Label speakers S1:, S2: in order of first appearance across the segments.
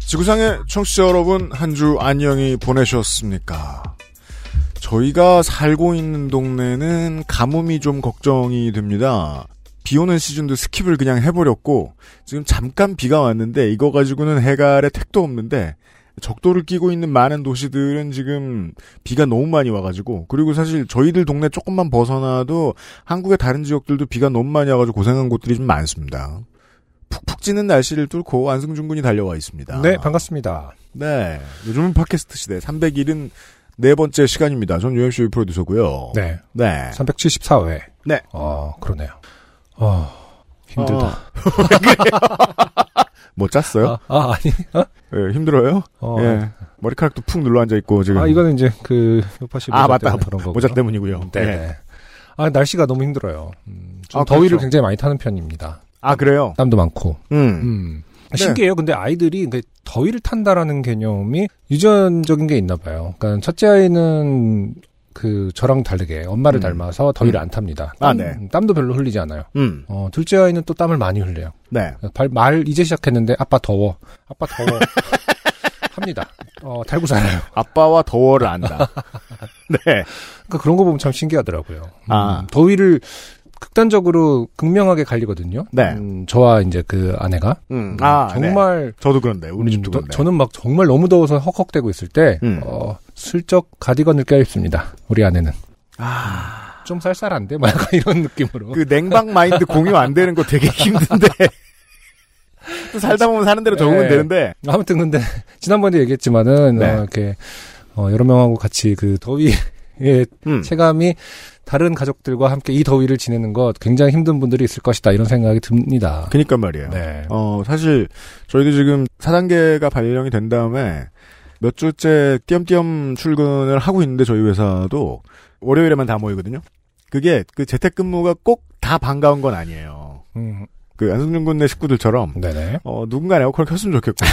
S1: 지구상의 청취자 여러분 한 주 안녕히 보내셨습니까? 저희가 살고 있는 동네는 가뭄이 좀 걱정이 됩니다. 비 오는 시즌도 스킵을 그냥 해버렸고 지금 잠깐 비가 왔는데 이거 가지고는 해갈의 택도 없는데 적도를 끼고 있는 많은 도시들은 지금 비가 너무 많이 와가지고 그리고 사실 저희들 동네 조금만 벗어나도 한국의 다른 지역들도 비가 너무 많이 와가지고 고생한 곳들이 좀 많습니다. 푹푹 찌는 날씨를 뚫고 안승준 군이 달려와 있습니다.
S2: 네, 반갑습니다.
S1: 네. 요즘은 팟캐스트 시대 300일은 네 번째 시간입니다. 전 UMC 프로듀서고요.
S2: 네,
S1: 네.
S2: 374회.
S1: 네.
S2: 어, 그러네요. 어, 힘들다.
S1: 뭐 짰어요?
S2: 아, 아, 아니.
S1: 예, 힘들어요?
S2: 어,
S1: 예. 머리카락도 푹 눌러 앉아 있고 지금
S2: 아, 이거는 이제 그 요파시
S1: 아,
S2: 모자
S1: 맞다.
S2: 때문에 그런 거고.
S1: 모자 때문이고요. 예.
S2: 네. 네. 아, 날씨가 너무 힘들어요. 음, 좀
S1: 아,
S2: 더위를
S1: 그렇죠.
S2: 굉장히 많이 타는 편입니다.
S1: 아 그래요.
S2: 땀도 많고.
S1: 음.
S2: 음. 신기해요. 근데 아이들이 그 더위를 탄다라는 개념이 유전적인 게 있나 봐요. 그러니까 첫째 아이는 그 저랑 다르게 엄마를
S1: 음.
S2: 닮아서 더위를 안 탑니다.
S1: 아,
S2: 땀-
S1: 네.
S2: 땀도 별로 흘리지 않아요.
S1: 음.
S2: 어, 둘째 아이는 또 땀을 많이 흘려요.
S1: 네.
S2: 발, 말 이제 시작했는데 아빠 더워. 아빠 더워. 합니다. 어, 달고 살아요.
S1: 아빠와 더워를 안다. 네.
S2: 그러니까 그런 거 보면 참 신기하더라고요. 음,
S1: 아.
S2: 더위를 극단적으로 극명하게 갈리거든요.
S1: 네.
S2: 음, 저와 이제 그 아내가
S1: 음. 아 정말
S2: 정말
S1: 저도 그런데
S2: 음,
S1: 우리 집도
S2: 너-
S1: 그런데.
S2: 저는 막 정말 너무 더워서 헉헉대고 있을 때
S1: 음.
S2: 어, 슬쩍 가디건을 껴입습니다. 우리 아내는
S1: 아.
S2: 좀 쌀쌀한데 막 약간 이런 느낌으로.
S1: 그 냉방 마인드 공유 안 되는 거 되게 힘든데. 또 살다 보면 사는 대로 적응은
S2: 네.
S1: 되는데.
S2: 아무튼 근데 지난번에 얘기했지만은
S1: 네.
S2: 어, 이렇게 어, 여러 명하고 같이 그 더위의
S1: 음.
S2: 체감이 다른 가족들과 함께 이 더위를 지내는 것 굉장히 힘든 분들이 있을 것이다 이런 생각이 듭니다.
S1: 그니까 말이에요.
S2: 네.
S1: 어, 사실, 저희도 지금 4단계가 발령이 된 다음에 몇 주째 띄엄띄엄 출근을 하고 있는데 저희 회사도 월요일에만 다 모이거든요. 그게 그 재택근무가 꼭 다 반가운 건 아니에요.
S2: 음,
S1: 그 안승준 군네 식구들처럼
S2: 네네.
S1: 어, 누군가 에어컨 켰으면 좋겠고,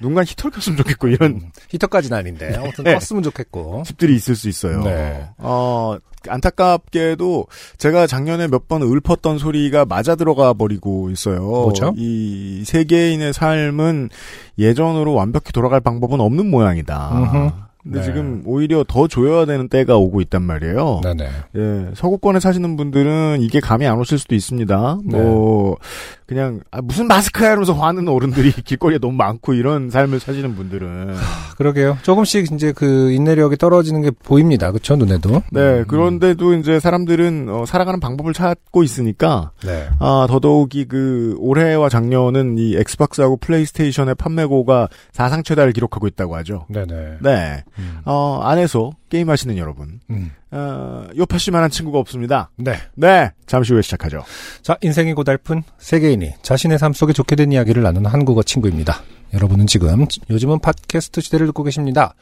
S1: 누군가 히터를 켰으면 좋겠고, 이런
S2: 음, 히터까지는 아닌데 아무튼
S1: 네.
S2: 껐으면 좋겠고.
S1: 집들이 있을 수 있어요.
S2: 네.
S1: 어, 안타깝게도 제가 작년에 몇 번 읊었던 소리가 맞아 들어가 버리고 있어요.
S2: 뭐죠?
S1: 이 세계인의 삶은 예전으로 완벽히 돌아갈 방법은 없는 모양이다.
S2: 음흠.
S1: 근데
S2: 네.
S1: 지금 오히려 더 조여야 되는 때가 오고 있단 말이에요.
S2: 네네.
S1: 예, 서구권에 사시는 분들은 이게 감이 안 오실 수도 있습니다. 뭐 그냥 아, 무슨 마스크야 이러면서 화는 어른들이 길거리에 너무 많고 이런 삶을 사시는 분들은
S2: 그러게요. 조금씩 이제 그 인내력이 떨어지는 게 보입니다. 그렇죠 눈에도.
S1: 네, 그런데도 이제 사람들은 어, 살아가는 방법을 찾고 있으니까
S2: 네.
S1: 아 더더욱이 그 올해와 작년은 이 엑스박스하고 플레이스테이션의 판매고가 사상 최다를 기록하고 있다고 하죠.
S2: 네네.
S1: 네,
S2: 음.
S1: 어, 안에서 게임하시는 여러분,
S2: 음.
S1: 어, 요파씨만한 친구가 없습니다.
S2: 네.
S1: 네, 잠시 후에 시작하죠.
S2: 자, 인생이 고달픈 세계인이 자신의 삶 속에 좋게 된 이야기를 나누는 한국어 친구입니다. 여러분은 지금 요즘은 팟캐스트 시대를 듣고 계십니다.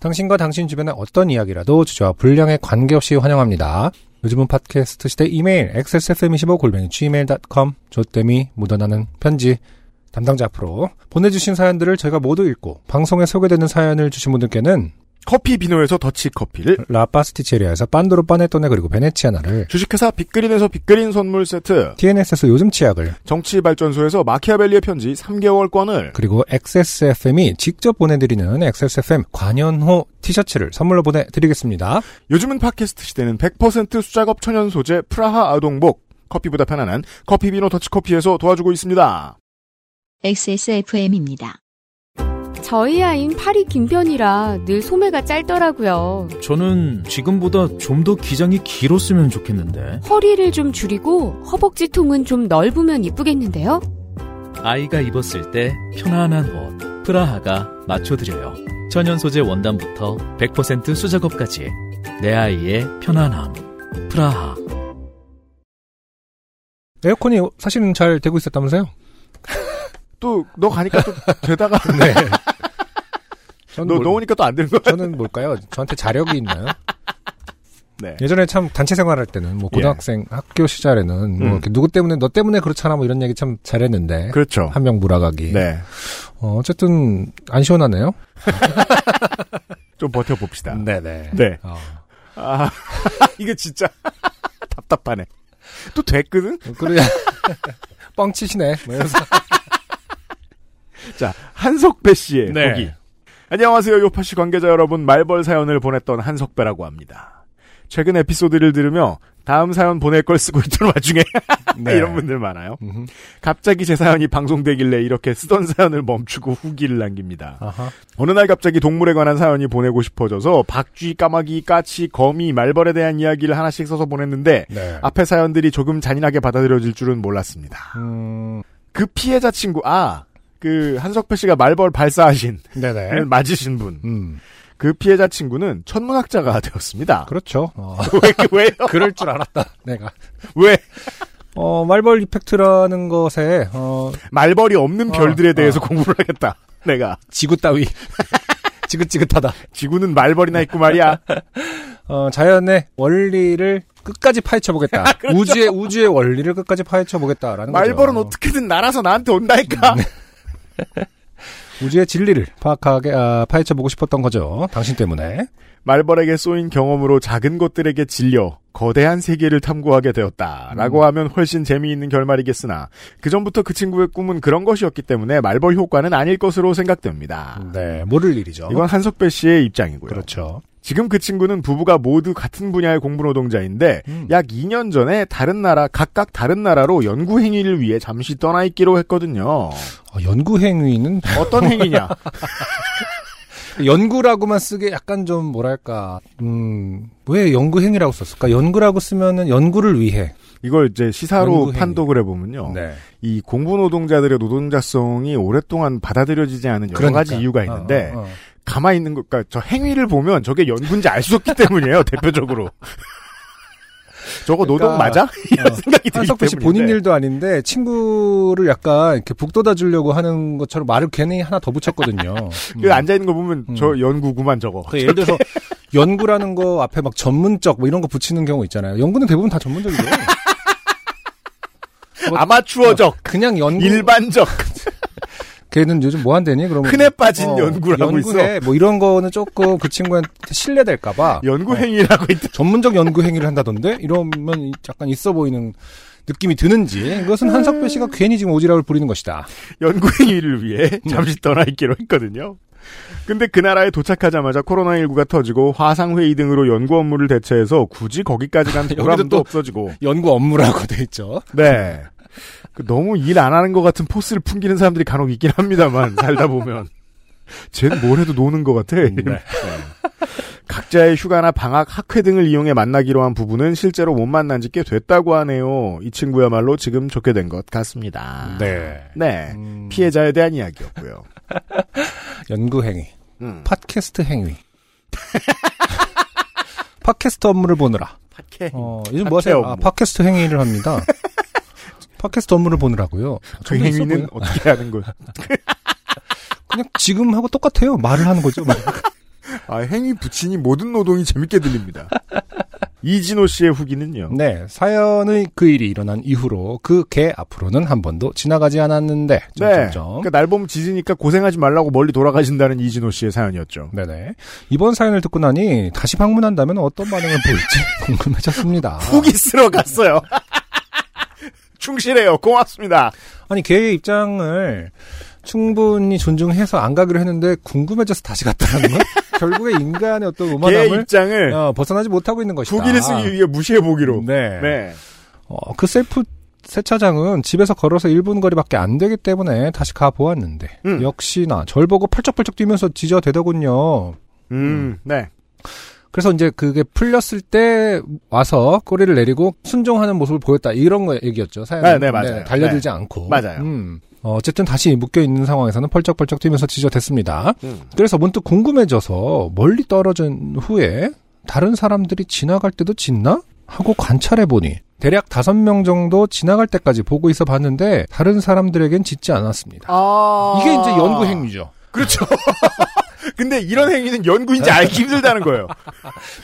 S2: 당신과 당신 주변의 어떤 이야기라도 주제와 분량에 관계없이 환영합니다. 요즘은 팟캐스트 시대 이메일 xsfm25골뱅이 gmail.com 조땜이 묻어나는 편지 담당자 앞으로 보내주신 사연들을 저희가 모두 읽고 방송에 소개되는 사연을 주신 분들께는
S1: 커피 비노에서 더치 커피를,
S2: 라파스티체리아에서 빤도로 빠네토네 그리고 베네치아나를
S1: 주식회사 빅그린에서 빅그린 선물 세트,
S2: TNS에서 요즘 치약을
S1: 정치발전소에서 마키아벨리의 편지 3개월권을,
S2: 그리고 XSFM이 직접 보내드리는 XSFM 관현호 티셔츠를 선물로 보내드리겠습니다.
S1: 요즘은 팟캐스트 시대는 100% 수작업 천연 소재 프라하 아동복, 커피보다 편안한 커피 비노 더치 커피에서 도와주고 있습니다.
S3: XSFM입니다.
S4: 저희 아인 팔이 긴 편이라 늘 소매가 짧더라고요.
S5: 저는 지금보다 좀 더 기장이 길었으면 좋겠는데.
S4: 허리를 좀 줄이고 허벅지 통은 좀 넓으면 이쁘겠는데요?
S5: 아이가 입었을 때 편안한 옷, 프라하가 맞춰드려요. 천연 소재 원단부터 100% 수작업까지. 내 아이의 편안함. 프라하.
S2: 에어컨이 사실은 잘 되고 있었다면서요?
S1: 또 너 가니까 또 되다가
S2: 네. 저는
S1: 너
S2: 뭘-
S1: 넣으니까 또 안 되는 거야.
S2: 저는 뭘까요? 저한테 자력이 있나요?
S1: 네.
S2: 예전에 참 단체 생활할 때는 뭐
S1: 예.
S2: 고등학생 학교 시절에는 뭐
S1: 음.
S2: 이렇게 누구 때문에 너 때문에 그렇잖아 뭐 이런 얘기 참 잘했는데
S1: 그렇죠.
S2: 한 명 몰아가기.
S1: 네.
S2: 어, 쨌든안 시원하네요.
S1: 좀 버텨봅시다.
S2: 네네.
S1: 네.
S2: 어,
S1: 아, 이거 진짜 답답하네. 또 됐거든?
S2: 그래 뻥치시네. 뭐 이러면서.
S1: 자, 한석배 씨의
S2: 네.
S1: 고기. 안녕하세요. 요파시 관계자 여러분. 말벌 사연을 보냈던 한석배라고 합니다. 최근 에피소드를 들으며 다음 사연 보낼 걸 쓰고 있던 와중에
S2: 네.
S1: 이런 분들 많아요.
S2: 음흠.
S1: 갑자기 제 사연이 방송되길래 이렇게 쓰던 사연을 멈추고 후기를 남깁니다.
S2: 아하.
S1: 어느 날 갑자기 동물에 관한 사연이 보내고 싶어져서 박쥐, 까마귀, 까치, 거미, 말벌에 대한 이야기를 하나씩 써서 보냈는데
S2: 네.
S1: 앞에 사연들이 조금 잔인하게 받아들여질 줄은 몰랐습니다.
S2: 음,
S1: 그 피해자 친구 아. 그 한석배 씨가 말벌 발사하신
S2: 네네.
S1: 맞으신 분.
S2: 음,
S1: 그 피해자 친구는 천문학자가 되었습니다.
S2: 그렇죠. 어,
S1: 왜, 왜요?
S2: 그럴 줄 알았다. 내가.
S1: 왜?
S2: 어, 말벌 이펙트라는 것에, 어,
S1: 말벌이 없는 별들에 대해서 공부를 하겠다. 내가.
S2: 지구 따위. 지긋지긋하다.
S1: 지구는 말벌이나 있고 말이야.
S2: 어, 자연의 원리를 끝까지 파헤쳐 보겠다. 우주의 우주의 원리를 끝까지 파헤쳐 보겠다라는
S1: 말벌은
S2: 거죠.
S1: 어떻게든 날아서 나한테 온다니까.
S2: 네. 우주의 진리를 파악하게 아, 파헤쳐 보고 싶었던 거죠. 당신 때문에.
S1: 말벌에게 쏘인 경험으로 작은 것들에게 질려 거대한 세계를 탐구하게 되었다라고
S2: 음.
S1: 하면 훨씬 재미있는 결말이겠으나 그전부터 그 친구의 꿈은 그런 것이었기 때문에 말벌 효과는 아닐 것으로 생각됩니다.
S2: 네, 모를 일이죠.
S1: 이건 한석배 씨의 입장이고요.
S2: 그렇죠.
S1: 지금 그 친구는 부부가 모두 같은 분야의 공부 노동자인데
S2: 음.
S1: 약 2년 전에 다른 나라 각각 다른 나라로 연구 행위를 위해 잠시 떠나 있기로 했거든요.
S2: 어, 연구 행위는
S1: 어떤 행위냐?
S2: 연구라고만 쓰게 약간 좀 뭐랄까 음, 왜 연구 행위라고 썼을까? 그러니까 연구라고 쓰면은 연구를 위해.
S1: 이걸 이제 시사로
S2: 연구 행위.
S1: 판독을 해보면요.
S2: 네.
S1: 이 공부 노동자들의 노동자성이 오랫동안 받아들여지지 않은 여러
S2: 그러니까.
S1: 가지 이유가 있는데
S2: 어, 어, 어.
S1: 가만히 있는 것, 그러니까 저 행위를 보면 저게 연구인지 알 수 없기 때문이에요. 대표적으로. 저거 노동
S2: 그러니까,
S1: 맞아? 이런
S2: 어,
S1: 생각이 들기
S2: 한석배 씨
S1: 때문에.
S2: 본인 일도 아닌데 친구를 약간 이렇게 북돋아 주려고 하는 것처럼 말을 괜히 하나 더 붙였거든요. 음.
S1: 그 앉아 있는 거 보면 저
S2: 음.
S1: 연구구만 저거.
S2: 그 예를 들어서 연구라는 거 앞에 막 전문적 뭐 이런 거 붙이는 경우 있잖아요. 연구는 대부분 다 전문적이죠. 뭐-
S1: 아마추어적,
S2: 그냥 연구
S1: 일반적,
S2: 걔는 요즘 뭐 한대니? 그러면
S1: 흔해 빠진
S2: 어,
S1: 연구라고 있어.
S2: 연구해. 뭐 이런 거는 조금 그 친구한테 신뢰될까 봐
S1: 연구 행위라고 있다.
S2: 전문적 연구 행위를 한다던데 이러면 약간 있어 보이는 느낌이 드는지 이것은
S1: 음.
S2: 한석배 씨가 괜히 지금 오지랖을 부리는 것이다.
S1: 연구 행위를 위해
S2: 네.
S1: 잠시 떠나 있기로 했거든요. 근데 그 나라에 도착하자마자 코로나19가 터지고 화상회의 등으로 연구 업무를 대체해서 굳이 거기까지 간
S2: 여기도
S1: 보람도
S2: 또-
S1: 없어지고.
S2: 연구 업무라고 돼 있죠.
S1: 네. 그 너무 일 안 하는 것 같은 포스를 풍기는 사람들이 간혹 있긴 합니다만, 살다 보면. 쟤는 뭘 해도 노는 것 같아. 이러면서. 각자의 휴가나 방학, 학회 등을 이용해 만나기로 한 부부는 실제로 못 만난 지 꽤 됐다고 하네요. 이 친구야말로 지금 좋게 된 것 같습니다.
S2: 네.
S1: 네. 피해자에 대한 이야기였고요.
S2: 연구 행위.
S1: 음.
S2: 팟캐스트 행위. 팟캐스트 업무를 보느라.
S1: 팟캐.
S2: 어, 요즘 뭐 하세요?
S1: 팟캐 업무.
S2: 아, 팟캐스트 행위를 합니다. 팟캐스트 업무를 보느라고요.
S1: 그
S2: 좀 있어
S1: 행위는
S2: 보여.
S1: 어떻게 하는 거야?
S2: 그냥 지금 하고 똑같아요. 말을 하는 거죠. 막.
S1: 아, 행위 붙이니 모든 노동이 재밌게 들립니다. 이진호 씨의 후기는요.
S2: 네, 사연의 그 일이 일어난 이후로 그 개 앞으로는 한 번도 지나가지 않았는데.
S1: 네.
S2: 점점점.
S1: 그러니까 날 보면 지지니까 고생하지 말라고 멀리 돌아가신다는 이진호 씨의 사연이었죠.
S2: 네네. 이번 사연을 듣고 나니 다시 방문한다면 어떤 반응을 보일지 궁금해졌습니다.
S1: 후기 쓰러 갔어요. 충실해요. 고맙습니다.
S2: 아니 걔의 입장을 충분히 존중해서 안 가기로 했는데 궁금해져서 다시 갔다는 건 결국에 인간의 어떤
S1: 걔의
S2: 오만함을
S1: 입장을
S2: 뭐 어, 벗어나지 못하고 있는 것이다.
S1: 후기를 쓰기 위해 무시해보기로.
S2: 네.
S1: 네.
S2: 어, 그 셀프 세차장은 집에서 걸어서 1분 거리밖에 안 되기 때문에 다시 가 보았는데
S1: 음.
S2: 역시나 절 보고 펄쩍펄쩍 뛰면서 지저대더군요.
S1: 음, 네.
S2: 그래서 이제 그게 풀렸을 때 와서 꼬리를 내리고 순종하는 모습을 보였다 이런 거 얘기였죠 사연.
S1: 네, 네, 맞아요.
S2: 달려들지 않고.
S1: 맞아요.
S2: 음. 어, 어쨌든 다시 묶여 있는 상황에서는 펄쩍펄쩍 뛰면서 지저댔습니다.
S1: 음.
S2: 그래서 문득 궁금해져서 멀리 떨어진 후에 다른 사람들이 지나갈 때도 짖나? 하고 관찰해 보니 대략 다섯 명 정도 지나갈 때까지 보고 있어 봤는데 다른 사람들에겐 짖지 않았습니다.
S1: 아.
S2: 이게 이제 연구 행위죠.
S1: 그렇죠. 근데 이런 행위는 연구인지 알기 힘들다는 거예요.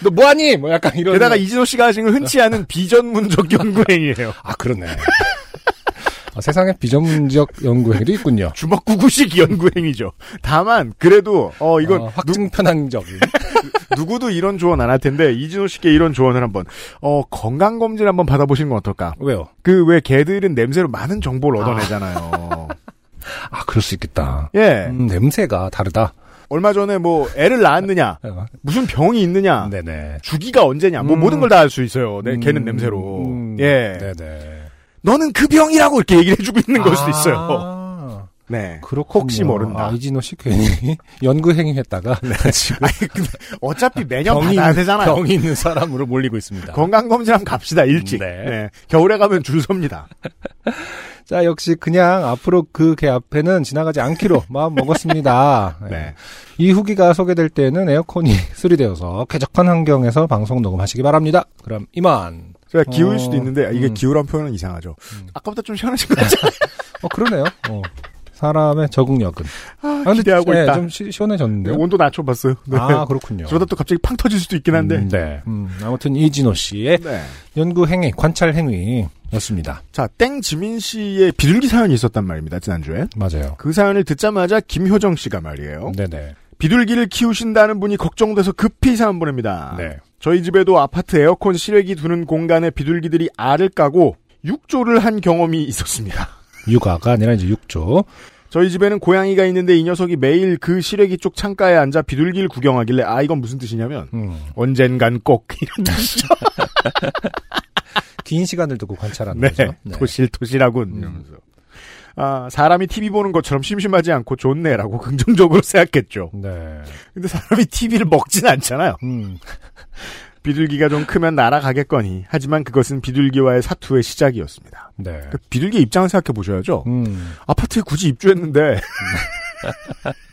S2: 너 뭐하니? 뭐 약간 이런.
S1: 게다가 이진호 씨가 하신 건 흔치 않은 비전문적 연구 행위예요.
S2: 아 그러네. 아, 세상에 비전문적 연구행위도 있군요.
S1: 주먹구구식 연구 행위죠. 다만 그래도 어 이건
S2: 어, 확증 편향적.
S1: 누구도 이런 조언 안 할 텐데 이진호 씨께 이런 조언을 한번 어 건강 검진 한번 받아보시는 건 어떨까?
S2: 왜요?
S1: 그 왜 개들은 냄새로 많은 정보를 얻어내잖아요.
S2: 아 그럴 수 있겠다.
S1: 예,
S2: 음, 냄새가 다르다.
S1: 얼마 전에 뭐 애를 낳았느냐,
S2: 어,
S1: 무슨 병이 있느냐,
S2: 네네.
S1: 주기가 언제냐, 뭐
S2: 음.
S1: 모든 걸 다 알 수 있어요. 아. 네, 걔는
S2: 음,
S1: 냄새로.
S2: 음,
S1: 예,
S2: 네네.
S1: 너는 그 병이라고 이렇게 얘기를 해주고 있는 걸 수도 있어요.
S2: 아,
S1: 네.
S2: 그렇군요.
S1: 혹시 모른다. 네.
S2: 아, 이진호 씨 괜히 연구행위했다가 지금
S1: 아니 근데 어차피 매년
S2: 병이,
S1: 받아야 되잖아요.
S2: 병이 있는 사람으로 몰리고 있습니다.
S1: 건강 검진 한번 갑시다 일찍.
S2: 네.
S1: 네. 겨울에 가면 줄 섭니다.
S2: 자, 역시 그냥 앞으로 그 개 앞에는 지나가지 않기로 마음 먹었습니다.
S1: 네.
S2: 예. 이 후기가 소개될 때는 에어컨이 수리되어서 쾌적한 환경에서 방송 녹음하시기 바랍니다. 그럼 이만.
S1: 제가 기울 수도
S2: 어,
S1: 있는데 이게
S2: 음.
S1: 기울한 표현은 이상하죠. 아까보다 좀 시원하신 것 같아요.
S2: 어, 그러네요. 어. 사람의 적응력은.
S1: 아,
S2: 근데
S1: 기대하고
S2: 예,
S1: 있다.
S2: 좀 시, 원해졌는데
S1: 네, 온도 낮춰봤어요. 네.
S2: 아, 그렇군요.
S1: 그러다 또 갑자기 팡 터질 수도 있긴 한데.
S2: 음, 네. 음, 아무튼 이진호 씨의
S1: 네.
S2: 연구 행위, 관찰 행위였습니다.
S1: 자, 땡지민 씨의 비둘기 사연이 있었단 말입니다, 지난주에.
S2: 맞아요.
S1: 그 사연을 듣자마자 김효정 씨가 말이에요.
S2: 네네.
S1: 비둘기를 키우신다는 분이 걱정돼서 급히 사연 보냅니다.
S2: 네.
S1: 저희 집에도 아파트 에어컨 실외기 두는 공간에 비둘기들이 알을 까고 육조를 한 경험이 있었습니다.
S2: 육아가 아니라 이제 육조.
S1: 저희 집에는 고양이가 있는데 이 녀석이 매일 그 실외기 쪽 창가에 앉아 비둘기를 구경하길래 아 이건 무슨 뜻이냐면
S2: 음.
S1: 언젠간 꼭 이런 뜻이죠.
S2: 긴 시간을 두고 관찰하는
S1: 네.
S2: 거죠. 네.
S1: 도실도실하군 이러면서. 아, 사람이 TV 보는 것처럼 심심하지 않고 좋네라고 긍정적으로 생각했죠.
S2: 네.
S1: 근데 사람이 TV를 먹진 않잖아요.
S2: 음.
S1: 비둘기가 좀 크면 날아가겠거니. 하지만 그것은 비둘기와의 사투의 시작이었습니다.
S2: 네.
S1: 그러니까 비둘기 입장을 생각해 보셔야죠.
S2: 음.
S1: 아파트에 굳이 입주했는데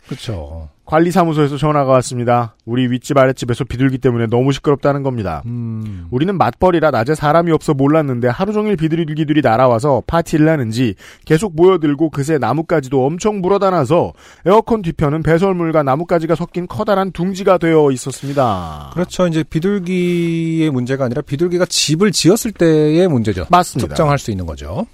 S2: 그렇죠.
S1: 관리사무소에서 전화가 왔습니다. 우리 윗집 아랫집에서 비둘기 때문에 너무 시끄럽다는 겁니다.
S2: 음.
S1: 우리는 맞벌이라 낮에 사람이 없어 몰랐는데 하루 종일 비둘기들이 날아와서 파티를 하는지 계속 모여들고 그새 나뭇가지도 엄청 물어다 놔서 에어컨 뒤편은 배설물과 나뭇가지가 섞인 커다란 둥지가 되어 있었습니다.
S2: 그렇죠. 이제 비둘기의 문제가 아니라 비둘기가 집을 지었을 때의 문제죠.
S1: 맞습니다.
S2: 특정할 수 있는 거죠.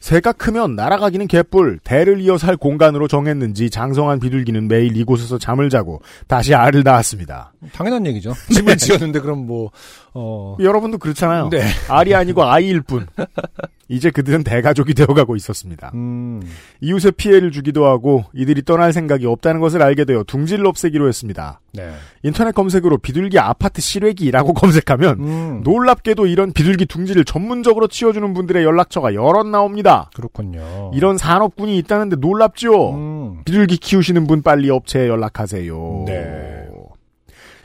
S1: 새가 크면 날아가기는 개뿔, 대를 이어 살 공간으로 정했는지 장성한 비둘기는 매일 이곳에서 잠을 자고 다시 알을 낳았습니다.
S2: 당연한 얘기죠.
S1: 네.
S2: 집을 지었는데 그럼 뭐 어.
S1: 여러분도 그렇잖아요.
S2: 네.
S1: 알이 아니고 아이일 뿐. 이제 그들은 대가족이 되어가고 있었습니다.
S2: 음.
S1: 이웃에 피해를 주기도 하고 이들이 떠날 생각이 없다는 것을 알게 되어 둥지를 없애기로 했습니다.
S2: 네.
S1: 인터넷 검색으로 비둘기 아파트 실외기라고 검색하면
S2: 음.
S1: 놀랍게도 이런 비둘기 둥지를 전문적으로 치워주는 분들의 연락처가 여럿 나옵니다.
S2: 그렇군요.
S1: 이런 산업군이 있다는데 놀랍지요.
S2: 음.
S1: 비둘기 키우시는 분 빨리 업체에 연락하세요.
S2: 네.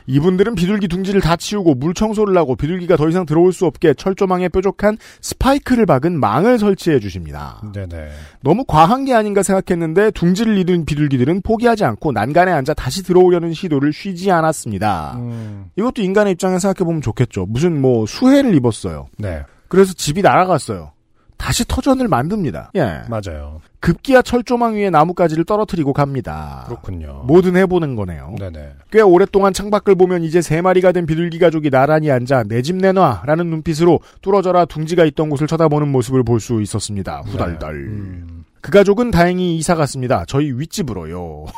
S1: 이분들은 비둘기 둥지를 다 치우고 물 청소를 하고 비둘기가 더 이상 들어올 수 없게 철조망에 뾰족한 스파이크를 박은 망을 설치해 주십니다.
S2: 네네.
S1: 너무 과한 게 아닌가 생각했는데 둥지를 잃은 비둘기들은 포기하지 않고 난간에 앉아 다시 들어오려는 시도를 쉬지 않았습니다.
S2: 음.
S1: 이것도 인간의 입장에 생각해보면 좋겠죠. 무슨 뭐 수해를 입었어요.
S2: 네.
S1: 그래서 집이 날아갔어요. 다시 터전을 만듭니다. 예.
S2: 맞아요.
S1: 급기야 철조망 위에 나뭇가지를 떨어뜨리고 갑니다.
S2: 그렇군요.
S1: 아. 뭐든 아. 해보는 거네요.
S2: 네네.
S1: 꽤 오랫동안 창밖을 보면 이제 세 마리가 된 비둘기 가족이 나란히 앉아 내 집 내놔라는 눈빛으로 뚫어져라 둥지가 있던 곳을 쳐다보는 모습을 볼 수 있었습니다. 후달달.
S2: 음.
S1: 그 가족은 다행히 이사 갔습니다. 저희 윗집으로요.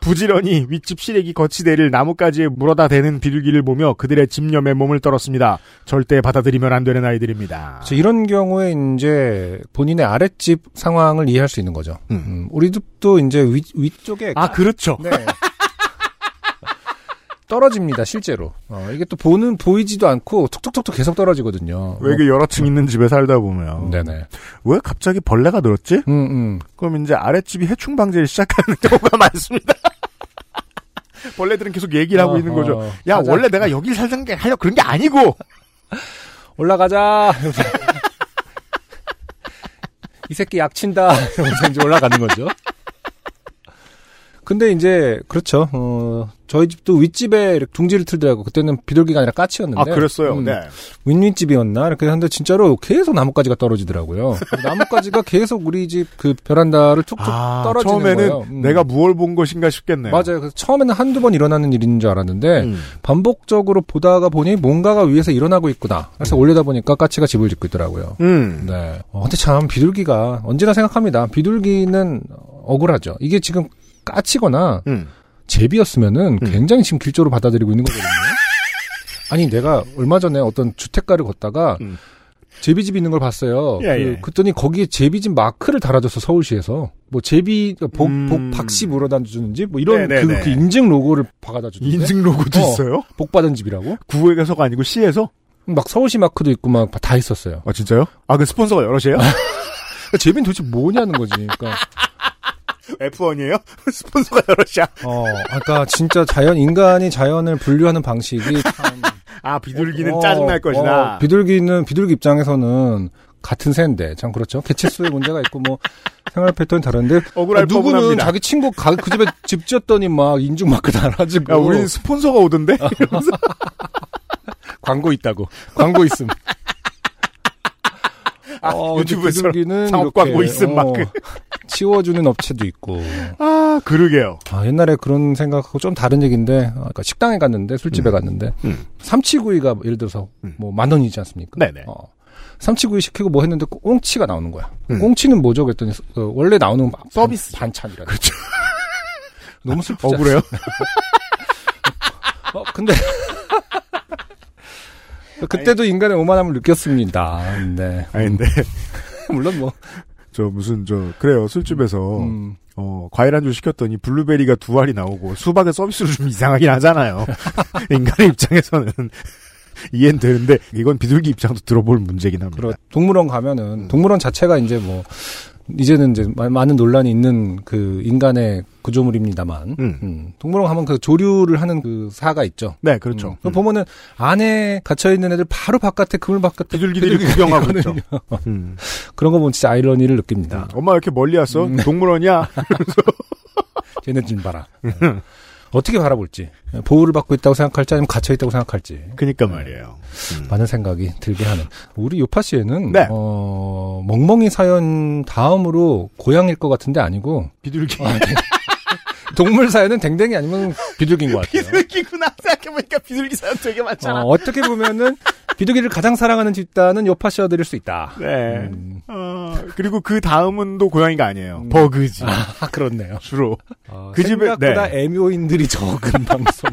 S1: 부지런히 윗집 시래기 거치대를 나뭇가지에 물어다 대는 비둘기를 보며 그들의 집념에 몸을 떨었습니다. 절대 받아들이면 안 되는 아이들입니다.
S2: 그래서 이런 경우에 이제 본인의 아랫집 상황을 이해할 수 있는 거죠.
S1: 음.
S2: 음, 우리 집도 이제 위, 위쪽에
S1: 아 그렇죠.
S2: 네. 떨어집니다 실제로. 어, 이게 또 보는 보이지도 않고 툭툭툭툭 계속 떨어지거든요. 어,
S1: 왜 이게 여러 층 있는 집에 살다 보면
S2: 네네.
S1: 왜 갑자기 벌레가 늘었지?
S2: 음, 음.
S1: 그럼 이제 아랫집이 해충 방제를 시작하는 경우가 많습니다. 벌레들은 계속 얘기를 하고 있는
S2: 어허.
S1: 거죠. 야
S2: 가자.
S1: 원래 내가 여길 살던 게 하려 그런 게 아니고
S2: 올라가자. 이 새끼 약친다. 이러면서 이제 올라가는 거죠. 근데 이제 그렇죠. 어, 저희 집도 윗집에 이렇게 둥지를 틀더라고. 그때는 비둘기가 아니라 까치였는데.
S1: 아, 그랬어요.
S2: 음,
S1: 네.
S2: 윗윗집이었나? 이렇게 하는데 진짜로 계속 나뭇가지가 떨어지더라고요. 나뭇가지가 계속 우리 집 그 베란다를 툭툭
S1: 아,
S2: 떨어지는
S1: 처음에는
S2: 거예요. 음.
S1: 내가 무얼 본 것인가 싶겠네요.
S2: 맞아요. 네. 그래서 처음에는 한두 번 일어나는 일인 줄 알았는데
S1: 음.
S2: 반복적으로 보다가 보니 뭔가가 위에서 일어나고 있구나. 그래서 올려다 보니까 까치가 집을 짓고 있더라고요.
S1: 음.
S2: 네. 어, 근데 참 비둘기가 언제나 생각합니다. 비둘기는 억울하죠. 이게 지금 까치거나
S1: 음.
S2: 제비였으면은
S1: 음.
S2: 굉장히 지금 길조로 받아들이고 있는 거거든요. 아니 내가 얼마 전에 어떤 주택가를 걷다가
S1: 음.
S2: 제비집 있는 걸 봤어요.
S1: 예, 예.
S2: 그, 랬더니 거기에 제비집 마크를 달아줘서 서울시에서 뭐 제비 복,
S1: 음.
S2: 복 박씨 물어다 주는지 뭐 이런
S1: 네, 네,
S2: 그,
S1: 네.
S2: 그 인증 로고를 박아다 주는데
S1: 인증 로고도
S2: 어.
S1: 있어요?
S2: 복 받은 집이라고
S1: 구에서가 아니고 시에서?
S2: 막 서울시 마크도 있고 막 다 있었어요.
S1: 아, 진짜요? 아, 그 스폰서가 여럿이에요?
S2: 그러니까 제비는 도대체 뭐냐는 거지. 그러니까
S1: F1이에요? 스폰서가 여럿이야.
S2: 어, 아까 진짜 자연 인간이 자연을 분류하는 방식이 참
S1: 아, 비둘기는
S2: 어,
S1: 짜증날 것이다.
S2: 어, 비둘기는 비둘기 입장에서는 같은 새인데 참 그렇죠. 개체수의 문제가 있고 뭐 생활 패턴이 다른데
S1: 억울할
S2: 아, 누구는
S1: 뻔합니다.
S2: 자기 친구 가, 그 집에 집 지었더니 막 인증 마크 달아주고
S1: 야, 우린 스폰서가 오던데?
S2: 어. 광고 있다고 광고 있음. 어, 근데
S1: 아, 유튜브에서
S2: 비둘기는
S1: 사업
S2: 이렇게,
S1: 광고
S2: 어,
S1: 있음 그. 마크.
S2: 치워주는 업체도 있고
S1: 아, 그러게요.
S2: 아, 옛날에 그런 생각하고 좀 다른 얘기인데 아, 그러니까 식당에 갔는데 술집에 갔는데
S1: 음.
S2: 삼치구이가 예를 들어서
S1: 음.
S2: 뭐 만 원이지 않습니까?
S1: 네네.
S2: 어, 삼치구이 시키고 뭐 했는데 꼭 꽁치가 나오는 거야.
S1: 음.
S2: 꽁치는 뭐죠? 그랬더니 그 원래 나오는 바-
S1: 서비스.
S2: 반, 찬이라
S1: 그렇죠.
S2: 너무 슬프지
S1: 억울해요?
S2: 않습니까? 어, 근데 그때도 인간의 오만함을 느꼈습니다. 네.
S1: 아니, 근데,
S2: 물론 뭐
S1: 저 무슨, 저, 그래요. 술집에서,
S2: 음,
S1: 어, 과일 안주 시켰더니 블루베리가 두 알이 나오고 수박의 서비스로 좀 이상하긴 하잖아요. 인간의 입장에서는. 이해는 되는데, 이건 비둘기 입장도 들어볼 문제긴 합니다.
S2: 그런 동물원
S1: 음.
S2: 가면은 동물원 자체가 이제 뭐 이제는 이제 마- 많은 논란이 있는 그 인간의 구조물입니다만
S1: 음.
S2: 음, 동물원 가면 그 조류를 하는 그 사가 있죠.
S1: 네, 그렇죠.
S2: 음. 그거 보면은 안에 갇혀 있는 애들 바로 바깥에 그물 바깥에
S1: 비둘기들이 구경하고 있죠. 음.
S2: 그런 거 보면 진짜 아이러니를 느낍니다.
S1: 엄마 왜 이렇게 멀리 왔어? 동물원이야?
S2: 쟤네 좀 봐라. 예. 어떻게 바라볼지 예, 보호를 받고 있다고 생각할지 아니면 갇혀 있다고 생각할지
S1: 그니까 말이에요.
S2: 많은 생각이 들게 하는 우리 요파 씨에는
S1: 네.
S2: 어, 멍멍이 사연 다음으로 고양일 것 같은데 아니고
S1: 비둘기.
S2: 아, 네. 동물 사연은 댕댕이 아니면 비둘기인 것 같아요.
S1: 비둘기구나. 생각해보니까 비둘기 사연 되게 많잖아.
S2: 어, 떻게 보면은 비둘기를 가장 사랑하는 집단은 요파 씨와 드릴 수 있다.
S1: 네.
S2: 음,
S1: 어, 그리고 그 다음은 또 고양이가 아니에요. 버그지.
S2: 아 그렇네요.
S1: 주로.
S2: 그
S1: 그
S2: 집에
S1: 집에-
S2: 생각보다
S1: 네.
S2: 애묘인들이 적은 방송.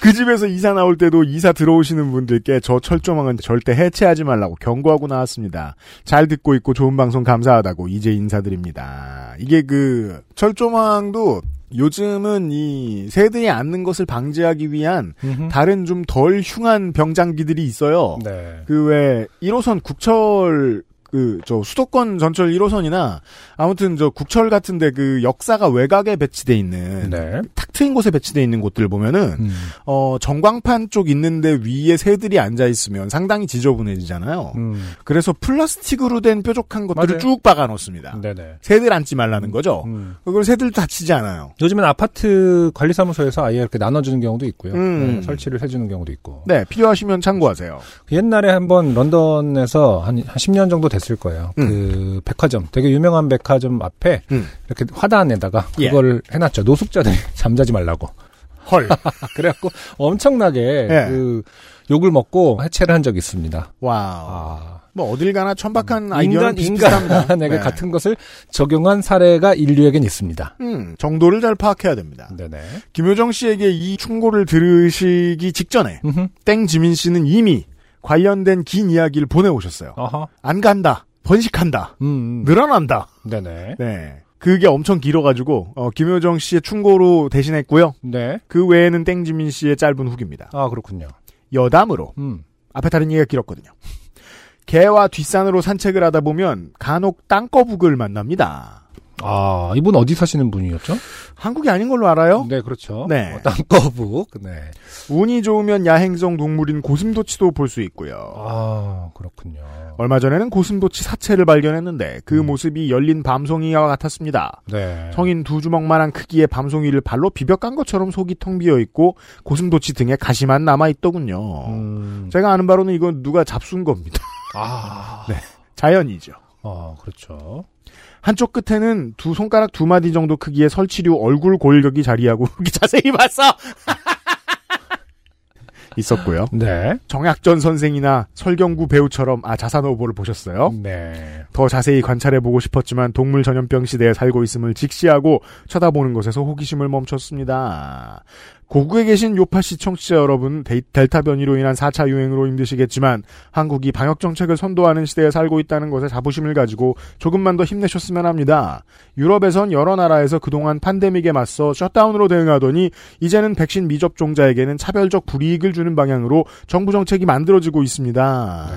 S1: 그 집에서 이사 나올 때도 이사 들어오시는 분들께 저 철조망은 절대 해체하지 말라고 경고하고 나왔습니다. 잘 듣고 있고 좋은 방송 감사하다고 이제 인사드립니다. 이게 그 철조망도 요즘은 이 새들이 앉는 것을 방지하기 위한
S2: 음.
S1: 다른 좀 덜 흉한 병장기들이 있어요.
S2: 네.
S1: 그 왜 1호선 국철 그 저 수도권 전철 1호선이나 아무튼 저 국철 같은데 그 역사가 외곽에 배치돼 있는
S2: 네.
S1: 탁 트인 곳에 배치돼 있는 곳들 보면은
S2: 음.
S1: 어 전광판 쪽 있는데 위에 새들이 앉아 있으면 상당히 지저분해지잖아요.
S2: 음.
S1: 그래서 플라스틱으로 된 뾰족한 것들을
S2: 맞아요.
S1: 쭉 박아 놓습니다.
S2: 네네.
S1: 새들 앉지 말라는 거죠.
S2: 음.
S1: 그걸 새들 다치지 않아요.
S2: 요즘엔 아파트 관리사무소에서 아예 이렇게 나눠주는 경우도 있고요.
S1: 음.
S2: 네, 설치를 해주는 경우도 있고. 그
S1: 네, 필요하시면 참고하세요.
S2: 옛날에 한번 런던에서 한, 한 10년 정도 됐을 거예요. 그 백화점, 되게 유명한 백화점 앞에
S1: 음.
S2: 이렇게 화단에다가
S1: 예.
S2: 그걸 해놨죠. 노숙자들 잠자지 말라고.
S1: 헐.
S2: 그래갖고 엄청나게
S1: 예.
S2: 그 욕을 먹고 해체를 한 적이 있습니다.
S1: 와우.
S2: 아.
S1: 뭐 어딜 가나 천박한 아이디어는
S2: 인간,
S1: 비슷비슷합니다.
S2: 인간에게
S1: 네.
S2: 같은 것을 적용한 사례가 인류에겐 있습니다.
S1: 음, 정도를 잘 파악해야 됩니다.
S2: 네네.
S1: 김효정 씨에게 이 충고를 들으시기 직전에
S2: 음흠.
S1: 땡지민 씨는 이미 관련된 긴 이야기를 보내오셨어요.
S2: 어허.
S1: 안 간다, 번식한다,
S2: 음, 음.
S1: 늘어난다.
S2: 네네.
S1: 네. 그게 엄청 길어가지고 어, 김효정 씨의 충고로 대신했고요.
S2: 네.
S1: 그 외에는 땡지민 씨의 짧은 후기입니다.
S2: 아, 그렇군요.
S1: 여담으로
S2: 음.
S1: 앞에 다른 얘기가 길었거든요. 개와 뒷산으로 산책을 하다 보면 간혹 땅거북을 만납니다.
S2: 아, 이분 어디 사시는 분이었죠?
S1: 한국이 아닌 걸로 알아요?
S2: 네, 그렇죠.
S1: 네.
S2: 어, 땅거북. 네.
S1: 운이 좋으면 야행성 동물인 고슴도치도 볼 수 있고요.
S2: 아, 그렇군요.
S1: 얼마 전에는 고슴도치 사체를 발견했는데 그 모습이 열린 밤송이와 같았습니다.
S2: 네.
S1: 성인 두 주먹만한 크기의 밤송이를 발로 비벼 깐 것처럼 속이 텅 비어 있고 고슴도치 등에 가시만 남아 있더군요.
S2: 음,
S1: 제가 아는 바로는 이건 누가 잡순 겁니다.
S2: 아,
S1: 자연이죠.
S2: 어, 그렇죠.
S1: 한쪽 끝에는 두 손가락 두 마디 정도 크기의 설치류 얼굴 골격이 자리하고 이렇게 자세히 봤어. 있었고요.
S2: 네.
S1: 정약전 선생이나 설경구 배우처럼 아 자산 오보를 보셨어요?
S2: 네.
S1: 더 자세히 관찰해 보고 싶었지만 동물 전염병 시대에 살고 있음을 직시하고 쳐다보는 것에서 호기심을 멈췄습니다. 고국에 계신 요파시 청취자 여러분, 데이- 델타 변이로 인한 4차 유행으로 힘드시겠지만 한국이 방역 정책을 선도하는 시대에 살고 있다는 것에 자부심을 가지고 조금만 더 힘내셨으면 합니다. 유럽에선 여러 나라에서 그동안 팬데믹에 맞서 셧다운으로 대응하더니 이제는 백신 미접종자에게는 차별적 불이익을 주는 방향으로 정부 정책이 만들어지고
S2: 네.
S1: 있습니다.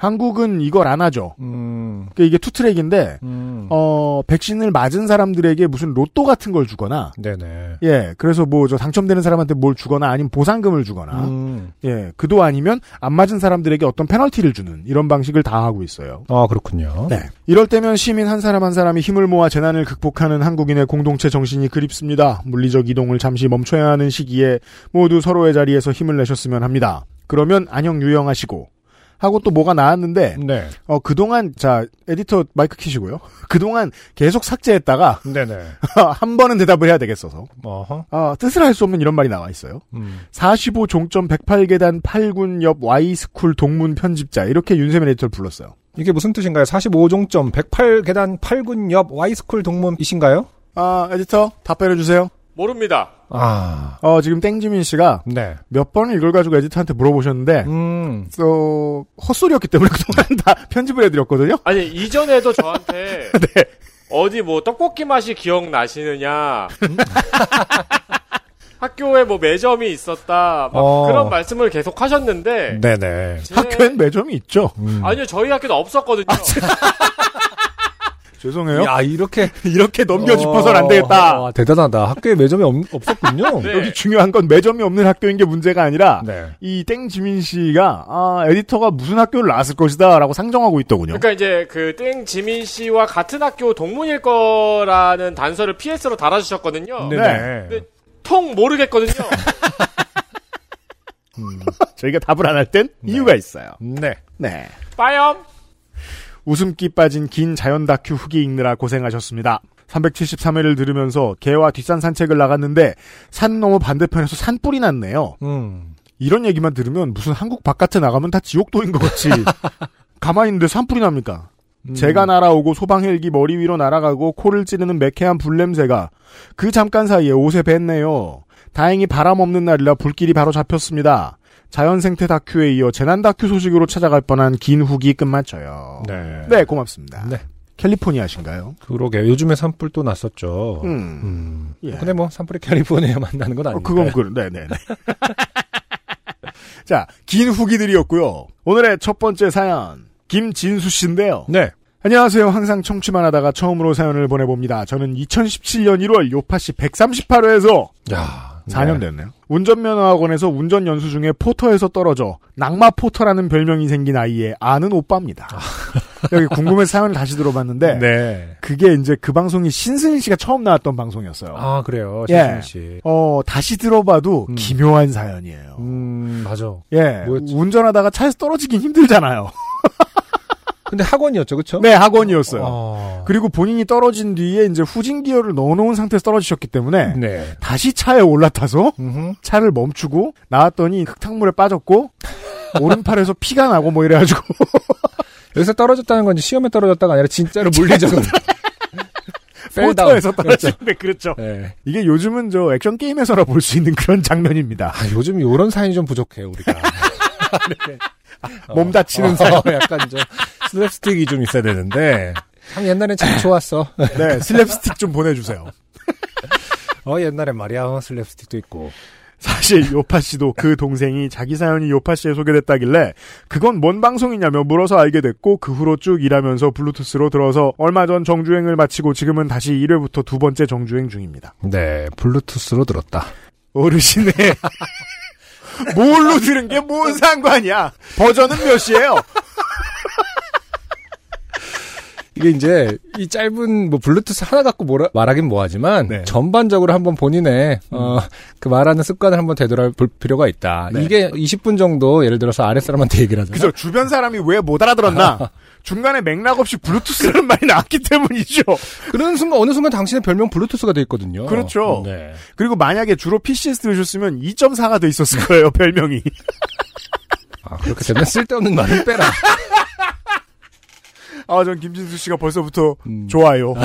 S1: 한국은 이걸 안 하죠.
S2: 아. 음,
S1: 그러니까 이게 투트랙인데
S2: 음.
S1: 어 백신을 맞은 사람들에게 무슨 로또 같은 걸 주거나
S2: 네네.
S1: 예 그래서 뭐 저 당첨되는 사람한테 뭘 주거나 아니면 보상금을 주거나
S2: 음.
S1: 예 그도 아니면 안 맞은 사람들에게 어떤 페널티를 주는 이런 방식을 다 하고 있어요.
S2: 아, 그렇군요.
S1: 네. 이럴 때면 시민 한 사람 한 사람이 힘을 모아 재난을 극복하는 한국인의 공동체 정신이 그립습니다. 물리적 이동을 잠시 멈춰야 하는 시기에 모두 서로의 자리에서 힘을 내셨으면 합니다. 그러면 안녕 유영하시고 하고 또 뭐가 나왔는데
S2: 네.
S1: 어, 그동안, 자, 에디터 마이크 키시고요. 그동안 계속 삭제했다가,
S2: 네네.
S1: 한 번은 대답을 해야 되겠어서.
S2: 어허.
S1: 아, 뜻을 할 수 없는 이런 말이 나와 있어요.
S2: 음.
S1: 45.108계단 8군 옆 Y스쿨 동문 편집자. 이렇게 윤세민 에디터를 불렀어요.
S2: 이게 무슨 뜻인가요? 45.108 계단 8군 옆 Y스쿨 동문이신가요?
S1: 아, 에디터, 답변해주세요.
S6: 모릅니다.
S2: 아,
S1: 어, 지금 땡지민 씨가
S2: 네.
S1: 몇 번을 이걸 가지고 에디터한테 물어보셨는데,
S2: 음,
S1: 어, 헛소리였기 때문에 그동안 다 편집을 해드렸거든요.
S6: 아니 이전에도 저한테
S1: 네.
S6: 어디 뭐 떡볶이 맛이 기억나시느냐 학교에 뭐 매점이 있었다 막
S2: 어.
S6: 그런 말씀을 계속 하셨는데
S2: 네네. 음.
S6: 제-
S1: 학교엔 매점이 아, 있죠.
S6: 아니요 저희 학교는 없었거든요
S1: 죄송해요.
S2: 야, 이렇게.
S1: 이렇게 넘겨짚어서는 안 되겠다.
S2: 어, 대단하다. 학교에 매점이 없, 없었군요.
S6: 네.
S1: 여기 중요한 건 매점이 없는 학교인 게 문제가 아니라
S2: 네.
S1: 이 땡지민 씨가 아 에디터가 무슨 학교를 나왔을 것이다라고 상정하고 있더군요.
S6: 그러니까 이제 그 땡 지민 씨와 같은 학교 동문일 거라는 단서를 PS로 달아주셨거든요
S2: 네네.
S6: 네. 통 모르겠거든요
S1: 저희가 답을 안 할 땐 이유가 있어요.
S2: 네.
S1: 네.
S6: 빠염
S1: 웃음기 빠진 긴 자연 다큐 후기 읽느라 고생하셨습니다. 373회를 들으면서 개와 뒷산 산책을 나갔는데 산 너머 반대편에서 산불이 났네요.
S2: 음.
S1: 이런 얘기만 들으면 무슨 한국 바깥에 나가면 다 지옥도인 것 같이 가만히 있는데 산불이 납니까?
S2: 음.
S1: 제가 날아오고 소방헬기 머리 위로 날아가고 코를 찌르는 매캐한 불냄새가 그 잠깐 사이에 옷에 뱄네요. 다행히 바람 없는 날이라 불길이 바로 잡혔습니다. 자연생태 다큐에 이어 재난 다큐 소식으로 찾아갈 뻔한 긴 후기 끝마쳐요.
S2: 네.
S1: 네, 고맙습니다.
S2: 네.
S1: 캘리포니아신가요?
S2: 그러게. 요즘에 산불 또 났었죠.
S1: 음.
S2: 음.
S1: 예.
S2: 근데 뭐 산불이 캘리포니아 만나는 건
S1: 어,
S2: 아닌데.
S1: 그건 그런, 네네네. 자, 긴 후기들이었고요. 오늘의 첫 번째 사연, 김진수 씨인데요.
S2: 네.
S1: 안녕하세요. 항상 청취만 하다가 처음으로 사연을 보내봅니다. 저는 2017년 1월 요파시 138회에서
S2: 야.
S1: 4년
S2: 네.
S1: 됐네요. 운전면허학원에서 운전 연수 중에 포터에서 떨어져 낙마 포터라는 별명이 생긴 아이의 아는 오빠입니다. 여기 궁금해서 사연을 다시 들어봤는데
S2: 네.
S1: 그게 이제 그 방송이 신승희 씨가 처음 나왔던 방송이었어요.
S2: 아, 그래요. 신승
S1: 예.
S2: 씨.
S1: 어 다시 들어봐도
S2: 음.
S1: 기묘한 사연이에요.
S2: 음, 맞아.
S1: 예,
S2: 뭐였지?
S1: 운전하다가 차에서 떨어지긴 힘들잖아요.
S2: 근데 학원이었죠, 그쵸?
S1: 네, 학원이었어요.
S2: 어.
S1: 그리고 본인이 떨어진 뒤에 이제 후진 기어를 넣어놓은 상태에서 떨어지셨기 때문에
S2: 네.
S1: 다시 차에 올라타서
S2: 음흠.
S1: 차를 멈추고 나왔더니 흙탕물에 빠졌고 오른팔에서 피가 나고 뭐 이래가지고
S2: 여기서 떨어졌다는 건지 시험에 떨어졌다가 아니라 진짜로 물리적으로. 펠다운.
S1: 포터에서 떨어지는데 그렇죠.
S2: 네.
S1: 이게 요즘은 저 액션 게임에서나 볼 수 있는 그런 장면입니다.
S2: 아, 요즘 요런 사연이 좀 부족해요, 우리가.
S1: 몸 다치는 사연.
S2: 어, 약간 좀 슬랩스틱이 좀 있어야 되는데. 참 옛날엔 참 좋았어.
S1: 네, 슬랩스틱 좀 보내주세요.
S2: 어, 옛날에 말이야. 어, 슬랩스틱도 있고.
S1: 사실 요파 씨도 그 동생이 자기 사연이 요파 씨에 소개됐다길래 그건 뭔 방송이냐며 물어서 알게 됐고 그 후로 쭉 일하면서 블루투스로 들어서 얼마 전 정주행을 마치고 지금은 다시 1회부터 두 번째 정주행 중입니다.
S2: 네, 블루투스로 들었다.
S1: 어르신의 뭘로 들은 게 뭔 상관이야. 버전은 몇이에요?
S2: 이게 이제 이 짧은 뭐 블루투스 하나 갖고 뭐라, 말하긴 뭐하지만
S1: 네.
S2: 전반적으로 한번 본인의 어 그 말하는 습관을 한번 되돌아볼 필요가 있다.
S1: 네.
S2: 이게 20분 정도 예를 들어서 아랫사람한테 얘기를 하잖아요.
S1: 그죠. 주변 사람이 왜 못 알아들었나? 중간에 맥락 없이 블루투스라는 말이 나왔기 때문이죠.
S2: 그런 순간 어느 순간 당신의 별명 블루투스가 돼 있거든요.
S1: 그렇죠.
S2: 네.
S1: 그리고 만약에 주로 PC에서 들으셨으면 2.4가 돼 있었을 거예요, 별명이.
S2: 아, 그렇게 되면 쓸데없는 말을 빼라.
S1: 아, 전 김진수 씨가 벌써부터
S2: 음.
S1: 좋아요.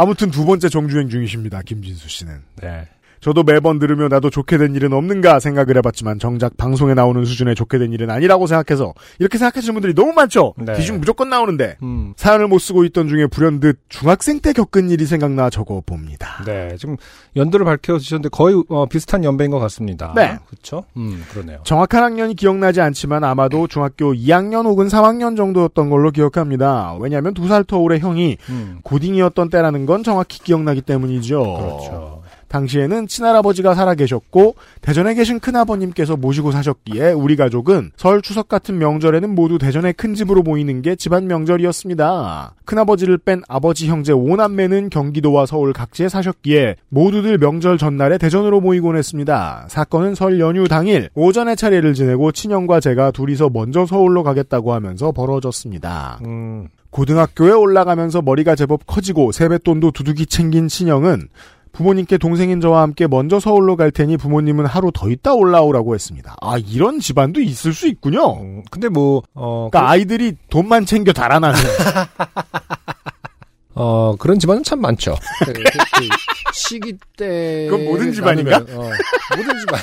S1: 아무튼 두 번째 정주행 중이십니다, 김진수 씨는.
S2: 네.
S1: 저도 매번 들으며 나도 좋게 된 일은 없는가 생각을 해봤지만 정작 방송에 나오는 수준의 좋게 된 일은 아니라고 생각해서 이렇게 생각하시는 분들이 너무 많죠.
S2: 네.
S1: 기준 무조건 나오는데
S2: 음.
S1: 사연을 못 쓰고 있던 중에 불현듯 중학생 때 겪은 일이 생각나 적어봅니다.
S2: 네. 지금 연도를 밝혀 주셨는데 거의 어, 비슷한 연배인 것 같습니다.
S1: 네.
S2: 그렇죠? 음, 그러네요.
S1: 정확한 학년이 기억나지 않지만 아마도 중학교 2학년 혹은 3학년 정도였던 걸로 기억합니다. 왜냐하면 두 살 터울의 형이
S2: 음.
S1: 고딩이었던 때라는 건 정확히 기억나기 때문이죠. 어.
S2: 그렇죠.
S1: 당시에는 친할아버지가 살아계셨고 대전에 계신 큰아버님께서 모시고 사셨기에 우리 가족은 설 추석 같은 명절에는 모두 대전의 큰 집으로 모이는 게 집안 명절이었습니다. 큰아버지를 뺀 아버지 형제 5남매는 경기도와 서울 각지에 사셨기에 모두들 명절 전날에 대전으로 모이곤 했습니다. 사건은 설 연휴 당일 오전에 차례를 지내고 친형과 제가 둘이서 먼저 서울로 가겠다고 하면서 벌어졌습니다.
S2: 음.
S1: 고등학교에 올라가면서 머리가 제법 커지고 세뱃돈도 두둑이 챙긴 친형은 부모님께 동생인 저와 함께 먼저 서울로 갈 테니 부모님은 하루 더 있다 올라오라고 했습니다. 아 이런 집안도 있을 수 있군요.
S2: 음, 근데 뭐 어,
S1: 그러니까 아이들이 돈만 챙겨 달아나는 그러니까
S2: 어, 그런 집안은 참 많죠. 그, 그, 그 시기 때.
S1: 그건 모든 집안인가?
S2: 나누면, 어, 모든 집안.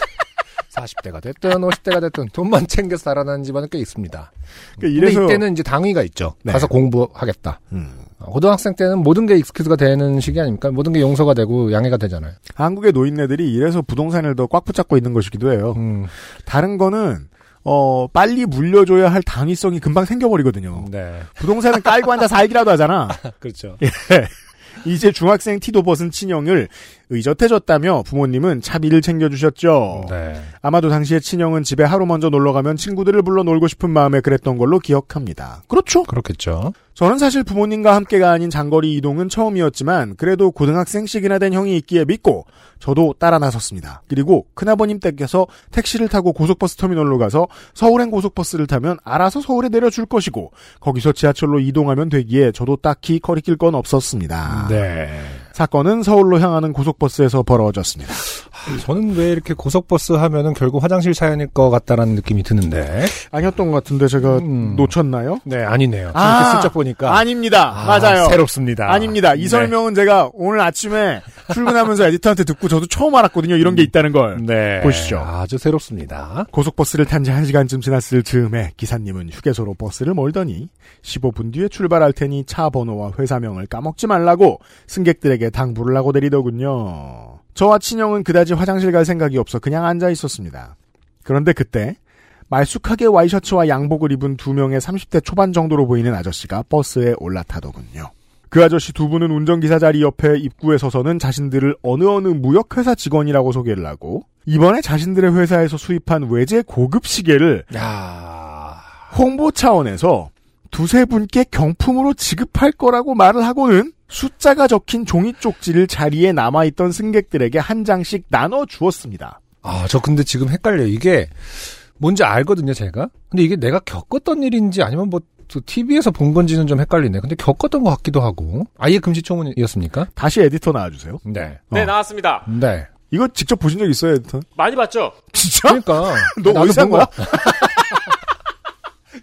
S2: 40대가 됐든 50대가 됐든 돈만 챙겨 서 살아나는 집안은 꽤 있습니다.
S1: 그러니까
S2: 근데
S1: 이래서
S2: 이때는 이제 당위가 있죠.
S1: 네.
S2: 가서 공부하겠다.
S1: 음.
S2: 어, 고등학생 때는 모든 게 익스큐즈가 되는 시기 아닙니까? 모든 게 용서가 되고 양해가 되잖아요.
S1: 한국의 노인네들이 이래서 부동산을 더 꽉 붙잡고 있는 것이기도 해요.
S2: 음,
S1: 다른 거는 어 빨리 물려줘야 할 당위성이 금방 생겨버리거든요.
S2: 네.
S1: 부동산은 깔고 앉아 살기라도 하잖아.
S2: 그렇죠.
S1: 예. 이제 중학생 티도 벗은 친형을 의젓해졌다며 부모님은 차비를 챙겨주셨죠.
S2: 네.
S1: 아마도 당시에 친형은 집에 하루 먼저 놀러가면 친구들을 불러 놀고 싶은 마음에 그랬던 걸로 기억합니다. 그렇죠.
S2: 그렇겠죠.
S1: 저는 사실 부모님과 함께가 아닌 장거리 이동은 처음이었지만 그래도 고등학생씩이나 된 형이 있기에 믿고 저도 따라 나섰습니다. 그리고 큰아버님 댁에서 택시를 타고 고속버스 터미널로 가서 서울행 고속버스를 타면 알아서 서울에 내려줄 것이고 거기서 지하철로 이동하면 되기에 저도 딱히 거리낄 건 없었습니다.
S2: 네.
S1: 사건은 서울로 향하는 고속버스에서 벌어졌습니다.
S2: 저는 왜 이렇게 고속버스 하면은 결국 화장실 사연일 것 같다라는 느낌이 드는데.
S1: 아니었던 것 같은데 제가
S2: 음.
S1: 놓쳤나요?
S2: 네, 아니네요.
S1: 아,
S2: 이렇게 슬쩍 보니까.
S1: 아닙니다.
S2: 아,
S1: 맞아요.
S2: 새롭습니다.
S1: 아닙니다. 이
S2: 네.
S1: 설명은 제가 오늘 아침에 출근하면서 에디터한테 듣고 저도 처음 알았거든요. 이런 게 있다는 걸.
S2: 네.
S1: 보시죠.
S2: 아주 새롭습니다.
S1: 고속버스를 탄 지 한시간쯤 지났을 즈음에 기사님은 휴게소로 버스를 몰더니 15분 뒤에 출발할 테니 차 번호와 회사명을 까먹지 말라고 승객들에게 당부를 하고 내리더군요. 저와 친형은 그다지 화장실 갈 생각이 없어 그냥 앉아 있었습니다. 그런데 그때 말쑥하게 와이셔츠와 양복을 입은 두 명의 30대 초반 정도로 보이는 아저씨가 버스에 올라타더군요. 그 아저씨 두 분은 운전기사 자리 옆에 입구에 서서는 자신들을 어느 어느 무역회사 직원이라고 소개를 하고 이번에 자신들의 회사에서 수입한 외제 고급 시계를
S2: 야.
S1: 홍보 차원에서 두세 분께 경품으로 지급할 거라고 말을 하고는 숫자가 적힌 종이 쪽지를 자리에 남아있던 승객들에게 한 장씩 나눠 주었습니다.
S2: 아, 저 근데 지금 헷갈려요. 이게 뭔지 알거든요, 제가. 근데 이게 내가 겪었던 일인지 아니면 뭐 TV에서 본 건지는 좀 헷갈리네. 근데 겪었던 것 같기도 하고. 아예 금시초문이었습니까?
S1: 다시 에디터 나와주세요.
S2: 네.
S6: 네,
S1: 어.
S6: 나왔습니다.
S2: 네.
S1: 이거 직접 보신 적 있어요, 에디터?
S6: 많이 봤죠?
S1: 진짜?
S2: 그러니까
S1: 너
S2: 나도
S1: 어디서 산
S2: 본
S1: 거야?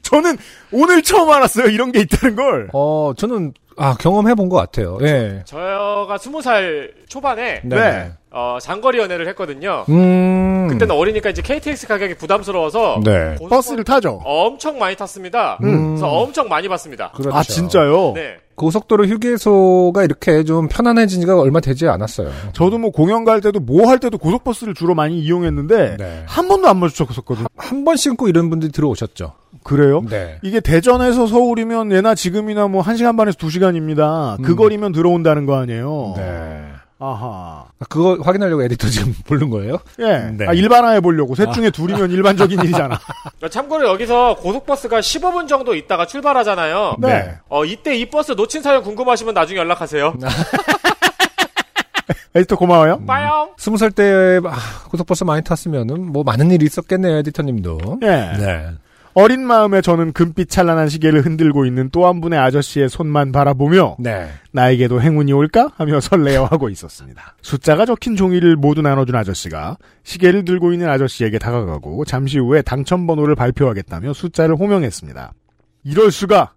S1: 저는 오늘 처음 알았어요. 이런 게 있다는 걸.
S2: 어, 저는 아, 경험해 본 것 같아요. 예.
S6: 저가 스무 살 초반에
S1: 네.
S6: 어, 장거리 연애를 했거든요.
S2: 음.
S6: 그때는 어리니까 이제 KTX 가격이 부담스러워서
S2: 네.
S6: 고속버스-
S1: 버스를 아, 타죠.
S6: 엄청 많이 탔습니다.
S2: 음.
S6: 그래서 엄청 많이 봤습니다.
S2: 그렇죠.
S1: 아 진짜요?
S6: 네.
S2: 고속도로 휴게소가 이렇게 좀 편안해진 지가 얼마 되지 않았어요.
S1: 저도 뭐 공연 갈 때도 뭐 할 때도 고속버스를 주로 많이 이용했는데
S2: 네.
S1: 한 번도 안 마주쳤었거든요.
S2: 한 번씩 꼭 이런 분들이 들어오셨죠.
S1: 그래요?
S2: 네.
S1: 이게 대전에서 서울이면 예나 지금이나 뭐 1시간 반에서 2시간입니다. 그
S2: 음.
S1: 거리면 들어온다는 거 아니에요.
S2: 네.
S1: 아하.
S2: 그거 확인하려고 에디터 지금 부른 거예요?
S1: 예.
S2: 네.
S1: 아, 일반화해 보려고. 셋 중에 둘이면 일반적인 일이잖아.
S6: 그러니까 참고로 여기서 고속버스가 15분 정도 있다가 출발하잖아요.
S1: 네.
S6: 어, 이때 이 버스 놓친 사연 궁금하시면 나중에 연락하세요.
S2: 네.
S1: 에디터 고마워요.
S6: 빠염!
S2: 스무 살 때 아, 고속버스 많이 탔으면은 뭐 많은 일이 있었겠네요, 에디터님도.
S1: 예.
S2: 네.
S1: 어린 마음에 저는 금빛 찬란한 시계를 흔들고 있는 또 한 분의 아저씨의 손만 바라보며
S2: 네.
S1: 나에게도 행운이 올까 하며 설레어하고 있었습니다. 숫자가 적힌 종이를 모두 나눠준 아저씨가 시계를 들고 있는 아저씨에게 다가가고 잠시 후에 당첨 번호를 발표하겠다며 숫자를 호명했습니다. 이럴 수가!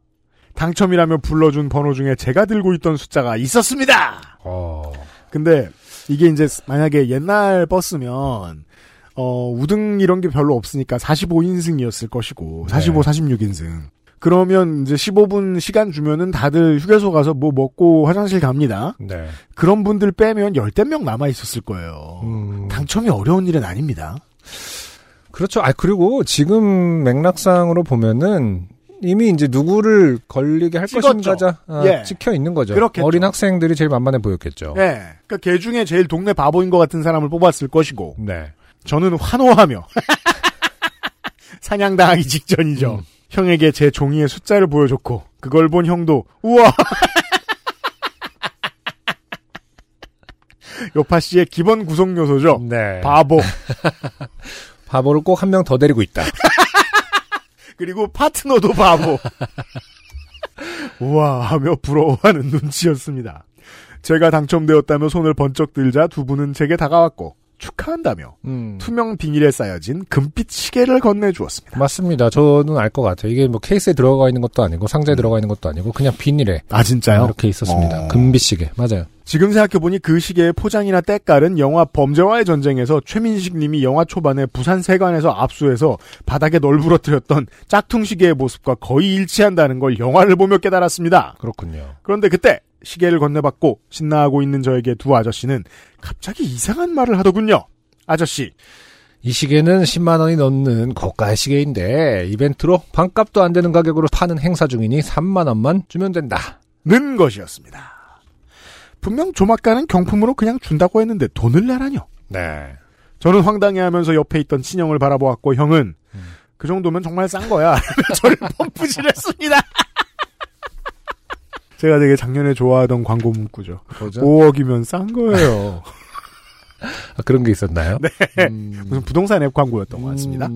S1: 당첨이라며 불러준 번호 중에 제가 들고 있던 숫자가 있었습니다!
S2: 어.
S1: 근데 이게 이제 만약에 옛날 버스면 어, 우등 이런 게 별로 없으니까 45인승이었을 것이고 45, 46인승. 그러면 이제 15분 시간 주면은 다들 휴게소 가서 뭐 먹고 화장실 갑니다.
S2: 네.
S1: 그런 분들 빼면 열댓 명 남아 있었을 거예요.
S2: 음.
S1: 당첨이 어려운 일은 아닙니다.
S2: 그렇죠. 아 그리고 지금 맥락상으로 보면은 이미 이제 누구를 걸리게 할
S1: 찍었죠.
S2: 것인가자 아,
S1: 예.
S2: 찍혀 있는 거죠.
S1: 그렇겠죠.
S2: 어린 학생들이 제일 만만해 보였겠죠.
S1: 예. 그러니까 걔 중에 제일 동네 바보인 것 같은 사람을 뽑았을 것이고
S2: 네.
S1: 저는 환호하며 사냥당하기 직전이죠. 형에게 제 종이의 숫자를 보여줬고 그걸 본 형도 우와. 요파 씨의 기본 구성 요소죠.
S2: 네.
S1: 바보.
S2: 바보를 꼭 한 명 더 데리고 있다.
S1: 그리고 파트너도 바보. 우와 하며 부러워하는 눈치였습니다. 제가 당첨되었다며 손을 번쩍 들자 두 분은 제게 다가왔고 축하한다며
S2: 음.
S1: 투명 비닐에 쌓여진 금빛 시계를 건네주었습니다.
S2: 맞습니다. 저는 알 것 같아요. 이게 뭐 케이스에 들어가 있는 것도 아니고 상자에 들어가 있는 것도 아니고 그냥 비닐에
S1: 아 진짜요?
S2: 이렇게 있었습니다.
S1: 어.
S2: 금빛시계 맞아요.
S1: 지금 생각해보니 그 시계의 포장이나 때깔은 영화 범죄와의 전쟁에서 최민식 님이 영화 초반에 부산 세관에서 압수해서 바닥에 널브러뜨렸던 짝퉁 시계의 모습과 거의 일치한다는 걸 영화를 보며 깨달았습니다.
S2: 그렇군요.
S1: 그런데 그때 시계를 건네받고 신나하고 있는 저에게 두 아저씨는 갑자기 이상한 말을 하더군요. 아저씨,
S2: 이 시계는 10만 원이 넘는 고가의 시계인데 이벤트로 반값도 안 되는 가격으로 파는 행사 중이니 3만 원만 주면 된다.
S1: 는 것이었습니다. 분명 조막가는 경품으로 그냥 준다고 했는데 돈을 내라뇨.
S2: 네.
S1: 저는 황당해하면서 옆에 있던 친형을 바라보았고 형은 그 정도면 정말 싼 거야. 저를 펌프질했습니다. 제가 되게 작년에 좋아하던 광고 문구죠.
S2: 그거죠? 음.
S1: 5억이면 싼 거예요.
S2: 아, 그런 게 있었나요? 네.
S1: 무슨 부동산 앱 광고였던
S2: 음.
S1: 것 같습니다.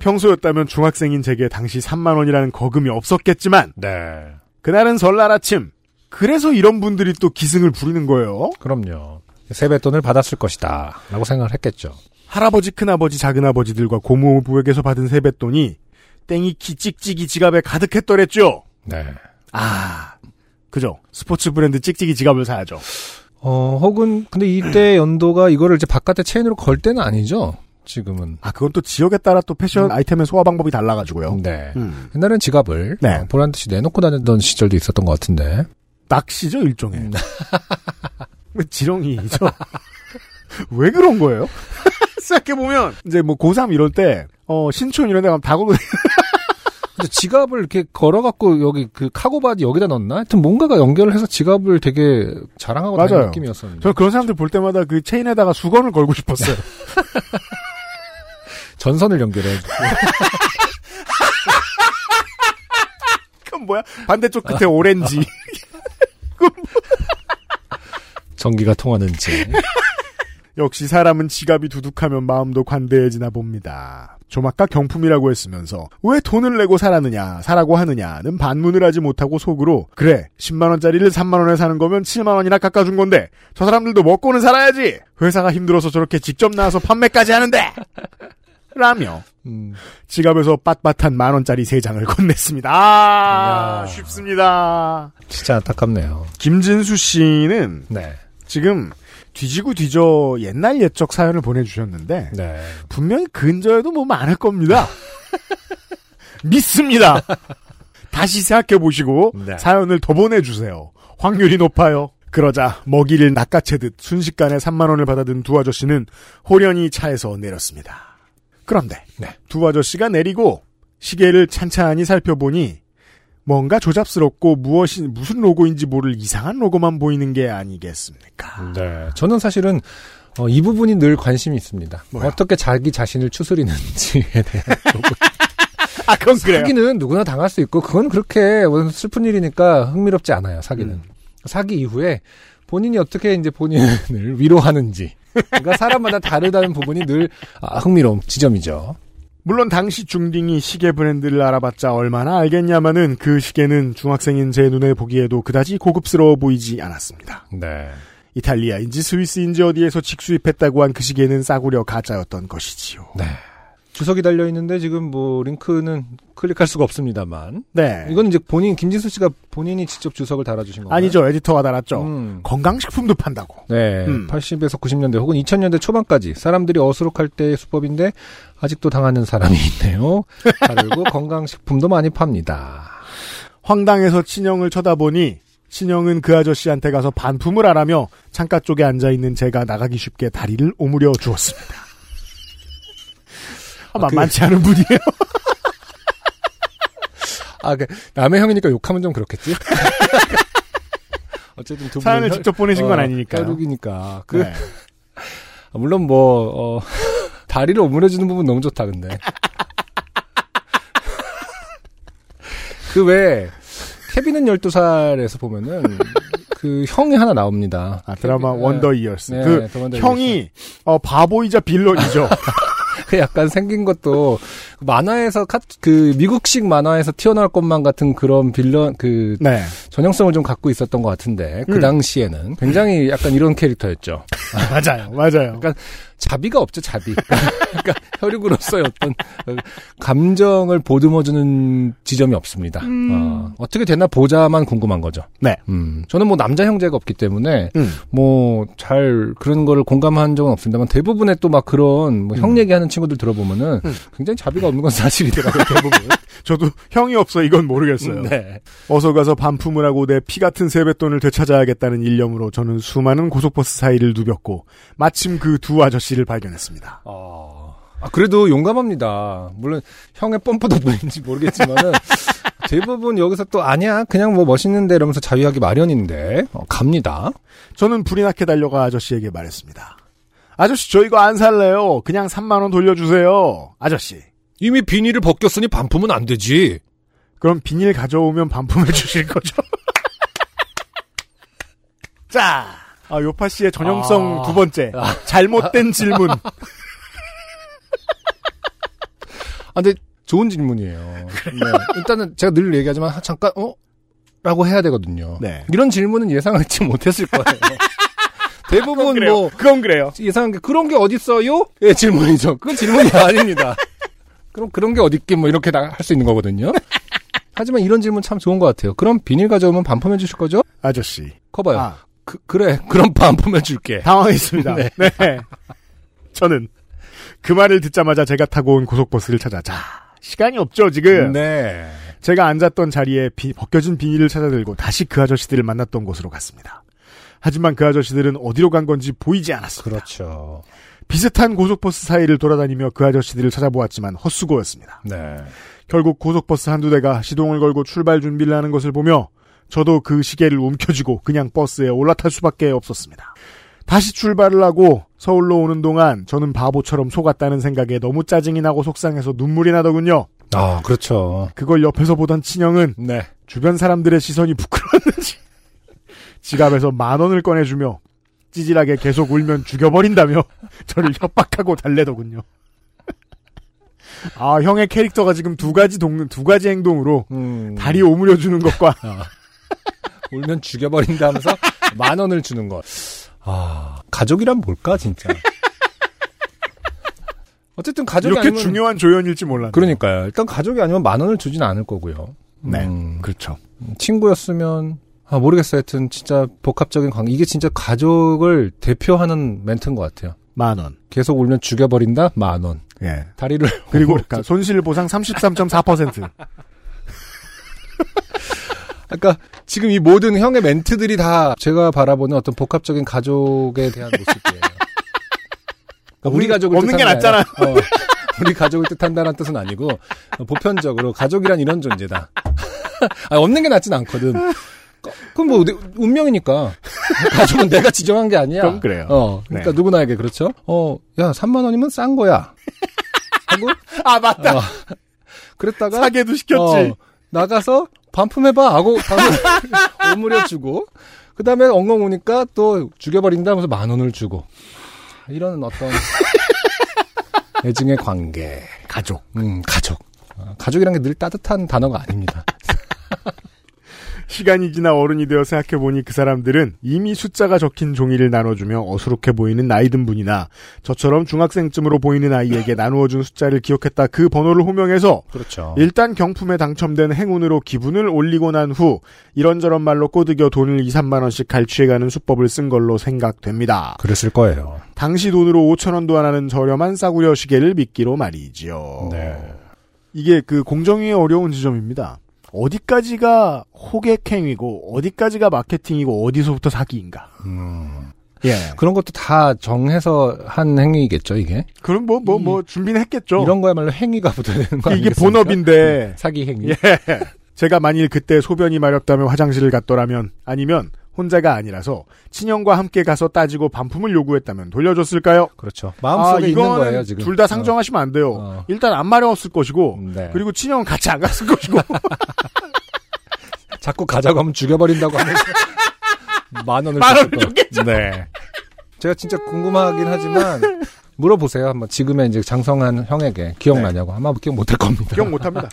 S1: 평소였다면 중학생인 제게 당시 3만 원이라는 거금이 없었겠지만
S2: 네.
S1: 그날은 설날 아침. 그래서 이런 분들이 또 기승을 부리는 거예요.
S2: 그럼요. 세뱃돈을 받았을 것이다. 라고 생각을 했겠죠.
S1: 할아버지, 큰아버지, 작은아버지들과 고모부에게서 받은 세뱃돈이 땡이 기찍찍이 지갑에 가득했더랬죠.
S2: 네.
S1: 아, 그죠. 스포츠 브랜드 찍찍이 지갑을 사야죠.
S2: 어, 혹은, 근데 이때 연도가 이거를 이제 바깥에 체인으로 걸 때는 아니죠. 지금은.
S1: 아, 그건 또 지역에 따라 또 패션 아이템의 소화 방법이 달라가지고요.
S2: 네.
S1: 음.
S2: 옛날엔 지갑을
S1: 네.
S2: 어, 보란 듯이 내놓고 다녔던 시절도 있었던 것 같은데.
S1: 낚시죠, 일종의. 뭐 지렁이죠. 왜 그런 거예요? 생각해보면, 이제 뭐 고3 이럴 때, 어, 신촌 이런 데 가면 다구로
S2: 근데 지갑을 이렇게 걸어갖고 여기 그 카고바디 여기다 넣었나? 하여튼 뭔가가 연결을 해서 지갑을 되게 자랑하고
S1: 맞아요.
S2: 다니는 느낌이었었는데.
S1: 저는 그런 사람들 볼 때마다 그 체인에다가 수건을 걸고 싶었어요.
S2: 전선을 연결해가지고.
S1: 그건 뭐야? 반대쪽 끝에 오렌지.
S2: 전기가 통하는지.
S1: 역시 사람은 지갑이 두둑하면 마음도 관대해지나 봅니다. 조막가 경품이라고 했으면서 왜 돈을 내고 사라느냐, 사라고 하느냐는 반문을 하지 못하고 속으로 그래 10만 원짜리를 3만 원에 사는 거면 7만 원이나 깎아준 건데 저 사람들도 먹고는 살아야지 회사가 힘들어서 저렇게 직접 나와서 판매까지 하는데 라며
S2: 음,
S1: 지갑에서 빳빳한 만 원짜리 세 장을 건넸습니다. 아,
S2: 이야.
S1: 쉽습니다.
S2: 진짜 안타깝네요.
S1: 김진수 씨는
S2: 네.
S1: 지금 뒤지고 뒤져 옛날 옛적 사연을 보내주셨는데
S2: 네.
S1: 분명히 근저에도 뭐 많을 겁니다. 믿습니다. 다시 생각해 보시고
S2: 네.
S1: 사연을 더 보내주세요. 확률이 높아요. 그러자 먹이를 낚아채듯 순식간에 3만 원을 받아든 두 아저씨는 호련히 차에서 내렸습니다. 그런데
S2: 네.
S1: 두 아저씨가 내리고 시계를 찬찬히 살펴보니 뭔가 조잡스럽고 무엇이 무슨 로고인지 모를 이상한 로고만 보이는 게 아니겠습니까?
S2: 네. 저는 사실은 어, 이 부분이 늘 관심이 있습니다.
S1: 뭐요?
S2: 어떻게 자기 자신을 추스리는지에 대한 쪽은.
S1: 아 그건 그래요.
S2: 사기는 누구나 당할 수 있고 그건 그렇게 무슨 슬픈 일이니까 흥미롭지 않아요. 사기는 사기 이후에 본인이 어떻게 이제 본인을 위로하는지. 그러니까 사람마다 다르다는 부분이 늘 아, 흥미로운 지점이죠.
S1: 물론 당시 중딩이 시계 브랜드를 알아봤자 얼마나 알겠냐마는 그 시계는 중학생인 제 눈에 보기에도 그다지 고급스러워 보이지 않았습니다.
S2: 네.
S1: 이탈리아인지 스위스인지 어디에서 직수입했다고 한 그 시계는 싸구려 가짜였던 것이지요.
S2: 네. 주석이 달려 있는데 지금 뭐 링크는 클릭할 수가 없습니다만
S1: 네.
S2: 이건 이제 본인 김진수 씨가 본인이 직접 주석을 달아주신 건가요?
S1: 아니죠. 에디터가 달았죠.
S2: 음.
S1: 건강식품도 판다고.
S2: 네,
S1: 음.
S2: 80에서 90년대 혹은 2000년대 초반까지 사람들이 어수룩할 때의 수법인데 아직도 당하는 사람이 있네요. 다르고 건강식품도 많이 팝니다.
S1: 황당해서 친형을 쳐다보니 친형은 그 아저씨한테 가서 반품을 하라며 창가 쪽에 앉아있는 제가 나가기 쉽게 다리를 오므려 주었습니다.
S2: 아,
S1: 아,
S2: 그-
S1: 만만치 않은 분이에요.
S2: 아, 그 남의 형이니까 욕하면 좀 그렇겠지? 어쨌든 두 분은
S1: 사연을
S2: 혈-
S1: 직접 보내신 건
S2: 어,
S1: 아니니까요.
S2: 혈육이니까. 그
S1: 네.
S2: 아, 물론 뭐 어, 다리를 오므려주는 부분 너무 좋다 근데 그 왜 케빈은 12살에서 보면은 그 형이 하나 나옵니다
S1: 아, 드라마
S2: 케빈-
S1: 원더 이어스.
S2: 네,
S1: 그
S2: 더 원더 이어스.
S1: 형이 어, 바보이자 빌런이죠.
S2: 그 약간 생긴 것도 만화에서 카, 그 미국식 만화에서 튀어나올 것만 같은 그런 빌런 그
S1: 네.
S2: 전형성을 좀 갖고 있었던 것 같은데 그
S1: 음.
S2: 당시에는 굉장히 약간 이런 캐릭터였죠
S1: 맞아요. 맞아요.
S2: 그러니까 자비가 없죠, 자비. 그러니까 혈육으로서의 어떤 어, 감정을 보듬어주는 지점이 없습니다. 어, 떻게 되나 보자만 궁금한 거죠.
S1: 네.
S2: 음, 저는 뭐 남자 형제가 없기 때문에
S1: 음.
S2: 뭐 잘 그런 거를 공감한 적은 없습니다만 대부분의 또 막 그런 뭐형
S1: 음.
S2: 얘기하는 친구들 들어보면은 굉장히 자비가 없는 건 사실이더라고요, 그 대부분.
S1: 저도 형이 없어 이건 모르겠어요.
S2: 네.
S1: 어서 가서 반품을 하고 내 피 같은 세뱃돈을 되찾아야겠다는 일념으로 저는 수많은 고속버스 사이를 누볐고 마침 그 두 아저씨를 발견했습니다.
S2: 어, 아, 그래도 용감합니다. 물론 형의 뻔뻔 덕분인지 모르겠지만은 대부분 여기서 또 아니야 그냥 뭐 멋있는데 이러면서 자유하기 마련인데 어, 갑니다.
S1: 저는 불이 나게 달려가 아저씨에게 말했습니다. 아저씨 저 이거 안 살래요. 그냥 3만 원 돌려주세요. 아저씨.
S2: 이미 비닐을 벗겼으니 반품은 안 되지.
S1: 그럼 비닐 가져오면 반품해 주실 거죠? 자, 아, 요파 씨의 전형성
S2: 아.
S1: 두 번째 잘못된 질문.
S2: 아, 근데 좋은 질문이에요. 네. 일단은 제가 늘 얘기하지만 아, 잠깐 어? 라고 해야 되거든요.
S1: 네.
S2: 이런 질문은 예상하지 못했을 거예요. 대부분 뭐
S1: 그건 그래요.
S2: 예상한 게 그런 게 어딨어요? 예, 질문이죠. 그건 질문이 아닙니다. 그럼 그런 게 어딨긴 뭐 이렇게 다 할 수 있는 거거든요. 하지만 이런 질문 참 좋은 것 같아요. 그럼 비닐 가져오면 반품해 주실 거죠?
S1: 아저씨.
S2: 커봐요.
S1: 아,
S2: 그, 그래. 그럼 반품해 줄게.
S1: 당황했습니다.
S2: 네.
S1: 네. 저는 그 말을 듣자마자 제가 타고 온 고속버스를 찾아 자. 시간이 없죠, 지금.
S2: 네.
S1: 제가 앉았던 자리에 비- 벗겨진 비닐을 찾아들고 다시 그 아저씨들을 만났던 곳으로 갔습니다. 하지만 그 아저씨들은 어디로 간 건지 보이지 않았습니다.
S2: 그렇죠.
S1: 비슷한 고속버스 사이를 돌아다니며 그 아저씨들을 찾아보았지만 헛수고였습니다.
S2: 네.
S1: 결국 고속버스 한두 대가 시동을 걸고 출발 준비를 하는 것을 보며 저도 그 시계를 움켜쥐고 그냥 버스에 올라탈 수밖에 없었습니다. 다시 출발을 하고 서울로 오는 동안 저는 바보처럼 속았다는 생각에 너무 짜증이 나고 속상해서 눈물이 나더군요.
S2: 아, 그렇죠.
S1: 그걸 옆에서 보던 친형은
S2: 네.
S1: 주변 사람들의 시선이 부끄러웠는지 지갑에서 만 원을 꺼내주며 찌질하게 계속 울면 죽여버린다며 저를 협박하고 달래더군요. 아 형의 캐릭터가 지금 두 가지 동, 두 가지 행동으로
S2: 음.
S1: 다리 오므려주는 것과
S2: 울면 죽여버린다 하면서 만 원을 주는 것. 아, 가족이란 뭘까, 진짜. 어쨌든 가족이
S1: 이렇게
S2: 아니면
S1: 중요한 조연일지 몰랐네요.
S2: 그러니까요. 일단 가족이 아니면 만 원을 주진 않을 거고요.
S1: 네.
S2: 음,
S1: 그렇죠.
S2: 친구였으면 아 모르겠어요. 하여튼 진짜 복합적인 관계 이게 진짜 가족을 대표하는 멘트인 것 같아요.
S1: 만 원.
S2: 계속 울면 죽여버린다 만 원.
S1: 예.
S2: 다리를
S1: 그리고
S2: 뭐,
S1: 그러니까 손실 보상 33.4%.
S2: 그러니까 아까 지금 이 모든 형의 멘트들이 다 제가 바라보는 어떤 복합적인 가족에 대한 모습이에요. 그러니까 우리
S1: 없는-
S2: 가족을
S1: 없는 게
S2: 뜻하는 게 아니라- 어, 우리 가족을 뜻한다는 뜻은 아니고 어, 보편적으로 가족이란 이런 존재다. 아, 없는 게 낫진 않거든. 거- 그럼 뭐 내- 운명이니까 가족은 내가 지정한 게 아니야.
S1: 그럼 그래요.
S2: 어, 그러니까
S1: 네.
S2: 누구나에게 그렇죠. 어, 야 3만 원이면 싼 거야. 하고
S1: 아 맞다.
S2: 어, 그랬다가
S1: 사게도 시켰지.
S2: 어, 나가서 반품해봐 하고 밤을 오므려주고 그 다음에 엉엉 오니까 또 죽여버린다 하면서 만 원을 주고 이런 어떤 애증의 관계
S1: 가족.
S2: 음 가족 아, 가족이란 게 늘 따뜻한 단어가 아닙니다
S1: 시간이 지나 어른이 되어 생각해보니 그 사람들은 이미 숫자가 적힌 종이를 나눠주며 어수룩해 보이는 나이든 분이나 저처럼 중학생쯤으로 보이는 아이에게 나누어준 숫자를 기억했다 그 번호를 호명해서
S2: 그렇죠
S1: 일단 경품에 당첨된 행운으로 기분을 올리고 난 후 이런저런 말로 꼬드겨 돈을 2, 3만원씩 갈취해가는 수법을 쓴 걸로 생각됩니다.
S2: 그랬을 거예요
S1: 당시 돈으로 5천원도 안 하는 저렴한 싸구려 시계를 믿기로 말이지요.
S2: 네
S1: 이게 그 공정위의 어려운 지점입니다. 어디까지가 호객행위고 어디까지가 마케팅이고 어디서부터 사기인가.
S2: 음,
S1: 예.
S2: 그런 것도 다 정해서 한 행위겠죠 이게
S1: 그럼 뭐 뭐 뭐 준비는 했겠죠.
S2: 이런 거야말로 행위가 붙어되는 거
S1: 이게
S2: 아니겠습니까? 음,
S1: 본업인데
S2: 사기 행위
S1: 예. 제가 만일 그때 소변이 마렵다면 화장실을 갔더라면 아니면 혼자가 아니라서 친형과 함께 가서 따지고 반품을 요구했다면 돌려줬을까요?
S2: 그렇죠 마음속에 있는 거예요 지금
S1: 아, 둘 다 상정하시면 안 돼요.
S2: 어.
S1: 일단 안 마려웠을 것이고
S2: 어, 네.
S1: 그리고 친형은 같이 안 갔을 것이고
S2: 자꾸 가자고 하면 죽여버린다고 하면서 만 원을
S1: 만
S2: 줬을
S1: 원을
S2: 거. 네. 제가 진짜 궁금하긴 하지만 물어보세요. 한번 지금의 이제 장성한 형에게 기억나냐고 아마 기억 못할 겁니다.
S1: 기억 못합니다.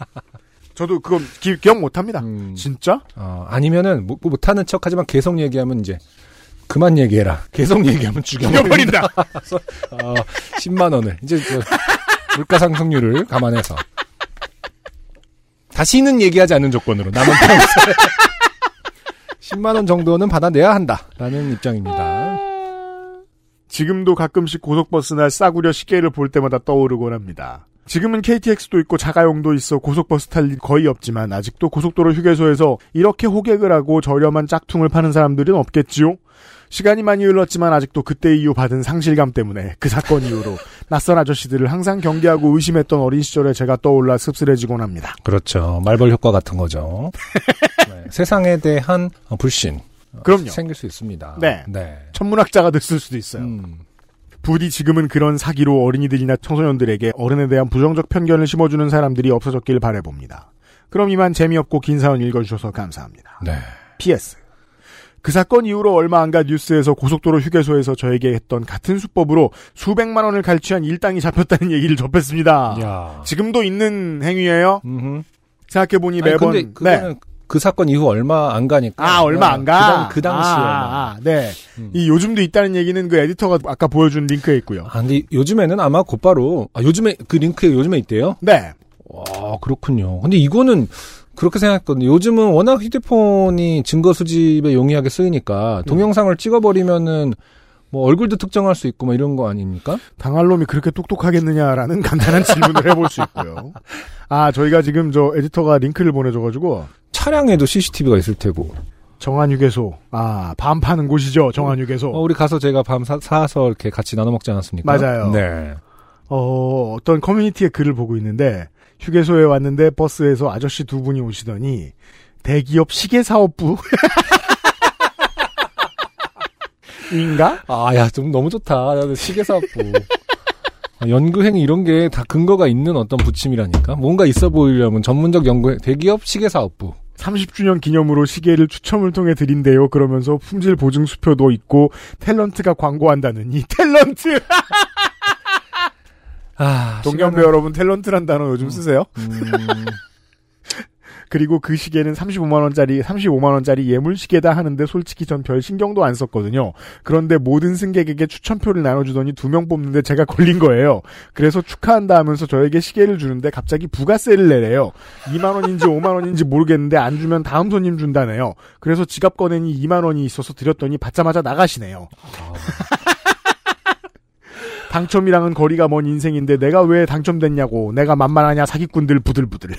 S1: 저도 그건 기, 기억 못합니다.
S2: 음.
S1: 진짜?
S2: 어, 아니면은 못, 못하는 척하지만 계속 얘기하면 이제 그만 얘기해라. 계속 얘기하면 죽여버린다.
S1: 죽여버린다.
S2: 어, 10만 원을 이제 저 물가 상승률을 감안해서 다시는 얘기하지 않는 조건으로 남은 평생 10만 원 정도는 받아내야 한다라는 입장입니다.
S1: 지금도 가끔씩 고속버스나 싸구려 시계를 볼 때마다 떠오르곤 합니다. 지금은 KTX도 있고 자가용도 있어 고속버스 탈 일 거의 없지만 아직도 고속도로 휴게소에서 이렇게 호객을 하고 저렴한 짝퉁을 파는 사람들은 없겠지요? 시간이 많이 흘렀지만 아직도 그때 이후 받은 상실감 때문에 그 사건 이후로 낯선 아저씨들을 항상 경계하고 의심했던 어린 시절에 제가 떠올라 씁쓸해지곤 합니다.
S2: 그렇죠. 말벌 효과 같은 거죠. 네, 세상에 대한 불신
S1: 그럼요.
S2: 생길 수 있습니다.
S1: 네. 천문학자가 됐을 수도 있어요.
S2: 음,
S1: 부디 지금은 그런 사기로 어린이들이나 청소년들에게 어른에 대한 부정적 편견을 심어주는 사람들이 없어졌길 바라봅니다. 그럼 이만 재미없고 긴 사연 읽어주셔서 감사합니다.
S2: 네.
S1: PS. 그 사건 이후로 얼마 안 가 뉴스에서 고속도로 휴게소에서 저에게 했던 같은 수법으로 수백만 원을 갈취한 일당이 잡혔다는 얘기를 접했습니다.
S2: 야.
S1: 지금도 있는 행위예요.
S2: 음흠.
S1: 생각해보니
S2: 아니,
S1: 매번 네.
S2: 근데 그거는 그 사건 이후 얼마 안 가니까.
S1: 아 얼마 안 가.
S2: 그, 당, 시에
S1: 아, 아, 네.
S2: 음.
S1: 이 요즘도 있다는 얘기는 그 에디터가 아까 보여준 링크에 있고요.
S2: 아, 근데 요즘에는 아마 곧바로, 아, 요즘에, 그 링크에 요즘에 있대요?
S1: 네.
S2: 와, 그렇군요. 근데 이거는 그렇게 생각했거든요. 요즘은 워낙 휴대폰이 증거 수집에 용이하게 쓰이니까
S1: 음.
S2: 동영상을 찍어버리면은 뭐 얼굴도 특정할 수 있고 뭐 이런 거 아닙니까?
S1: 당할 놈이 그렇게 똑똑하겠느냐라는 간단한 질문을 해볼 수 있고요. 아, 저희가 지금 저 에디터가 링크를 보내줘가지고,
S2: 차량에도 CCTV가 있을 테고.
S1: 정한휴게소. 아, 밤 파는 곳이죠,
S2: 어,
S1: 정한휴게소.
S2: 우리 가서 제가 밤 사, 사서 이렇게 같이 나눠 먹지 않았습니까?
S1: 맞아요.
S2: 네.
S1: 어, 어떤 커뮤니티의 글을 보고 있는데, 휴게소에 왔는데 버스에서 아저씨 두 분이 오시더니, 대기업 시계사업부? 인가?
S2: 아, 야, 좀 너무 좋다. 나 시계 사업부. 아, 연구행위 이런 게 다 근거가 있는 어떤 부침이라니까. 뭔가 있어 보이려면 전문적 연구 대기업 시계 사업부.
S1: 30주년 기념으로 시계를 추첨을 통해 드린대요. 그러면서 품질 보증 수표도 있고, 탤런트가 광고한다느니, 탤런트!
S2: 아,
S1: 동경배 여러분 탤런트란 단어 요즘 쓰세요?
S2: 시간은- 음,
S1: 그리고 그 시계는 35만원짜리, 35만원짜리 예물시계다 하는데 솔직히 전 별 신경도 안 썼거든요. 그런데 모든 승객에게 추천표를 나눠주더니 두 명 뽑는데 제가 걸린 거예요. 그래서 축하한다 하면서 저에게 시계를 주는데 갑자기 부가세를 내래요. 2만원인지 5만원인지 모르겠는데 안 주면 다음 손님 준다네요. 그래서 지갑 꺼내니 2만원이 있어서 드렸더니 받자마자 나가시네요. 당첨이랑은 거리가 먼 인생인데 내가 왜 당첨됐냐고 내가 만만하냐 사기꾼들 부들부들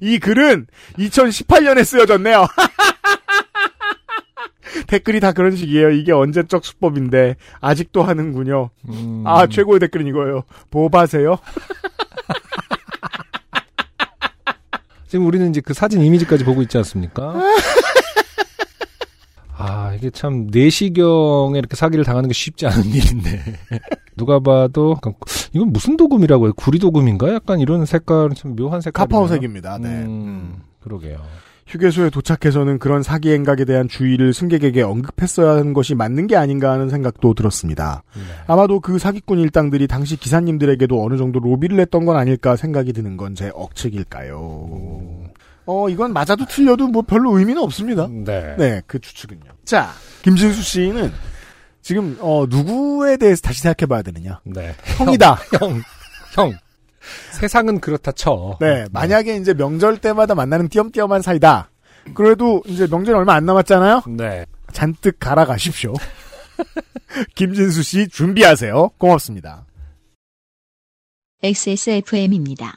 S1: 이 글은 2018년에 쓰여졌네요 댓글이 다 그런 식이에요 이게 언제적 수법인데 아직도 하는군요
S2: 음.
S1: 아 최고의 댓글은 이거예요 뭐 보바세요
S2: 지금 우리는 이제 그 사진 이미지까지 보고 있지 않습니까? 아, 이게 참, 내시경에 이렇게 사기를 당하는 게 쉽지 않은 일인데. 누가 봐도, 약간 이건 무슨 도금이라고 해요? 구리도금인가? 약간 이런 색깔은 참 묘한 색깔.
S1: 카파오색입니다 네.
S2: 그러게요.
S1: 휴게소에 도착해서는 그런 사기 행각에 대한 주의를 승객에게 언급했어야 하는 것이 맞는 게 아닌가 하는 생각도 들었습니다. 아마도 그 사기꾼 일당들이 당시 기사님들에게도 어느 정도 로비를 했던 건 아닐까 생각이 드는 건 제 억측일까요? 어, 이건 맞아도 틀려도 뭐 별로 의미는 없습니다.
S2: 네.
S1: 네, 그 추측은요. 자, 김진수 씨는 지금 어, 누구에 대해서 다시 생각해 봐야 되느냐?
S2: 네.
S1: 형이다.
S2: 형, 형. 세상은 그렇다 쳐.
S1: 네, 만약에 이제 명절 때마다 만나는 띄엄띄엄한 사이다. 그래도 이제 명절이 얼마 안 남았잖아요?
S2: 네.
S1: 잔뜩 갈아가십시오. 김진수 씨 준비하세요. 고맙습니다.
S3: XSFM입니다.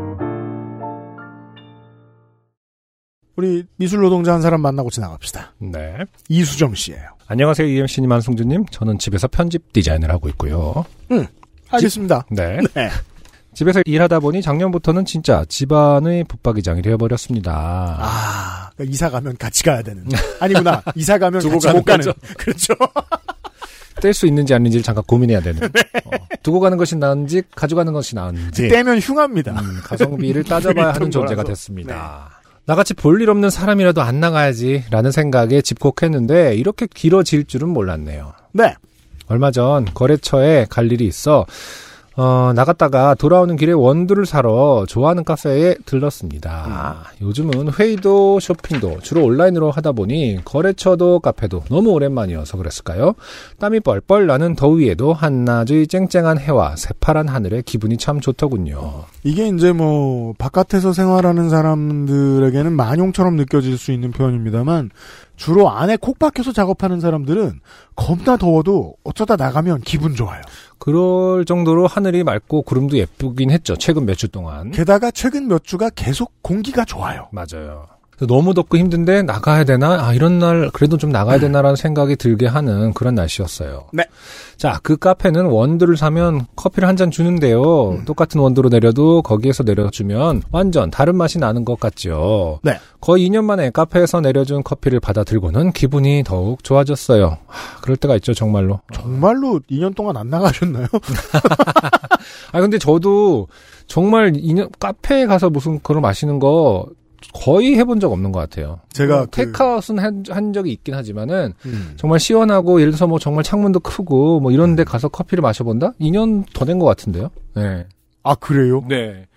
S1: 우리 미술 노동자 한 사람 만나고 지나갑시다.
S2: 네.
S1: 이수정 씨예요.
S2: 안녕하세요, EMC님, 안승준님. 저는 집에서 편집 디자인을 하고 있고요.
S1: 알겠습니다.
S2: 네.
S1: 네.
S2: 집에서 일하다 보니 작년부터는 진짜 집안의 붙박이장이 되어버렸습니다.
S1: 아, 그러니까 이사 가면 같이 가야 되는. 아니구나. 이사 가면
S2: 두고
S1: 같이 못 가는.
S2: 가는
S1: 그렇죠.
S2: 뗄 수 있는지 아닌지를 잠깐 고민해야 되는. 어, 두고 가는 것이 나은지 가져가는 것이 나은지
S1: 떼면 흉합니다.
S2: 음, 가성비를 따져봐야 하는
S1: 일정
S2: 존재가
S1: 거라서. 네.
S2: 됐습니다. 나같이 볼일 없는 사람이라도 안 나가야지라는 생각에 집콕했는데 이렇게 길어질 줄은 몰랐네요.
S1: 네.
S2: 얼마 전 거래처에 갈 일이 있어 어, 나갔다가 돌아오는 길에 원두를 사러 좋아하는 카페에 들렀습니다. 요즘은 회의도 쇼핑도 주로 온라인으로 하다 보니 거래처도 카페도 너무 오랜만이어서 그랬을까요? 땀이 뻘뻘 나는 더위에도 한낮의 쨍쨍한 해와 새파란 하늘에 기분이 참 좋더군요.
S1: 이게 이제 뭐, 바깥에서 생활하는 사람들에게는 만용처럼 느껴질 수 있는 표현입니다만, 주로 안에 콕 박혀서 작업하는 사람들은 겁나 더워도 어쩌다 나가면 기분 좋아요.
S2: 그럴 정도로 하늘이 맑고 구름도 예쁘긴 했죠. 최근 몇 주 동안.
S1: 게다가 최근 몇 주가 계속 공기가 좋아요.
S2: 맞아요. 그래서 너무 덥고 힘든데 나가야 되나? 아, 이런 날 그래도 좀 나가야 되나라는 생각이 들게 하는 그런 날씨였어요.
S1: 네.
S2: 자, 그 카페는 원두를 사면 커피를 한 잔 주는데요.
S1: 음.
S2: 똑같은 원두로 내려도 거기에서 내려주면 완전 다른 맛이 나는 것 같죠.
S1: 네.
S2: 거의 2년 만에 카페에서 내려준 커피를 받아 들고는 기분이 더욱 좋아졌어요. 하, 그럴 때가 있죠, 정말로.
S1: 정말로 2년 동안 안 나가셨나요?
S2: 아 근데 저도 정말 인연, 카페에 가서 무슨 그런 마시는 거 거의 해본 적 없는 것 같아요.
S1: 제가 음.
S2: 뭐
S1: 그-
S2: 테이크아웃은 한, 한 적이 있긴 하지만은 정말 시원하고 예를 들어서 뭐 정말 창문도 크고 뭐
S1: 음.
S2: 이런데 가서 커피를 마셔본다? 2년 더 된 것 같은데요. 네.
S1: 아 그래요?
S2: 네.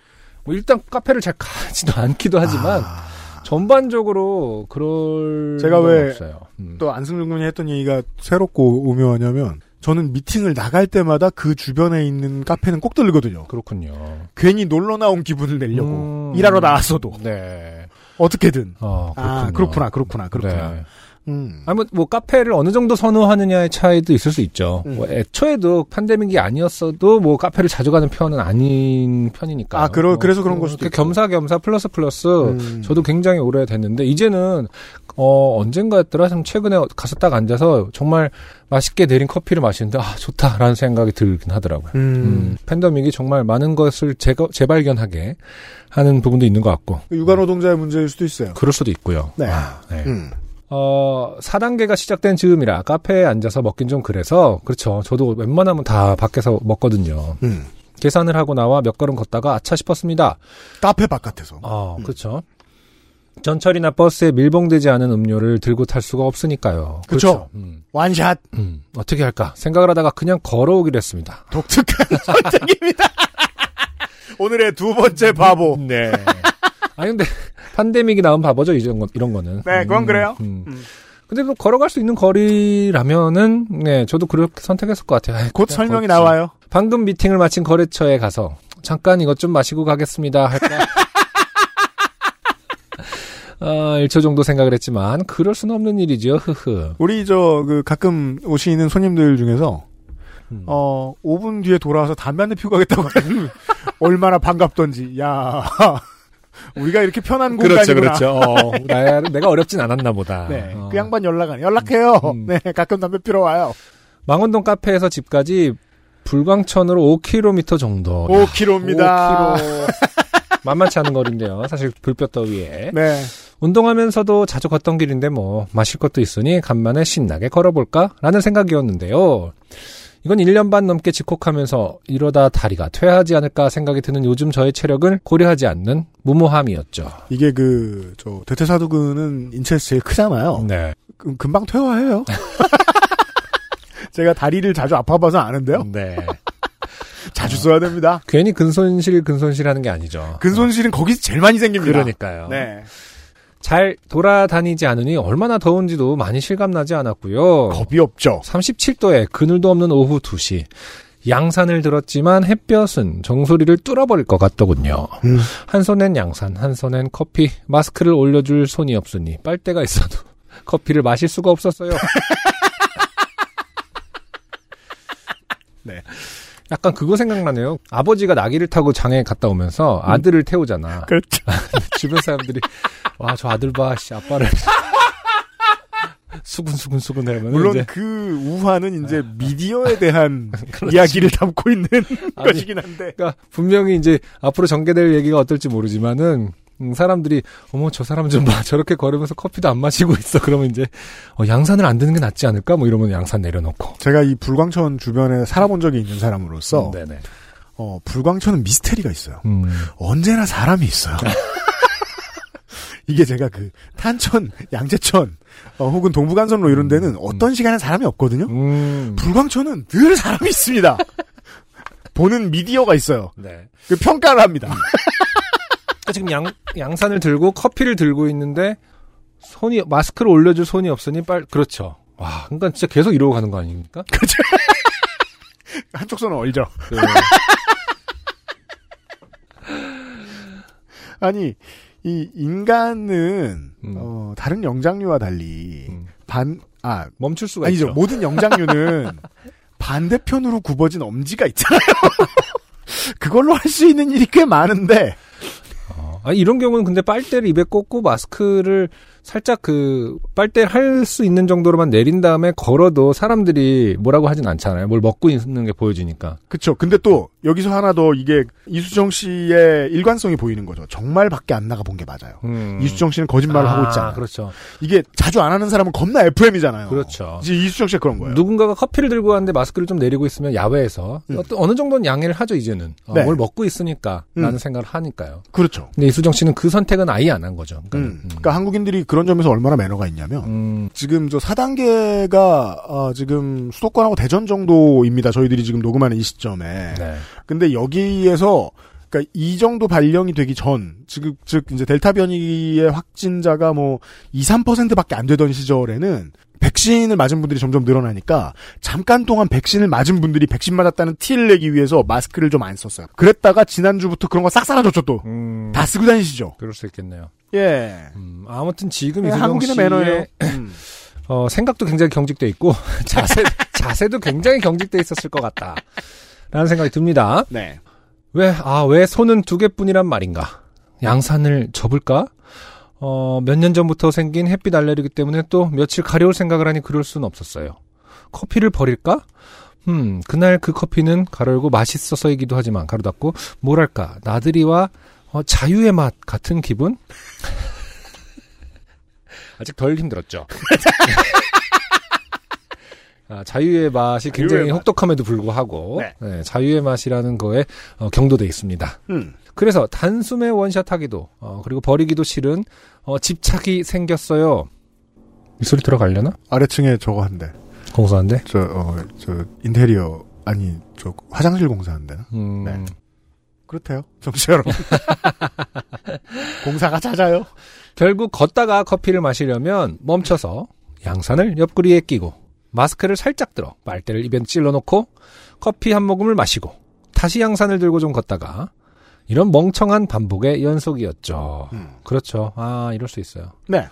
S2: 뭐 일단 카페를 잘 가지도 않기도 하지만
S1: 아.
S2: 전반적으로 그럴
S1: 제가
S2: 건
S1: 왜
S2: 없어요. 음.
S1: 또 안승준 군이 했던 얘기가 새롭고 오묘하냐면 저는 미팅을 나갈 때마다 그 주변에 있는 카페는 꼭 들르거든요.
S2: 그렇군요.
S1: 괜히 놀러 나온 기분을 내려고
S2: 음.
S1: 일하러 나왔어도
S2: 네.
S1: 어떻게든
S2: 어,
S1: 아 그렇구나 그렇구나 그렇구나.
S2: 네.
S1: 음.
S2: 아니 뭐, 뭐 카페를 어느 정도 선호하느냐의 차이도 있을 수 있죠.
S1: 음.
S2: 뭐 애초에도 팬데믹이 아니었어도 뭐 카페를 자주 가는 편은 아닌 편이니까.
S1: 아, 그러-
S2: 어,
S1: 그래서 그런 걸 수도
S2: 이렇게 겸사겸사 플러스 플러스
S1: 음.
S2: 그 저도 굉장히 오래 됐는데 이제는 어 언젠가였더라. 참 최근에 가서 딱 앉아서 정말 맛있게 내린 커피를 마시는데 아 좋다라는 생각이 들긴 하더라고요.
S1: 음.
S2: 음, 팬데믹이 정말 많은 것을 재거, 재발견하게 하는 부분도 있는 것 같고
S1: 육아노동자의 문제일 수도 있어요.
S2: 그럴 수도 있고요.
S1: 네.
S2: 아, 네.
S1: 음.
S2: 어, 4단계가 시작된 즈음이라 카페에 앉아서 먹긴 좀 그래서, 그렇죠. 저도 웬만하면 다 밖에서 먹거든요.
S1: 음.
S2: 계산을 하고 나와 몇 걸음 걷다가 아차 싶었습니다.
S1: 카페 바깥에서.
S2: 아, 그렇죠. 전철이나 버스에 밀봉되지 않은 음료를 들고 탈 수가 없으니까요.
S1: 그쵸.
S2: 그렇죠. 음.
S1: 완샷.
S2: 음, 어떻게 할까 생각을 하다가 그냥 걸어오기로 했습니다.
S1: 독특한 선택입니다. 오늘의 두 번째 바보.
S2: 네. 아니 근데 판데믹이 나온 바보죠 이런 건 이런 거는.
S1: 네, 그건 그래요.
S2: 음.
S1: 음.
S2: 근데 뭐 걸어갈 수 있는 거리라면은 네 저도 그렇게 선택했을 것 같아요. 아이,
S1: 곧
S2: 그냥 걷지.
S1: 설명이 나와요.
S2: 방금 미팅을 마친 거래처에 가서 잠깐 이것 좀 마시고 가겠습니다 할까. 어, 1초 정도 생각을 했지만 그럴 수는 없는 일이죠. 흐흐.
S1: 우리 저 그 가끔 오시는 손님들 중에서
S2: 음.
S1: 어 5분 뒤에 돌아와서 담배 한 대 피우고 가겠다고 하는 얼마나 반갑던지. 야. 우리가 이렇게 편한 공간이구나.
S2: 어, 나, 내가 어렵진 않았나 보다.
S1: 네.
S2: 어.
S1: 그 양반 연락 안 연락해요.
S2: 음.
S1: 네. 가끔 담배 피러 와요.
S2: 망원동 카페에서 집까지 불광천으로 5km 정도.
S1: 어, 5km입니다.
S2: 5km. 만만치 않은 거리인데요. 사실 불볕 더위에.
S1: 네.
S2: 운동하면서도 자주 걷던 길인데 뭐 마실 것도 있으니 간만에 신나게 걸어볼까라는 생각이었는데요. 이건 1년 반 넘게 집콕하면서 이러다 다리가 퇴하지 않을까 생각이 드는 요즘 저의 체력을 고려하지 않는 무모함이었죠.
S1: 이게 그 저 대퇴사두근은 인체에서 제일 크잖아요. 그,
S2: 네.
S1: 금- 금방 퇴화해요. 제가 다리를 자주 아파봐서 아는데요.
S2: 네.
S1: 자주 써야 됩니다.
S2: 괜히 근손실 근손실 하는 게 아니죠.
S1: 근손실은 거기서 제일 많이 생깁니다.
S2: 그러니까요.
S1: 네.
S2: 잘 돌아다니지 않으니 얼마나 더운지도 많이 실감나지 않았고요.
S1: 겁이 없죠.
S2: 37도에 그늘도 없는 오후 2시. 양산을 들었지만 햇볕은 정소리를 뚫어버릴 것 같더군요.
S1: 음.
S2: 한 손엔 양산, 한 손엔 커피, 마스크를 올려줄 손이 없으니 빨대가 있어도 커피를 마실 수가 없었어요.
S1: 네.
S2: 약간 그거 생각나네요. 아버지가 나기를 타고 장에 갔다 오면서
S1: 음.
S2: 아들을 태우잖아.
S1: 그렇죠.
S2: 주변 사람들이 와 저 아들 봐, 씨 아빠를 수근수근수근 하면
S1: 물론 그 우화는 이제 미디어에 대한 이야기를 담고 있는
S2: 아니,
S1: 것이긴 한데.
S2: 그러니까 분명히 이제 앞으로 전개될 얘기가 어떨지 모르지만은 음, 사람들이 어머 저 사람 좀 봐 저렇게 걸으면서 커피도 안 마시고 있어 그러면 이제 어, 양산을 안 드는 게 낫지 않을까 뭐 이러면 양산 내려놓고
S1: 제가 이 불광천 주변에 살아본 적이 있는 사람으로서
S2: 음, 네네
S1: 어, 불광천은 미스테리가 있어요.
S2: 음,
S1: 언제나 사람이 있어요. 이게 제가 그 탄천, 양재천 어, 혹은 동부간선로 이런 데는 어떤 시간에 사람이 없거든요.
S2: 음,
S1: 불광천은 늘 사람이 있습니다. 보는 미디어가 있어요.
S2: 네
S1: 그 평가를 합니다.
S2: 음. 그러니까 지금 양 양산을 들고 커피를 들고 있는데 손이 마스크를 올려줄 손이 없으니 빨 그렇죠 와 그러니까 진짜 계속 이러고 가는 거 아닙니까?
S1: 한쪽 손은 얼죠.
S2: 그,
S1: 아니 이 인간은
S2: 음.
S1: 어, 다른 영장류와 달리
S2: 음.
S1: 반아
S2: 멈출 수가
S1: 아니죠
S2: 있죠.
S1: 모든 영장류는 반대편으로 굽어진 엄지가 있잖아요. 그걸로 할 수 있는 일이 꽤 많은데
S2: 어, 아니, 이런 경우는 근데 빨대를 입에 꽂고 마스크를 살짝 그 빨대 할 수 있는 정도로만 내린 다음에 걸어도 사람들이 뭐라고 하진 않잖아요. 뭘 먹고 있는 게 보여지니까.
S1: 그쵸. 근데 또 여기서 하나 더 이게 이수정 씨의 일관성이 보이는 거죠. 정말 밖에 안 나가 본 게 맞아요.
S2: 음.
S1: 이수정 씨는 거짓말을 하고
S2: 아,
S1: 있잖아요.
S2: 그렇죠.
S1: 이게 자주 안 하는 사람은 겁나 FM이잖아요.
S2: 그렇죠.
S1: 어. 이제 이수정 씨가 그런 거예요.
S2: 누군가가 커피를 들고 왔는데 마스크를 좀 내리고 있으면 야외에서
S1: 음.
S2: 어떤- 어느 정도는 양해를 하죠 이제는 어,
S1: 네.
S2: 뭘 먹고 있으니까
S1: 음.
S2: 라는 생각을 하니까요.
S1: 그렇죠.
S2: 근데 이수정 씨는 그 선택은 아예 안 한 거죠.
S1: 음.
S2: 그러니까는. 음.
S1: 그러니까 한국인들이 그런 점에서 얼마나 매너가 있냐면
S2: 음,
S1: 지금 저 4단계가 아, 지금 수도권하고 대전 정도입니다. 저희들이 지금 녹음하는 이 시점에.
S2: 네.
S1: 근데 여기에서 그러니까 이 정도 발령이 되기 전, 즉, 즉 이제 델타 변이의 확진자가 뭐 2, 3%밖에 안 되던 시절에는 백신을 맞은 분들이 점점 늘어나니까 잠깐 동안 백신을 맞은 분들이 백신 맞았다는 티를 내기 위해서 마스크를 좀 안 썼어요. 그랬다가 지난주부터 그런 거 싹 사라졌죠 또.
S2: 음,
S1: 다 쓰고 다니시죠.
S2: 그럴 수 있겠네요.
S1: 예.
S2: 음, 아무튼 지금
S1: 예,
S2: 이수정
S1: 한국인의
S2: 씨의
S1: 매너예요. 음.
S2: 어, 생각도 굉장히 경직돼 있고 자세 자세도 굉장히 경직돼 있었을 것 같다. 라는 생각이 듭니다.
S1: 네.
S2: 왜, 아, 왜 손은 두 개뿐이란 말인가? 양산을 접을까? 어, 몇 년 전부터 생긴 햇빛 알레르기 때문에 또 며칠 가려울 생각을 하니 그럴 수는 없었어요. 커피를 버릴까? 음, 그날 그 커피는 가로 열고 맛있어서이기도 하지만 가로 닫고, 뭐랄까, 나들이와 어, 자유의 맛 같은 기분? 아직 덜 힘들었죠. 아, 자유의 맛이 굉장히
S7: 자유의 맛.
S2: 혹독함에도 불구하고
S7: 네.
S2: 네, 자유의 맛이라는 거에 어, 경도돼 있습니다.
S1: 음.
S2: 그래서 단숨에 원샷하기도 어, 그리고 버리기도 싫은 어, 집착이 생겼어요. 이 소리 들어가려나?
S1: 아래층에 저거 한대.
S2: 공사한데?
S1: 저, 어, 저, 인테리어, 아니, 저, 화장실 공사한대나?
S2: 음,
S1: 네. 그렇대요. 정치 여러분. 공사가 잦아요.
S2: 결국 걷다가 커피를 마시려면 멈춰서 양산을 옆구리에 끼고 마스크를 살짝 들어 빨대를 입에 찔러놓고 커피 한 모금을 마시고 다시 양산을 들고 좀 걷다가 이런 멍청한 반복의 연속이었죠.
S1: 음.
S2: 그렇죠. 아 이럴 수 있어요.
S1: 네.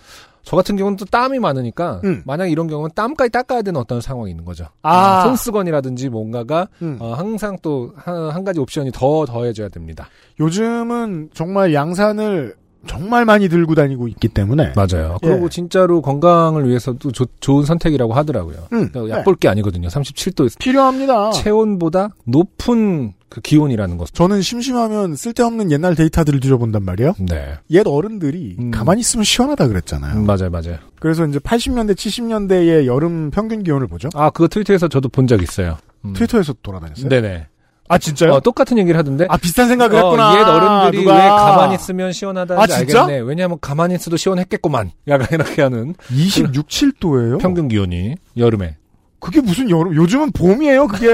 S2: 저 같은 경우는 또 땀이 많으니까
S1: 음.
S2: 만약 이런 경우는 땀까지 닦아야 되는 어떤 상황이 있는 거죠. 음,
S1: 아.
S2: 손수건이라든지 뭔가가
S1: 음.
S2: 어, 항상 또 한 가지 옵션이 더 더해져야 됩니다.
S1: 요즘은 정말 양산을 정말 많이 들고 다니고 있기 때문에.
S2: 맞아요.
S1: 예.
S2: 그리고 진짜로 건강을 위해서도 좋- 좋은 선택이라고 하더라고요.
S1: 음,
S2: 그러니까
S1: 네. 아.
S2: 약 볼 게 아니거든요. 37도
S1: 필요합니다.
S2: 체온보다 높은 그 기온이라는 것.
S1: 저는 심심하면 쓸데없는 옛날 데이터들을 뒤져본단 말이에요.
S2: 네.
S1: 옛 어른들이
S2: 음.
S1: 가만히 있으면 시원하다 그랬잖아요.
S2: 음, 맞아요, 맞아요.
S1: 그래서 이제 80년대, 70년대의 여름 평균 기온을 보죠.
S2: 아, 그거 트위터에서 저도 본 적 있어요. 음.
S1: 트위터에서 돌아다녔어요.
S2: 네네.
S1: 아 진짜요?
S2: 어, 똑같은 얘기를 하던데.
S1: 아 비슷한 생각을 했구나.
S2: 어, 옛 어른들이
S1: 누가.
S2: 왜 가만히 있으면 시원하다는지
S1: 아, 진짜?
S2: 알겠네. 왜냐하면 가만히 있어도 시원했겠구만. 약간 이렇게 하는
S1: 26, 7도예요.
S2: 평균 기온이 여름에.
S1: 그게 무슨 여름? 요즘은 봄이에요. 그게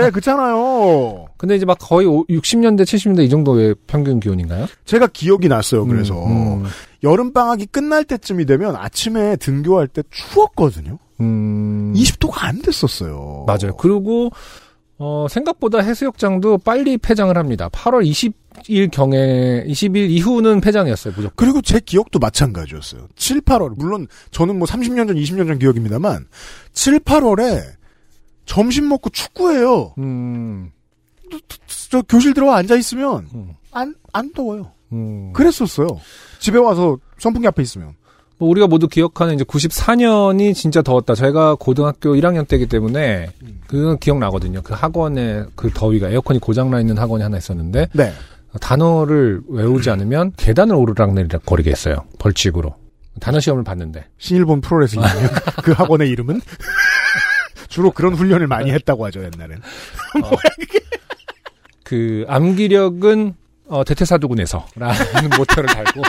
S1: 그렇잖아요.
S2: 근데 이제 막 거의 오- 60년대, 70년대 이 정도의 평균 기온인가요?
S1: 제가 기억이 났어요. 그래서
S2: 음, 음.
S1: 여름 방학이 끝날 때쯤이 되면 아침에 등교할 때 추웠거든요.
S2: 음.
S1: 20도가 안 됐었어요.
S2: 맞아요. 그리고 어, 생각보다 해수욕장도 빨리 폐장을 합니다. 8월 20일 경에 20일 이후는 폐장이었어요. 무조건.
S1: 그리고 제 기억도 마찬가지였어요. 7, 8월 물론 저는 뭐 30년 전, 20년 전 기억입니다만 7, 8월에 점심 먹고 축구해요.
S2: 음,
S1: 저 교실 들어와 앉아 있으면
S2: 음,
S1: 안, 안 더워요.
S2: 음.
S1: 그랬었어요. 집에 와서 선풍기 앞에 있으면.
S2: 뭐 우리가 모두 기억하는 이제 94년이 진짜 더웠다. 제가 고등학교 1학년 때이기 때문에 그건 기억나거든요. 그 학원에 그 더위가 에어컨이 고장나 있는 학원이 하나 있었는데
S1: 네.
S2: 단어를 외우지 않으면 계단을 오르락내리락 거리게 했어요. 벌칙으로. 단어 시험을 봤는데.
S1: 신일본 프로레슬링 그 학원의 이름은 주로 그런 훈련을 많이 했다고 하죠 옛날엔.
S2: 그 암기력은 어, 대퇴사두군에서라는 모터를 달고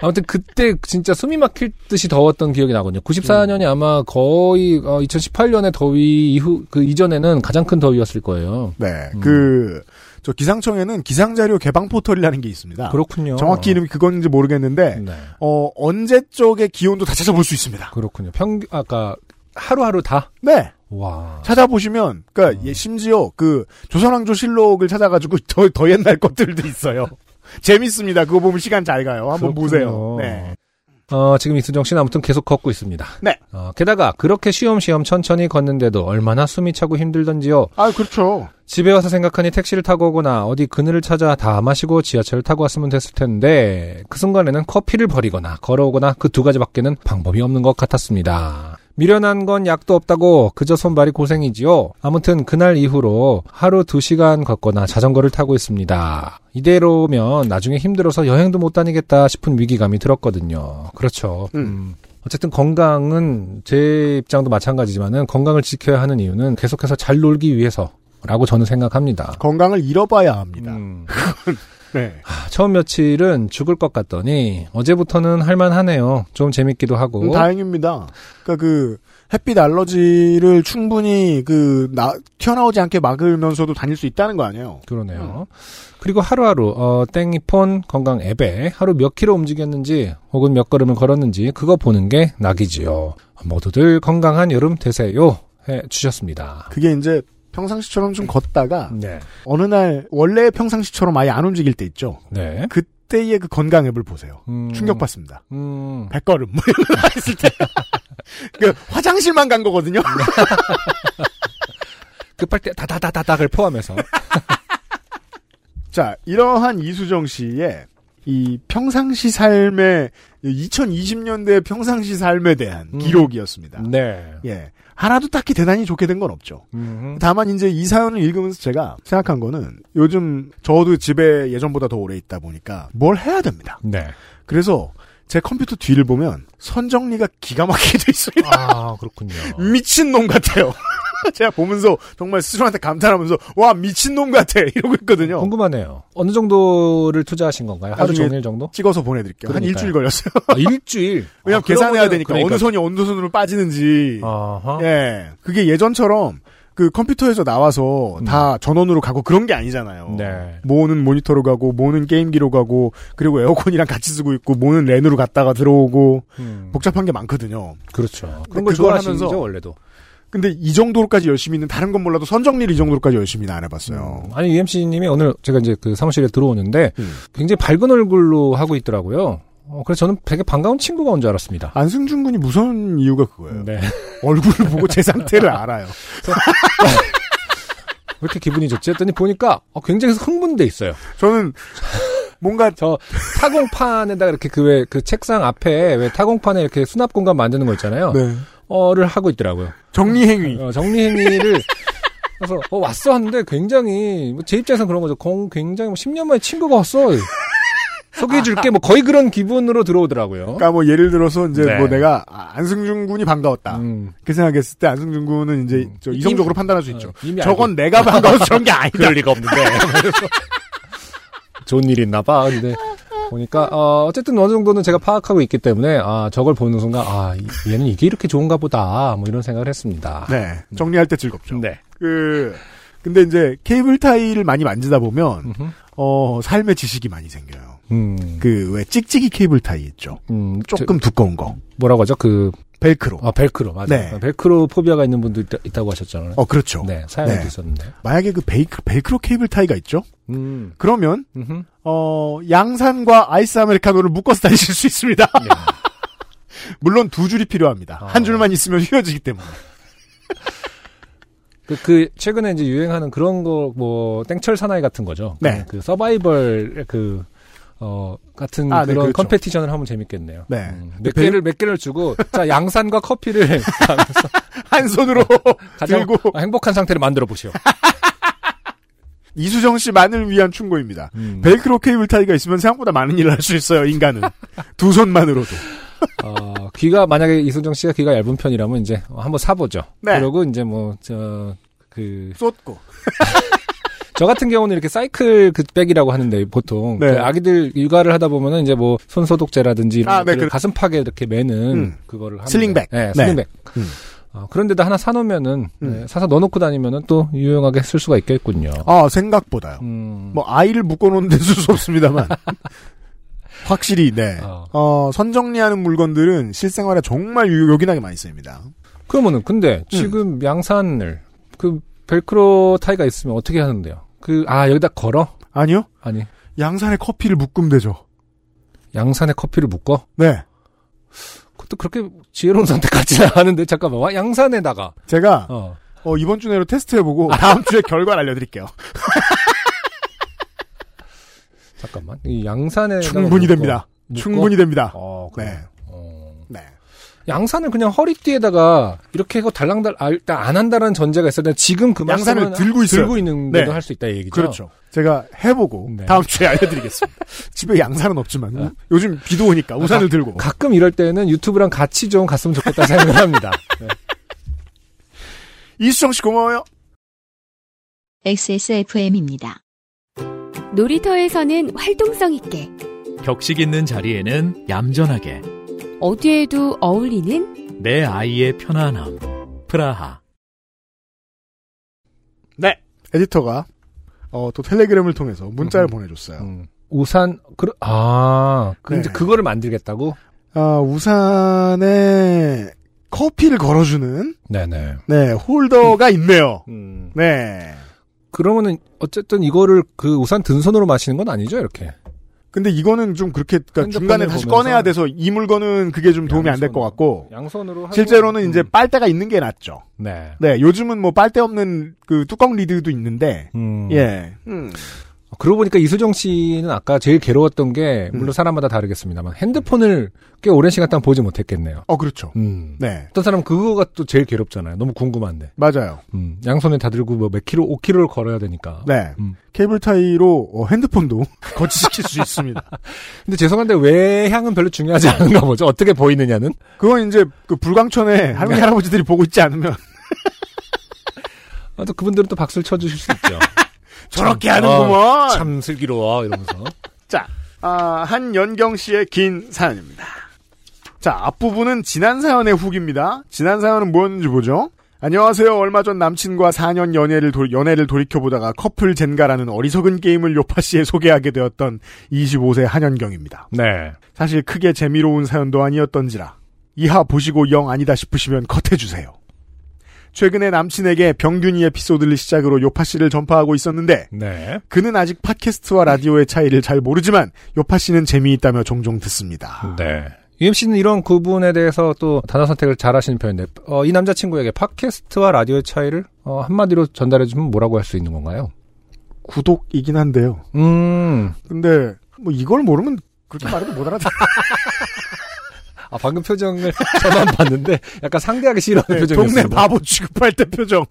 S2: 아무튼 그때 진짜 숨이 막힐 듯이 더웠던 기억이 나거든요.
S1: 음.
S2: 94년이 아마 거의 어, 2018년의 더위 이후 그 이전에는 가장 큰 더위였을 거예요.
S1: 네.
S2: 음.
S1: 그 저 기상청에는 기상자료 개방 포털이라는 게 있습니다.
S2: 그렇군요.
S1: 아, 정확히 이름이 그건지 모르겠는데
S2: 네.
S1: 어 언제 쪽의 기온도 다 찾아볼 수 있습니다.
S2: 그렇군요. 평균 아까 하루하루 다
S1: 네.
S2: 와.
S1: 찾아보시면 그러니까
S2: 음.
S1: 예, 심지어 그 조선왕조 실록을 찾아가지고 더, 더 옛날 것들도 있어요. 재밌습니다. 그거 보면 시간 잘 가요. 한번 보세요.
S2: 그렇군요.
S1: 네.
S2: 어, 지금 이수정 씨는 아무튼 계속 걷고 있습니다.
S1: 네.
S2: 어, 게다가 그렇게 쉬엄쉬엄 천천히 걷는데도 얼마나 숨이 차고 힘들던지요.
S1: 아 그렇죠.
S2: 집에 와서 생각하니 택시를 타고 오거나 어디 그늘을 찾아 다 마시고 지하철을 타고 왔으면 됐을 텐데 그 순간에는 커피를 버리거나 걸어오거나 그 두 가지밖에는 방법이 없는 것 같았습니다. 미련한 건 약도 없다고 그저 손발이 고생이지요. 아무튼 그날 이후로 하루 두 시간 걷거나 자전거를 타고 있습니다. 이대로면 나중에 힘들어서 여행도 못 다니겠다 싶은 위기감이 들었거든요. 그렇죠. 음. 어쨌든 건강은 제 입장도 마찬가지지만은 건강을 지켜야 하는 이유는 계속해서 잘 놀기 위해서 라고 저는 생각합니다.
S1: 건강을 잃어봐야 합니다.
S2: 음.
S1: 네.
S2: 아, 처음 며칠은 죽을 것 같더니 어제부터는 할만하네요. 좀 재밌기도 하고.
S1: 음, 다행입니다. 그러니까 그 햇빛 알러지를 충분히 그 나, 튀어나오지 않게 막으면서도 다닐 수 있다는 거 아니에요?
S2: 그러네요. 그리고 하루하루 어, 땡이폰 건강 앱에 하루 몇 킬로 움직였는지 혹은 몇 걸음을 걸었는지 그거 보는 게 낙이지요. 모두들 건강한 여름 되세요. 해 주셨습니다.
S1: 그게 이제 평상시처럼 좀 걷다가
S2: 네.
S1: 어느 날 원래 평상시처럼 아예 안 움직일 때 있죠.
S2: 네.
S1: 그때의 그 건강 앱을 보세요.
S2: 음,
S1: 충격받습니다.
S2: 음,
S1: 백걸음 뭐 이런 거 했을 때. 그 화장실만 간 거거든요.
S2: 급할 때 다다다다닥을 포함해서.
S1: 자, 이러한 이수정 씨의 이 평상시 삶의 2020년대 평상시 삶에 대한
S2: 음.
S1: 기록이었습니다.
S2: 네.
S1: 예. 하나도 딱히 대단히 좋게 된 건 없죠.
S2: 음,
S1: 다만 이제 이 사연을 읽으면서 제가 생각한 거는 요즘 저도 집에 예전보다 더 오래 있다 보니까 뭘 해야 됩니다.
S2: 네.
S1: 그래서 제 컴퓨터 뒤를 보면 선정리가 기가 막히게 돼 있어요.
S2: 아, 그렇군요.
S1: 미친놈 같아요. 제가 보면서 정말 스스로한테 감탄하면서 와 미친놈 같아 이러고 있거든요.
S2: 궁금하네요. 어느 정도를 투자하신 건가요? 하루
S1: 나중에
S2: 종일 정도?
S1: 찍어서 보내드릴게요.
S2: 그러니까요.
S1: 한 일주일 걸렸어요.
S2: 아, 일주일.
S1: 왜냐면
S2: 아,
S1: 계산해야
S2: 그러면은-
S1: 되니까
S2: 그러니까.
S1: 어느 손이 어느 손으로 빠지는지.
S2: 아하.
S1: 예, 그게 예전처럼 그 컴퓨터에서 나와서
S2: 음.
S1: 다 전원으로 가고 그런 게 아니잖아요.
S2: 네.
S1: 모는 모니터로 가고 모는 게임기로 가고 그리고 에어컨이랑 같이 쓰고 있고 모는 랜으로 갔다가 들어오고
S2: 음,
S1: 복잡한 게 많거든요.
S2: 그렇죠.
S1: 근데
S2: 그런 걸
S1: 그걸
S2: 좋아하시면서
S1: 하면서
S2: 원래도.
S1: 근데 이 정도로까지 열심히 있는 다른 건 몰라도 선정리를 이 정도로까지 열심히는 안 해봤어요.
S2: 아니 UMC님이 오늘 제가 이제 그 사무실에 들어오는데
S1: 음.
S2: 굉장히 밝은 얼굴로 하고 있더라고요. 어, 그래서 저는 되게 반가운 친구가 온 줄 알았습니다.
S1: 안승준 군이 무서운 이유가 그거예요.
S2: 네.
S1: 얼굴을 보고 제 상태를 알아요.
S2: 왜 이렇게 기분이 좋지? 했더니 보니까 어, 굉장히 흥분돼 있어요.
S1: 저는 뭔가
S2: 저 타공판에다가 이렇게 그 왜 그 책상 앞에 왜 타공판에 이렇게 수납 공간 만드는 거 있잖아요.
S1: 네.
S2: 어를 하고 있더라고요.
S1: 정리행위.
S2: 어, 정리 행위를 그래서 어, 왔어 하는데 굉장히 뭐제 입장에선 그런 거죠. 공 굉장히 뭐 10년 만에 친구가 왔어. 소개해 줄게 뭐 거의 그런 기분으로 들어오더라고요.
S1: 그러니까 뭐 예를 들어서 이제
S2: 네.
S1: 뭐 내가 아, 안승준 군이 반가웠다.
S2: 음,
S1: 그 생각했을 때 안승준 군은 이제
S2: 음.
S1: 저 이성적으로 판단할 수 있죠.
S2: 어, 이미
S1: 저건 내가 반가워서 그런 게
S2: 알고-
S1: 아니다.
S2: 그럴 리가 없는데. 좋은 일 있나 봐. 근데 보니까 어, 어쨌든 어느 정도는 제가 파악하고 있기 때문에 아 저걸 보는 순간 아 이- 얘는 이게 이렇게 좋은가 보다 뭐 이런 생각을 했습니다.
S1: 네. 정리할 때 즐겁죠.
S2: 네.
S1: 그 근데 이제 케이블 타이를 많이 만지다 보면
S2: 음흠.
S1: 어 삶의 지식이 많이 생겨요.
S2: 음,
S1: 그 왜 찍찍이 케이블 타이 있죠.
S2: 음,
S1: 조금 두꺼운 거.
S2: 저- 뭐라고 하죠? 그
S1: 벨크로.
S2: 아, 벨크로 맞아.
S1: 네.
S2: 요 벨크로 포비아가 있는 분도 있다, 있다고 하셨잖아요.
S1: 어 그렇죠.
S2: 네, 사연도
S1: 네.
S2: 있었는데.
S1: 만약에 그 베이크, 벨크로 케이블 타이가 있죠.
S2: 음,
S1: 그러면
S2: 음흠.
S1: 어, 양산과 아이스 아메리카노를 묶어서 다니실 수 있습니다. 물론 두 줄이 필요합니다.
S2: 네. 아.
S1: 한 줄만 있으면 휘어지기 때문에.
S2: 그, 그, 최근에 이제 유행하는 그런 거, 뭐, 땡철 사나이 같은 거죠.
S1: 네.
S2: 그 서바이벌, 그, 어, 같은
S1: 아, 네,
S2: 그런
S1: 그렇죠.
S2: 컴페티션을 하면 재밌겠네요.
S1: 네.
S2: 음, 몇 개를, 몇 개를 주고, 자, 양산과 커피를
S1: 한 손으로
S2: 가장 아,
S1: 들고
S2: 행복한 상태를 만들어 보시오.
S1: 이수정 씨만을 위한 충고입니다.
S2: 음.
S1: 벨크로 케이블 타이가 있으면 생각보다 많은 일을 할 수 있어요. 인간은 두 손만으로도.
S2: 어, 귀가 만약에 이순정 씨가 귀가 얇은 편이라면 이제 한번 사보죠.
S1: 네.
S2: 그리고 이제 뭐 저 그,
S1: 쏟고.
S2: 저 같은 경우는 이렇게 사이클 그 백이라고 하는데 보통
S1: 네.
S2: 그 아기들 육아를 하다 보면은 이제 뭐 손소독제라든지 이런
S1: 아,
S2: 것들을
S1: 네, 그-
S2: 가슴팍에 이렇게 매는
S1: 음.
S2: 그거를 하는데.
S1: 슬링백.
S2: 네,
S1: 네.
S2: 슬링백.
S1: 음.
S2: 어, 그런데도 하나 사놓으면은
S1: 음.
S2: 네, 사서 넣어놓고 다니면은 또 유용하게 쓸 수가 있겠군요.
S1: 아 생각보다요.
S2: 음,
S1: 뭐 아이를 묶어놓는 데는 쓸수 없습니다만. 확실히 네.
S2: 어.
S1: 어, 선정리하는 물건들은 실생활에 정말 유- 요긴하게 많이 쓰입니다.
S2: 그러면은
S1: 음.
S2: 근데 지금 양산을 그 벨크로 타이가 있으면 어떻게 하는데요? 그 아 여기다 걸어?
S1: 아니요.
S2: 아니
S1: 양산에 커피를 묶으면 되죠.
S2: 양산에 커피를 묶어?
S1: 네.
S2: 그것도 그렇게 지혜로운 선택 같지는 않은데 잠깐만 와, 양산에다가
S1: 제가
S2: 어.
S1: 어, 이번 주 내로 테스트해보고 다음 주에 결과를 알려드릴게요.
S2: 잠깐만 이 양산에
S1: 충분히 됩니다. 충분히 됩니다.
S2: 어, 그래.
S1: 네.
S2: 어.
S1: 네.
S2: 양산을 그냥 허리띠에다가 이렇게 해서 달랑달 아, 일단 안 한다는 전제가 있었는데 지금 그
S1: 양산을
S2: 말씀은
S1: 들고 있어요.
S2: 들고 있는데도
S1: 네.
S2: 할 수 있다 이 얘기죠.
S1: 그렇죠. 제가 해보고
S2: 네.
S1: 다음 주에 알려드리겠습니다. 집에 양산은 없지만 우- 요즘 비도 오니까 우산을 들고
S2: 아, 가끔 이럴 때는 유튜브랑 같이 좀 갔으면 좋겠다 생각을 합니다. 네.
S1: 이수정 씨 고마워요.
S3: XSFM입니다.
S4: 놀이터에서는 활동성 있게,
S8: 격식 있는 자리에는 얌전하게
S4: 어디에도 어울리는
S8: 내 아이의 편안함. 프라하.
S1: 에디터가 어, 또 텔레그램을 통해서 문자를
S2: 음.
S1: 보내줬어요.
S2: 음. 우산 그아 그, 이제
S1: 네.
S2: 그거를 만들겠다고?
S1: 아, 우산에 커피를 걸어주는
S2: 네네.
S1: 네 홀더가 있네요.
S2: 음.
S1: 네.
S2: 그러면은 어쨌든 이거를 그 우산 든 손으로 마시는 건 아니죠 이렇게?
S1: 근데 이거는 좀 그렇게 그러니까
S2: 핸드폰을
S1: 중간에 다시
S2: 보면서
S1: 꺼내야 돼서 이 물건은 그게 좀 도움이 안 될 것
S2: 양손으로.
S1: 같고
S2: 양손으로 하고-
S1: 실제로는 이제
S2: 음.
S1: 빨대가 있는 게 낫죠.
S2: 네.
S1: 네, 요즘은 뭐 빨대 없는 그 뚜껑 리드도 있는데,
S2: 음.
S1: 예. 음.
S2: 그러고 보니까 이수정 씨는 아까 제일 괴로웠던 게 물론
S1: 음.
S2: 사람마다 다르겠습니다만 핸드폰을 꽤 오랜 시간 동안 보지 못했겠네요.
S1: 어, 그렇죠.
S2: 음.
S1: 네.
S2: 어떤 사람은 그거가 또 제일 괴롭잖아요. 너무 궁금한데.
S1: 맞아요.
S2: 음. 양손에 다 들고 뭐 몇 킬로, 5킬로를 걸어야 되니까.
S1: 네.
S2: 음.
S1: 케이블 타이로 어, 핸드폰도 거치시킬 수 있습니다.
S2: 근데 죄송한데 외향은 별로 중요하지 않은가 보죠. 어떻게 보이느냐는.
S1: 그건 이제 그 불광천에
S2: 네.
S1: 할머니 할아버지들이 보고 있지 않으면
S2: 아, 또 그분들은 또 박수를 쳐주실 수 있죠.
S1: 저렇게
S2: 참,
S1: 하는구먼.
S2: 아, 참 슬기로워 이러면서.
S1: 자, 아, 한연경 씨의 긴 사연입니다. 자, 앞부분은 지난 사연의 후기입니다. 지난 사연은 뭐였는지 보죠. 안녕하세요. 얼마 전 남친과 4년 연애를, 돌- 연애를 돌이켜보다가 커플 젠가라는 어리석은 게임을 요파씨에 소개하게 되었던 25세 한연경입니다.
S2: 네.
S1: 사실 크게 재미로운 사연도 아니었던지라 이하 보시고 영 아니다 싶으시면 컷해주세요. 최근에 남친에게 병균이 에피소드를 시작으로 요파씨를 전파하고 있었는데
S2: 네.
S1: 그는 아직 팟캐스트와 라디오의 차이를 잘 모르지만 요파 씨는 재미있다며 종종 듣습니다.
S2: 네. UMC는 이런 구분에 대해서 또 단어 선택을 잘 하시는 편인데, 어, 이 남자친구에게 팟캐스트와 라디오의 차이를, 어, 한마디로 전달해주면 뭐라고 할 수 있는 건가요?
S1: 구독이긴 한데요.
S2: 음.
S1: 근데 뭐 이걸 모르면 그렇게 말해도 못 알아듣는
S2: 아, 방금 표정을 저만 봤는데, 약간 상대하기 싫어하는
S1: 동네
S2: 표정이었어요.
S1: 바보 취급할 때 표정.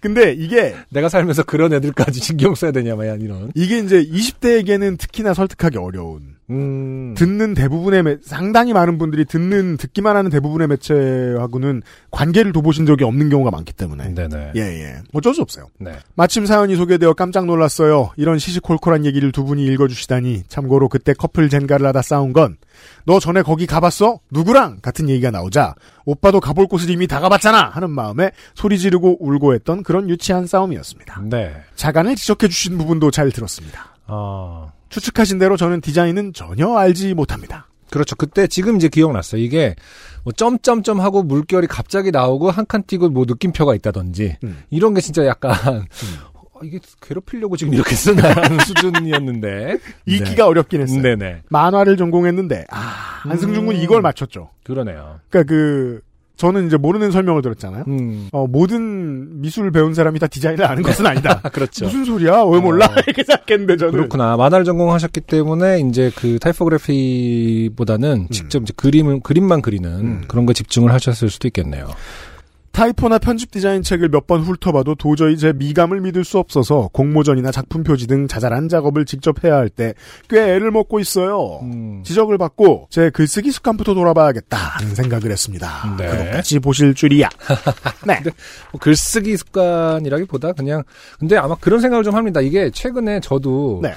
S1: 근데 이게
S2: 내가 살면서 그런 애들까지 신경 써야 되냐, 마야, 이런.
S1: 이게 이제 20대에게는 특히나 설득하기 어려운
S2: 음.
S1: 듣는 대부분의 매- 상당히 많은 분들이 듣는 듣기만 하는 대부분의 매체하고는 관계를 둬보신 적이 없는 경우가 많기 때문에
S2: 네네.
S1: 예 예. 어쩔 수 없어요.
S2: 네.
S1: 마침 사연이 소개되어 깜짝 놀랐어요. 이런 시시콜콜한 얘기를 두 분이 읽어주시다니. 참고로 그때 커플 젠가를 하다 싸운 건, 너 전에 거기 가봤어? 누구랑? 같은 얘기가 나오자, 오빠도 가볼 곳을 이미 다 가봤잖아! 하는 마음에 소리 지르고 울고 했던 그런 유치한 싸움이었습니다.
S2: 네.
S1: 자간을 지적해주신 부분도 잘 들었습니다.
S2: 어.
S1: 추측하신 대로 저는 디자인은 전혀 알지 못합니다.
S2: 그렇죠. 그때 지금 이제 기억났어요. 이게 뭐 점점점 하고 물결이 갑자기 나오고 한 칸 띄고 뭐 느낌표가 있다든지
S1: 음.
S2: 이런 게 진짜 약간 어, 이게 괴롭히려고 지금 이렇게 쓰나라는 수준이었는데
S1: 읽기가 어렵긴 했어요.
S2: 네. 음. 네네
S1: 만화를 전공했는데, 아, 한승준 군이 이걸 맞췄죠.
S2: 그러네요.
S1: 그니까 그, 저는 이제 모르는 설명을 들었잖아요.
S2: 음.
S1: 어, 모든 미술 배운 사람이 다 디자인을 아는 것은 아니다.
S2: 아 그렇죠.
S1: 무슨 소리야? 왜 몰라?
S2: 어.
S1: 이렇게 생각했는데 저는.
S2: 그렇구나. 만화를 전공하셨기 때문에 이제 그 타이포그래피보다는 직접 이제 그림을 그림만 그리는
S1: 음.
S2: 그런 거 집중을 하셨을 수도 있겠네요.
S1: 타이포나 편집 디자인 책을 몇 번 훑어봐도 도저히 제 미감을 믿을 수 없어서 공모전이나 작품 표지 등 자잘한 작업을 직접 해야 할 때 꽤 애를 먹고 있어요.
S2: 음.
S1: 지적을 받고 제 글쓰기 습관부터 돌아봐야겠다는 생각을 했습니다.
S2: 네.
S1: 그것까지 보실 줄이야. 네.
S2: 뭐 글쓰기 습관이라기보다 그냥 근데 아마 그런 생각을 좀 합니다. 이게 최근에 저도
S1: 네.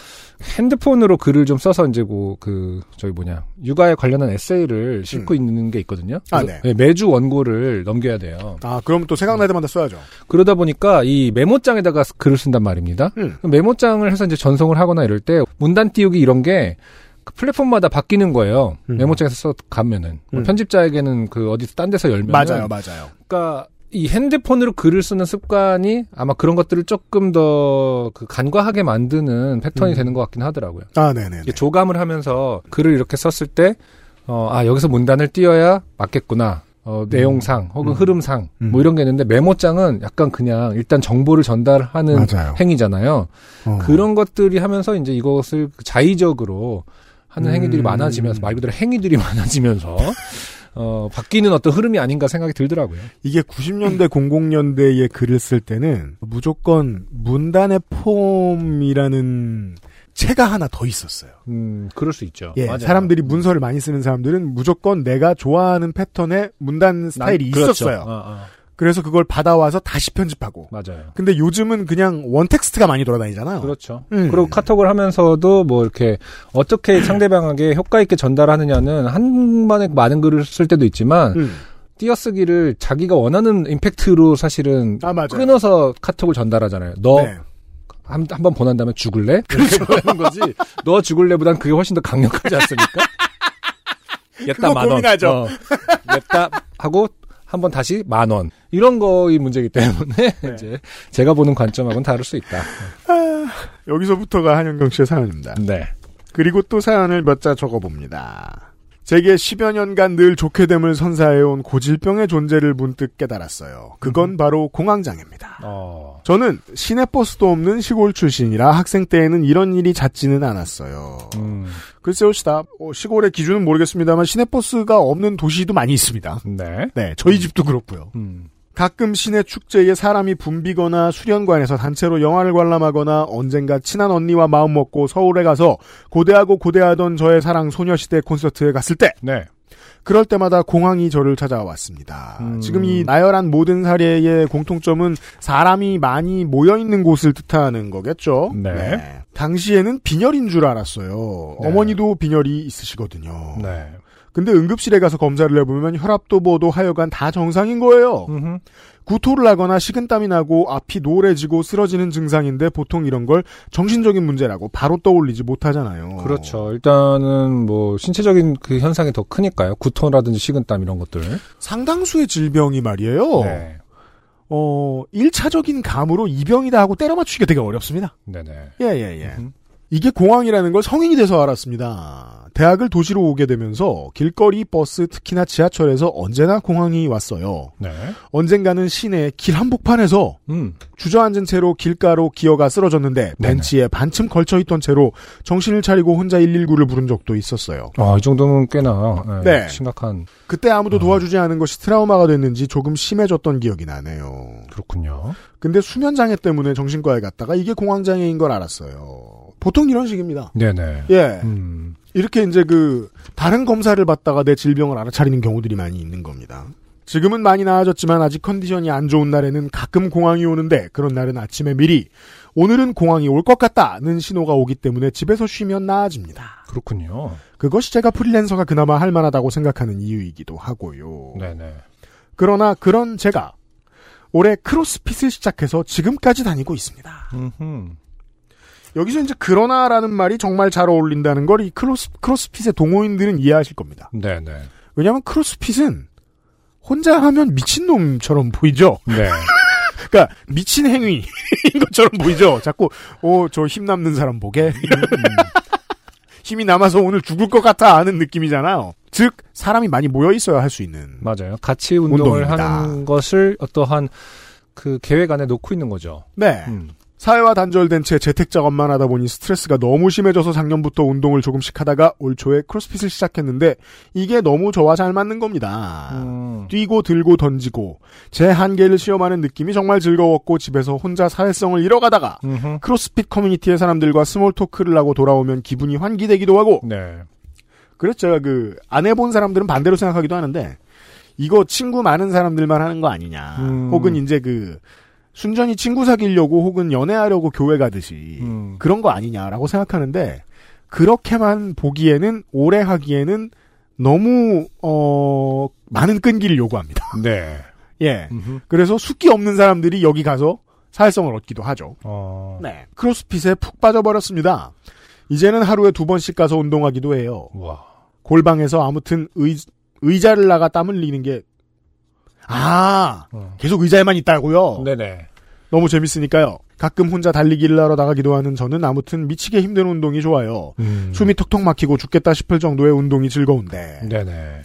S2: 핸드폰으로 글을 좀 써서 이제 뭐 그 저기 뭐냐 육아에 관련한 에세이를 싣고 있는 게 있거든요.
S1: 아,
S2: 그래서 네, 매주 원고를 넘겨야 돼요.
S1: 아 그럼 또 생각날 때마다 써야죠.
S2: 그러다 보니까 이 메모장에다가 글을 쓴단 말입니다.
S1: 음.
S2: 메모장을 해서 이제 전송을 하거나 이럴 때 문단 띄우기 이런 게그 플랫폼마다 바뀌는 거예요.
S1: 음.
S2: 메모장에서 써 가면은 뭐
S1: 음.
S2: 편집자에게는 그 어디서 딴 데서 열면
S1: 맞아요, 맞아요.
S2: 그러니까 이 핸드폰으로 글을 쓰는 습관이 아마 그런 것들을 조금 더 그 간과하게 만드는 패턴이
S1: 음.
S2: 되는 것 같긴 하더라고요.
S1: 아, 네네.
S2: 이게 조감을 하면서 글을 이렇게 썼을 때, 어, 아, 여기서 문단을 띄어야 맞겠구나. 어, 내용상, 혹은
S1: 음.
S2: 흐름상,
S1: 음.
S2: 뭐 이런 게 있는데 메모장은 약간 그냥 일단 정보를 전달하는
S1: 맞아요.
S2: 행위잖아요.
S1: 어.
S2: 그런 것들이 하면서 이제 이것을 그 자의적으로 하는
S1: 음.
S2: 행위들이 많아지면서, 말 그대로 행위들이 많아지면서, 어, 바뀌는 어떤 흐름이 아닌가 생각이 들더라고요.
S1: 이게 90년대 00년대에 글을 쓸 때는 무조건 문단의 폼이라는 체가 하나 더 있었어요.
S2: 음, 그럴 수 있죠.
S1: 예,
S2: 맞아요.
S1: 사람들이 문서를 많이 쓰는 사람들은 무조건 내가 좋아하는 패턴의 문단
S2: 난-
S1: 스타일이
S2: 그렇죠.
S1: 있었어요.
S2: 어, 어,
S1: 그래서 그걸 받아와서 다시 편집하고.
S2: 맞아요.
S1: 근데 요즘은 그냥 원텍스트가 많이 돌아다니잖아요.
S2: 그렇죠.
S1: 음.
S2: 그리고 카톡을 하면서도 뭐 이렇게 어떻게 상대방에게 효과 있게 전달하느냐는 한만에 많은 글을 쓸 때도 있지만
S1: 음.
S2: 띄어쓰기를 자기가 원하는 임팩트로 사실은
S1: 아, 맞아요.
S2: 끊어서 카톡을 전달하잖아요. 너
S1: 네.
S2: 한, 한번 보난 다음에 죽을래? 그렇게 보는 거지. 너 죽을래보단 그게 훨씬 더 강력하지 않습니까?
S1: 그거 고민하죠.
S2: 어, 냈다 하고 한 번 다시 만 원. 이런 거의 문제이기 때문에
S1: 네.
S2: 이제 제가 보는 관점하고는 다를 수 있다.
S1: 여기서부터가 한영경 씨의 사연입니다.
S2: 네.
S1: 그리고 또 사연을 몇 자 적어봅니다. 제게 10여 년간 늘 좋게 됨을 선사해온 고질병의 존재를 문득 깨달았어요. 그건 바로 공황장애입니다.
S2: 어.
S1: 저는 시내버스도 없는 시골 출신이라 학생 때에는 이런 일이 잦지는 않았어요.
S2: 음.
S1: 글쎄요, 시다. 어, 시골의 기준은 모르겠습니다만 시내버스가 없는 도시도 많이 있습니다.
S2: 네.
S1: 네, 저희 집도 그렇고요.
S2: 음.
S1: 가끔 시내 축제에 사람이 붐비거나 수련관에서 단체로 영화를 관람하거나 언젠가 친한 언니와 마음 먹고 서울에 가서 고대하고 고대하던 저의 사랑 소녀시대 콘서트에 갔을 때
S2: 네.
S1: 그럴 때마다 공황이 저를 찾아왔습니다.
S2: 음.
S1: 지금 이 나열한 모든 사례의 공통점은 사람이 많이 모여 있는 곳을 뜻하는 거겠죠.
S2: 네.
S1: 당시에는 빈혈인 줄 알았어요.
S2: 네.
S1: 어머니도 빈혈이 있으시거든요.
S2: 네.
S1: 근데 응급실에 가서 검사를 해보면 혈압도 보도 하여간 다 정상인 거예요.
S2: 음흠.
S1: 구토를 하거나 식은땀이 나고 앞이 노래지고 쓰러지는 증상인데 보통 이런 걸 정신적인 문제라고 바로 떠올리지 못하잖아요.
S2: 그렇죠. 일단은 뭐 신체적인 그 현상이 더 크니까요. 구토라든지 식은땀 이런 것들.
S1: 상당수의 질병이 말이에요.
S2: 네.
S1: 어, 1차적인 감으로 이 병이다 하고 때려 맞추기가 되게 어렵습니다.
S2: 네네.
S1: 예, 예, 예.
S2: 음.
S1: 이게 공황이라는 걸 성인이 돼서 알았습니다. 대학을 도시로 오게 되면서 길거리, 버스, 특히나 지하철에서 언제나 공황이 왔어요.
S2: 네.
S1: 언젠가는 시내 길 한복판에서
S2: 음.
S1: 주저앉은 채로 길가로 기어가 쓰러졌는데
S2: 네네.
S1: 벤치에 반쯤 걸쳐 있던 채로 정신을 차리고 혼자 119를 부른 적도 있었어요.
S2: 아, 이 정도면 꽤나 네,
S1: 네.
S2: 심각한
S1: 그때 아무도
S2: 어.
S1: 도와주지 않은 것이 트라우마가 됐는지 조금 심해졌던 기억이 나네요.
S2: 그렇군요.
S1: 근데 수면 장애 때문에 정신과에 갔다가 이게 공황 장애인 걸 알았어요. 보통 이런 식입니다.
S2: 네네.
S1: 예.
S2: 음.
S1: 이렇게 이제 그 다른 검사를 받다가 내 질병을 알아차리는 경우들이 많이 있는 겁니다. 지금은 많이 나아졌지만 아직 컨디션이 안 좋은 날에는 가끔 공황이 오는데 그런 날은 아침에 미리 오늘은 공황이 올 것 같다는 신호가 오기 때문에 집에서 쉬면 나아집니다.
S2: 그렇군요.
S1: 그것이 제가 프리랜서가 그나마 할 만하다고 생각하는 이유이기도 하고요.
S2: 네네.
S1: 그러나 그런 제가 올해 크로스핏을 시작해서 지금까지 다니고 있습니다.
S2: 음흠.
S1: 여기서 이제 그러나라는 말이 정말 잘 어울린다는 걸 이 크로스, 크로스핏의 동호인들은 이해하실 겁니다.
S2: 네네.
S1: 왜냐하면 크로스핏은 혼자 하면 미친놈처럼 보이죠.
S2: 네.
S1: 그러니까 미친 행위인 것처럼 보이죠. 자꾸 오 저 힘 남는 사람
S2: 음,
S1: 보게 힘이 남아서 오늘 죽을 것 같아 하는 느낌이잖아요. 즉 사람이 많이 모여 있어야 할 수 있는
S2: 맞아요. 같이 운동을
S1: 운동입니다.
S2: 하는 것을 어떠한 그 계획 안에 놓고 있는 거죠.
S1: 네
S2: 음.
S1: 사회와 단절된 채 재택 작업만 하다 보니 스트레스가 너무 심해져서 작년부터 운동을 조금씩 하다가 올 초에 크로스핏을 시작했는데 이게 너무 저와 잘 맞는 겁니다.
S2: 음.
S1: 뛰고 들고 던지고 제 한계를 시험하는 느낌이 정말 즐거웠고 집에서 혼자 사회성을 잃어가다가
S2: 음흠.
S1: 크로스핏 커뮤니티의 사람들과 스몰 토크를 하고 돌아오면 기분이 환기되기도 하고
S2: 네.
S1: 그래서 제가 그 안 해본 사람들은 반대로 생각하기도 하는데 이거 친구 많은 사람들만 하는 거 아니냐
S2: 음.
S1: 혹은 이제 그 순전히 친구 사귀려고 혹은 연애하려고 교회 가듯이
S2: 음.
S1: 그런 거 아니냐라고 생각하는데 그렇게만 보기에는 오래 하기에는 너무 어 많은 끈기를 요구합니다.
S2: 네.
S1: 예.
S2: 음흠.
S1: 그래서 숙기 없는 사람들이 여기 가서 사회성을 얻기도 하죠.
S2: 어.
S1: 네. 크로스핏에 푹 빠져버렸습니다. 이제는 하루에 두 번씩 가서 운동하기도 해요.
S2: 와.
S1: 골방에서 아무튼 의, 의자를 나가 땀 흘리는 게, 아,
S2: 어.
S1: 계속 의자에만 있다고요?
S2: 네네.
S1: 너무 재밌으니까요. 가끔 혼자 달리기를 하러 나가기도 하는 저는 아무튼 미치게 힘든 운동이 좋아요.
S2: 음.
S1: 숨이 턱턱 막히고 죽겠다 싶을 정도의 운동이 즐거운데.
S2: 네네.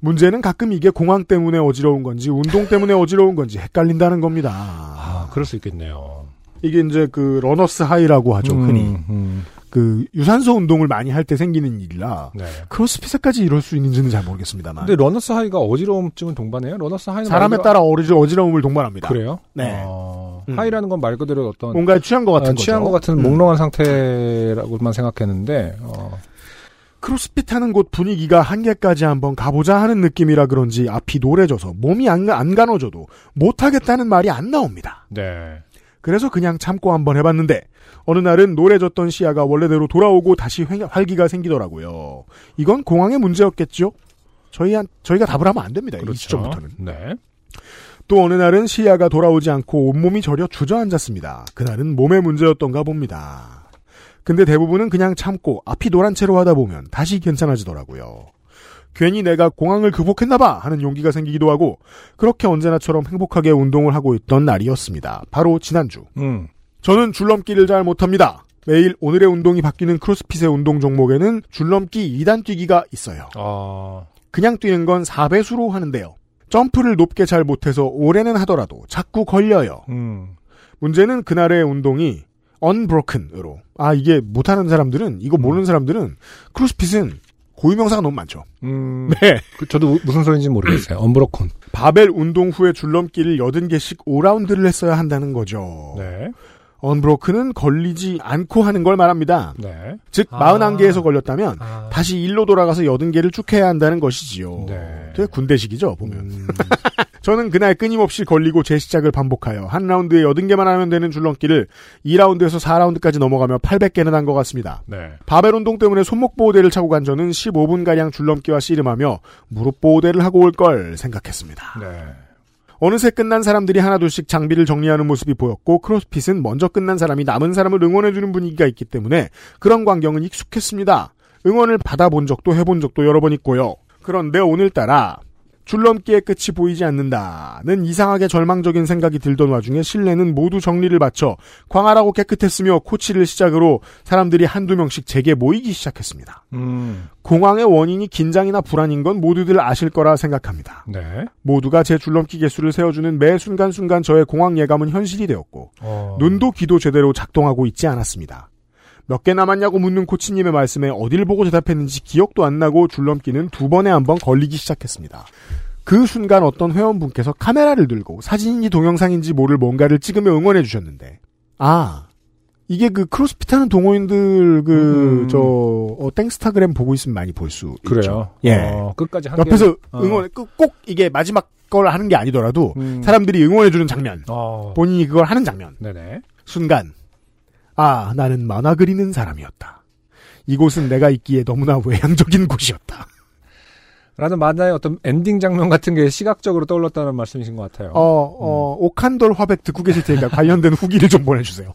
S1: 문제는 가끔 이게 공황 때문에 어지러운 건지 운동 때문에 어지러운 건지 헷갈린다는 겁니다.
S2: 아, 그럴 수 있겠네요.
S1: 이게 이제 그 러너스 하이라고 하죠,
S2: 음,
S1: 흔히.
S2: 음.
S1: 그 유산소 운동을 많이 할 때 생기는 일이라
S2: 네.
S1: 크로스핏까지 이럴 수 있는지는 잘 모르겠습니다만.
S2: 근데 러너스 하이가 어지러움증은 동반해요? 러너스 하이는
S1: 사람에
S2: 말 그대로-
S1: 따라 어지, 어지러움을 동반합니다.
S2: 그래요?
S1: 네.
S2: 어,
S1: 음.
S2: 하이라는 건 말 그대로 어떤
S1: 뭔가 취한 것 같은
S2: 아, 취한
S1: 거죠.
S2: 것 같은
S1: 음.
S2: 몽롱한 상태라고만 생각했는데 어,
S1: 크로스핏 하는 곳 분위기가 한계까지 한번 가보자 하는 느낌이라 그런지 앞이 노래져서 몸이 안, 안 가눠져도 못하겠다는 말이 안 나옵니다.
S2: 네.
S1: 그래서 그냥 참고 한번 해봤는데 어느 날은 노래졌던 시야가 원래대로 돌아오고 다시 횡- 활기가 생기더라고요. 이건 공황의 문제였겠죠? 저희한 저희가 답을 하면 안 됩니다. 이 시점부터는.
S2: 네.
S1: 또 어느 날은 시야가 돌아오지 않고 온몸이 저려 주저앉았습니다. 그날은 몸의 문제였던가 봅니다. 근데 대부분은 그냥 참고 앞이 노란 채로 하다 보면 다시 괜찮아지더라고요. 괜히 내가 공황을 극복했나봐 하는 용기가 생기기도 하고 그렇게 언제나처럼 행복하게 운동을 하고 있던 날이었습니다. 바로 지난주.
S2: 음.
S1: 저는 줄넘기를 잘 못합니다. 매일 오늘의 운동이 바뀌는 크로스핏의 운동 종목에는 줄넘기 2단 뛰기가 있어요.
S2: 어,
S1: 그냥 뛰는 건 4배수로 하는데요. 점프를 높게 잘 못해서 올해는 하더라도 자꾸 걸려요.
S2: 음,
S1: 문제는 그날의 운동이 unbroken으로. 아, 이게 못하는 사람들은, 이거 모르는 사람들은 크로스핏은 고유명사가 너무 많죠.
S2: 음. 그, 저도 우- 무슨 소리인지 모르겠어요. 언브로콘.
S1: 바벨 운동 후에 줄넘기를 80개씩 5라운드를 했어야 한다는 거죠.
S2: 네,
S1: 언브로크는 걸리지 않고 하는 걸 말합니다.
S2: 네,
S1: 즉
S2: 아.
S1: 41개에서 걸렸다면 다시 일로 돌아가서 80개를 쭉 해야 한다는 것이지요.
S2: 네.
S1: 되게 군대식이죠, 보면.
S2: 음,
S1: 저는 그날 끊임없이 걸리고 재시작을 반복하여 한 라운드에 80개만 하면 되는 줄넘기를 2라운드에서 4라운드까지 넘어가며 800개는 한 것 같습니다.
S2: 네.
S1: 바벨 운동 때문에 손목 보호대를 차고 간 저는 15분가량 줄넘기와 씨름하며 무릎 보호대를 하고 올 걸 생각했습니다.
S2: 네.
S1: 어느새 끝난 사람들이 하나둘씩 장비를 정리하는 모습이 보였고 크로스핏은 먼저 끝난 사람이 남은 사람을 응원해주는 분위기가 있기 때문에 그런 광경은 익숙했습니다. 응원을 받아본 적도 해본 적도 여러 번 있고요. 그런데 오늘따라 줄넘기의 끝이 보이지 않는다는 이상하게 절망적인 생각이 들던 와중에 실내는 모두 정리를 마쳐 광활하고 깨끗했으며 코치를 시작으로 사람들이 한두 명씩 제게 모이기 시작했습니다.
S2: 음,
S1: 공황의 원인이 긴장이나 불안인 건 모두들 아실 거라 생각합니다.
S2: 네.
S1: 모두가 제 줄넘기 개수를 세워주는 매 순간순간 저의 공황 예감은 현실이 되었고
S2: 어,
S1: 눈도 귀도 제대로 작동하고 있지 않았습니다. 몇 개 남았냐고 묻는 코치님의 말씀에 어딜 보고 대답했는지 기억도 안 나고 줄넘기는 두 번에 한 번 걸리기 시작했습니다. 그 순간 어떤 회원분께서 카메라를 들고 사진인지 동영상인지 모를 뭔가를 찍으며 응원해 주셨는데 아 이게 그 크로스핏하는
S2: 음.
S1: 동호인들 그 저 땡스타그램 보고 있으면 많이 볼 수 있죠.
S2: 그래요.
S1: 예.
S2: 어, 끝까지 한
S1: 옆에서
S2: 어.
S1: 응원 그- 꼭 이게 마지막 걸 하는 게 아니더라도
S2: 개- 음,
S1: 사람들이 응원해주는 장면
S2: 어,
S1: 본인이 그걸 하는 장면
S2: 네네.
S1: 순간 아 나는 만화 그리는 사람이었다 이곳은 내가 있기에 너무나 외향적인 곳이었다
S2: 라는 만화의 어떤 엔딩 장면 같은 게 시각적으로 떠올랐다는 말씀이신 것 같아요.
S1: 어, 어
S2: 음.
S1: 오칸돌 화백 듣고 계실 테니까 관련된 후기를 좀 보내주세요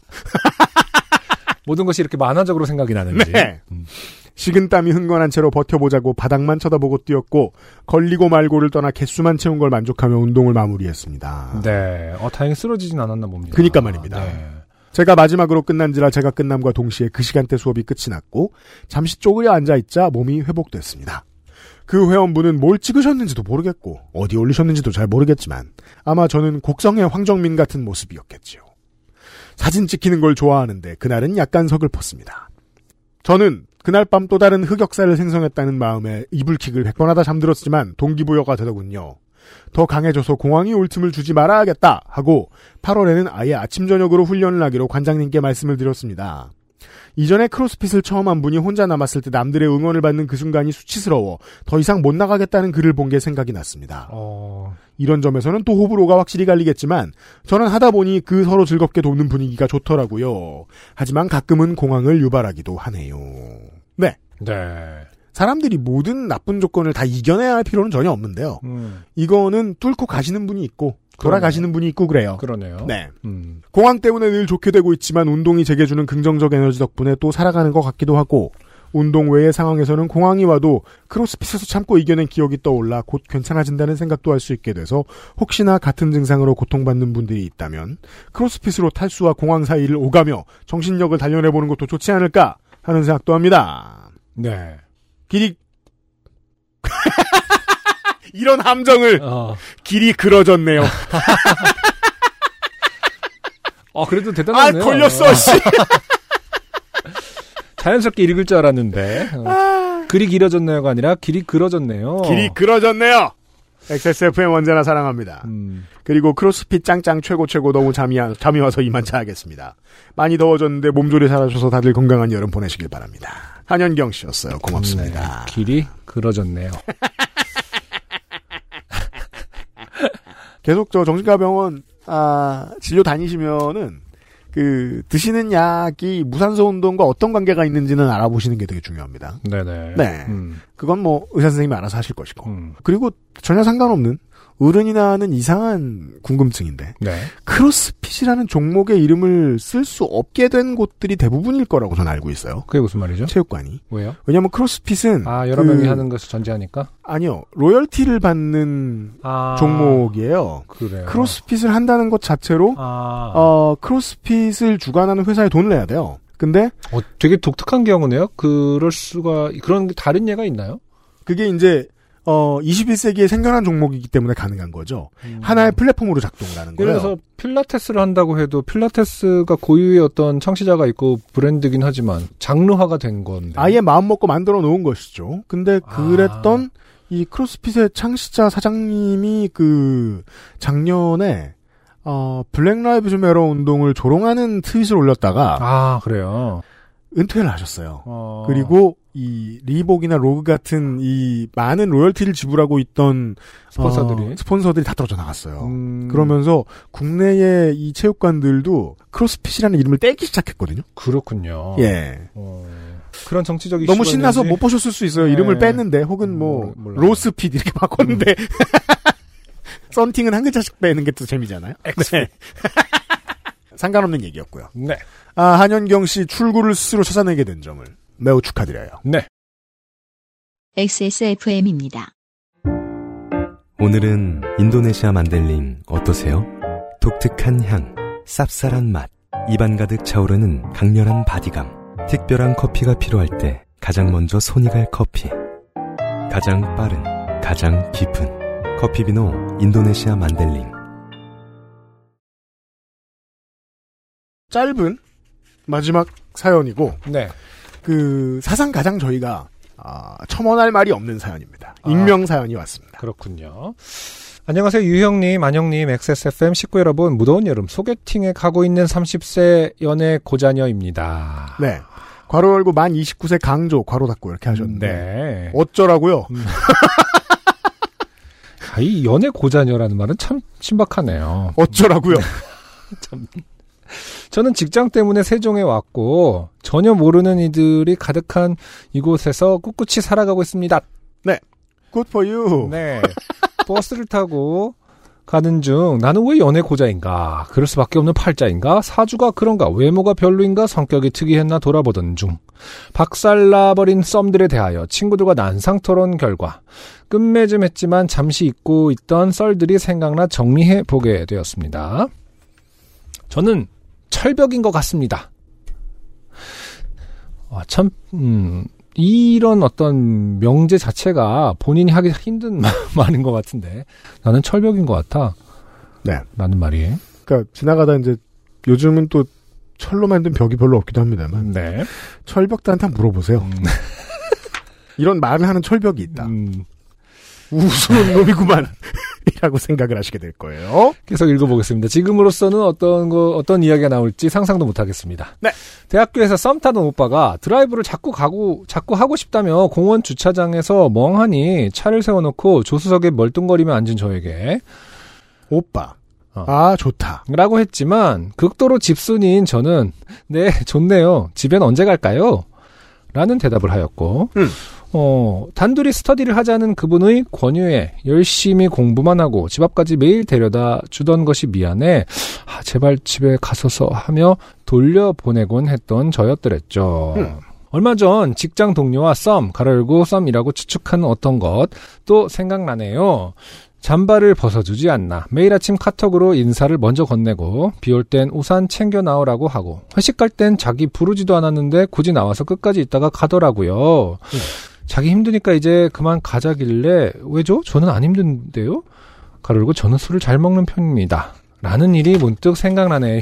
S2: 모든 것이 이렇게 만화적으로 생각이 나는지.
S1: 네.
S2: 음.
S1: 식은땀이 흥건한 채로 버텨보자고 바닥만 쳐다보고 뛰었고 걸리고 말고를 떠나 개수만 채운 걸 만족하며 운동을 마무리했습니다
S2: 네. 어, 다행히 쓰러지진 않았나 봅니다.
S1: 그니까 말입니다.
S2: 네.
S1: 제가 마지막으로 끝난지라 제가 끝남과 동시에 그 시간대 수업이 끝이 났고 잠시 쪼그려 앉아있자 몸이 회복됐습니다. 그 회원분은 뭘 찍으셨는지도 모르겠고 어디 올리셨는지도 잘 모르겠지만 아마 저는 곡성의 황정민 같은 모습이었겠지요. 사진 찍히는 걸 좋아하는데 그날은 약간 서글펐습니다. 저는 그날 밤 또 다른 흑역사를 생성했다는 마음에 이불킥을 100번 하다 잠들었지만 동기부여가 되더군요. 더 강해져서 공황이 올 틈을 주지 말아야겠다 하고 8월에는 아예 아침 저녁으로 훈련을 하기로 관장님께 말씀을 드렸습니다. 이전에 크로스핏을 처음 한 분이 혼자 남았을 때 남들의 응원을 받는 그 순간이 수치스러워 더 이상 못 나가겠다는 글을 본 게 생각이 났습니다.
S2: 어,
S1: 이런 점에서는 또 호불호가 확실히 갈리겠지만 저는 하다 보니 그 서로 즐겁게 돕는 분위기가 좋더라고요. 하지만 가끔은 공황을 유발하기도 하네요. 네.
S2: 네.
S1: 사람들이 모든 나쁜 조건을 다 이겨내야 할 필요는 전혀 없는데요.
S2: 음,
S1: 이거는 뚫고 가시는 분이 있고 돌아가시는 분이 있고 그래요.
S2: 그러네요.
S1: 네.
S2: 음,
S1: 공황 때문에 늘 좋게 되고 있지만 운동이 제게 주는 긍정적 에너지 덕분에 또 살아가는 것 같기도 하고 운동 외의 상황에서는 공황이 와도 크로스핏에서 참고 이겨낸 기억이 떠올라 곧 괜찮아진다는 생각도 할 수 있게 돼서 혹시나 같은 증상으로 고통받는 분들이 있다면 크로스핏으로 탈수와 공황 사이를 오가며 정신력을 단련해보는 것도 좋지 않을까 하는 생각도 합니다.
S2: 네.
S1: 길이 이런 함정을
S2: 어,
S1: 길이 그려졌네요. 아,
S2: 어, 그래도
S1: 아
S2: 대단하네요.
S1: 걸렸어. 씨.
S2: 자연스럽게 읽을 줄 알았는데. 어. 글이 길어졌네요가 아니라 길이 그러졌네요.
S1: 아. 길이 그려졌네요. XSFM 언제나 사랑합니다.
S2: 음,
S1: 그리고 크로스핏 짱짱 최고 최고 너무 잠이, 안- 잠이 와서 이만 자야겠습니다. 많이 더워졌는데 몸조리 살아줘서 다들 건강한 여름 보내시길 바랍니다. 한현경 씨였어요. 고맙습니다.
S2: 네. 길이 그러졌네요.
S1: 계속 저 정신과 병원 아, 진료 다니시면은 그 드시는 약이 무산소 운동과 어떤 관계가 있는지는 알아보시는 게 되게 중요합니다.
S2: 네네.
S1: 네.
S2: 음,
S1: 그건 뭐 의사 선생님이 알아서 하실 것이고
S2: 음.
S1: 그리고 전혀 상관없는 어른이나 하는 이상한 궁금증인데
S2: 네.
S1: 크로스핏이라는 종목의 이름을 쓸 수 없게 된 곳들이 대부분일 거라고 저는 알고 있어요.
S2: 그게 무슨 말이죠?
S1: 체육관이.
S2: 왜요?
S1: 왜냐면 크로스핏은
S2: 아, 여러
S1: 그-
S2: 명이 하는 것을 전제하니까.
S1: 아니요. 로열티를 받는
S2: 아,
S1: 종목이에요.
S2: 그래요.
S1: 크로스핏을 한다는 것 자체로
S2: 아,
S1: 어, 크로스핏을 주관하는 회사에 돈을 내야 돼요. 근데
S2: 어, 되게 독특한 경우네요. 그럴 수가 그런 게 다른 예가 있나요?
S1: 그게 이제 어 21세기에 생겨난 종목이기 때문에 가능한 거죠. 하나의 플랫폼으로 작동을 하는 거예요.
S2: 음. 예를 들어서 필라테스를 한다고 해도 필라테스가 고유의 어떤 창시자가 있고 브랜드긴 하지만 장르화가 된 건데.
S1: 아예 마음 먹고 만들어 놓은 것이죠. 근데
S2: 아.
S1: 그랬던 이 크로스핏의 창시자 사장님이 그 작년에 어 블랙 라이브즈 메러 운동을 조롱하는 트윗을 올렸다가
S2: 아, 그래요.
S1: 은퇴를 하셨어요.
S2: 어.
S1: 그리고 이 리복이나 로그 같은 이 많은 로열티를 지불하고 있던
S2: 스폰서들이.
S1: 어, 스폰서들이 다 떨어져 나갔어요.
S2: 음,
S1: 그러면서 국내의 이 체육관들도 크로스핏이라는 이름을 떼기 시작했거든요.
S2: 그렇군요.
S1: 예.
S2: 어, 그런 정치적 이슈가
S1: 너무 신나서
S2: 있는지
S1: 못 보셨을 수 있어요.
S2: 네.
S1: 이름을 뺐는데 혹은 뭐
S2: 모르- 몰라요. 음.
S1: 로스핏 이렇게 바꿨는데 썬팅은 한 글자씩 빼는 게 또 재미잖아요. 네. 상관없는 얘기였고요.
S2: 네.
S1: 아, 한현경 씨 출구를 스스로 찾아내게 된 점을 매우 축하드려요.
S2: 네.
S3: XSFM입니다.
S9: 오늘은 인도네시아 만델링 어떠세요? 독특한 향, 쌉쌀한 맛, 입안 가득 차오르는 강렬한 바디감. 특별한 커피가 필요할 때 가장 먼저 손이 갈 커피. 가장 빠른, 가장 깊은 커피비노 인도네시아 만델링.
S1: 짧은 마지막 사연이고
S2: 네.
S1: 그 사상 가장 저희가 아, 첨언할 말이 없는 사연입니다.
S2: 아.
S1: 익명 사연이 왔습니다.
S2: 그렇군요. 안녕하세요. 유형님, 안영님, XSFM 식구 여러분, 무더운 여름 소개팅에 가고 있는 30세 연애 고자녀입니다.
S1: 네. 괄호 열고 만 29세 강조 괄호 닫고 이렇게 하셨는데
S2: 네.
S1: 어쩌라고요?
S2: 아, 이 연애 고자녀라는 말은 참 신박하네요.
S1: 어쩌라고요?
S2: 저는 직장 때문에 세종에 왔고 전혀 모르는 이들이 가득한 이곳에서 꿋꿋이 살아가고 있습니다.
S1: Good for you.
S2: 네. 버스를 타고 가는 중 나는 왜 연애 고자인가? 그럴 수밖에 없는 팔자인가? 사주가 그런가? 외모가 별로인가? 성격이 특이했나? 돌아보던 중 박살나버린 썸들에 대하여 친구들과 난상토론 결과 끝맺음했지만 잠시 잊고 있던 썰들이 생각나 정리해 보게 되었습니다. 저는 철벽인 것 같습니다. 아, 참, 음, 이런 어떤 명제 자체가 본인이 하기 힘든 마- 말인 것 같은데 나는 철벽인 것 같아.
S1: 네.
S2: 라는 말이에요.
S1: 그러니까 지나가다 이제 요즘은 또 철로 만든 벽이 별로 없기도 합니다만
S2: 네.
S1: 철벽들한테 한번 물어보세요. 이런 말을 하는 철벽이 있다.
S2: 음,
S1: 우스운 놈이구만. 이라고 생각을 하시게 될 거예요.
S2: 계속 읽어보겠습니다. 지금으로서는 어떤 거 어떤 이야기가 나올지 상상도 못하겠습니다.
S1: 네.
S2: 대학교에서 썸 타던 오빠가 드라이브를 자꾸 가고 자꾸 하고 싶다며 공원 주차장에서 멍하니 차를 세워놓고 조수석에 멀뚱거리며 앉은 저에게
S1: 오빠.
S2: 어.
S1: 아, 좋다.
S2: 라고 했지만 극도로 집순이인 저는 네 좋네요 집엔 언제 갈까요? 라는 대답을 하였고
S1: 음.
S2: 어, 단둘이 스터디를 하자는 그분의 권유에 열심히 공부만 하고 집 앞까지 매일 데려다 주던 것이 미안해 아, 제발 집에 가서서 하며 돌려보내곤 했던 저였더랬죠.
S1: 음.
S2: 얼마 전 직장 동료와 썸, 가로열고 썸이라고 추측하는 어떤 것 또 생각나네요. 잠바를 벗어주지 않나. 매일 아침 카톡으로 인사를 먼저 건네고 비 올 땐 우산 챙겨 나오라고 하고 회식 갈 땐 자기 부르지도 않았는데 굳이 나와서 끝까지 있다가 가더라고요. 자기 힘드니까 이제 그만 가자길래 왜죠? 저는 안 힘든데요. 가르고 저는 술을 잘 먹는 편입니다. 라는 일이 문득 생각나네요.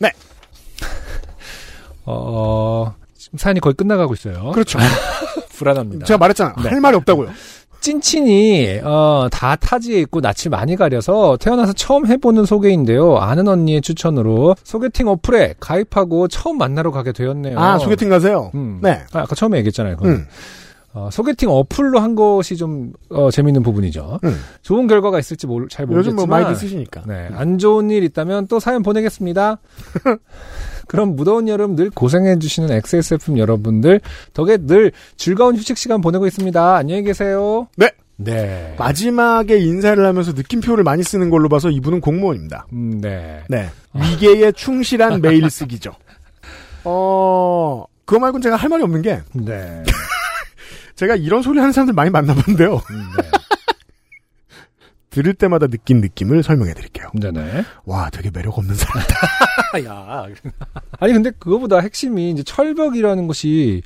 S1: 네.
S2: 어, 지금 사연이 거의 끝나가고 있어요.
S1: 그렇죠.
S2: 불안합니다.
S1: 제가 말했잖아.
S2: 네.
S1: 할 말이 없다고요.
S2: 찐친이 어, 다 타지에 있고 낯을 많이 가려서 태어나서 처음 해보는 소개인데요. 아는 언니의 추천으로 소개팅 어플에 가입하고 처음 만나러 가게 되었네요. 어.
S1: 아, 소개팅 가세요?
S2: 음.
S1: 네.
S2: 아, 까 처음에 얘기했잖아요. 그건.
S1: 음.
S2: 어, 소개팅 어플로 한 것이 좀 어, 재밌는 부분이죠.
S1: 음.
S2: 좋은 결과가 있을지 모르, 잘
S1: 요즘
S2: 모르겠지만
S1: 뭐 많이들 쓰시니까.
S2: 네, 안 좋은 일 있다면 또 사연 보내겠습니다. 그럼 무더운 여름 늘 고생해주시는 XSFM 여러분들 덕에 늘 즐거운 휴식 시간 보내고 있습니다. 안녕히 계세요.
S1: 네.
S2: 네.
S1: 마지막에 인사를 하면서 느낌표를 많이 쓰는 걸로 봐서 이분은 공무원입니다.
S2: 음, 네.
S1: 네. 위계에 충실한 메일 쓰기죠. 어, 그거 말고는 제가 할 말이 없는 게,
S2: 네. 네.
S1: 제가 이런 소리 하는 사람들 많이 만나봤는데요.
S2: 음, 네.
S1: 들을 때마다 느낀 느낌을 설명해 드릴게요.
S2: 네네.
S1: 와, 되게 매력 없는 사람이다.
S2: 야. 아니 근데 그거보다 핵심이 이제 철벽이라는 것이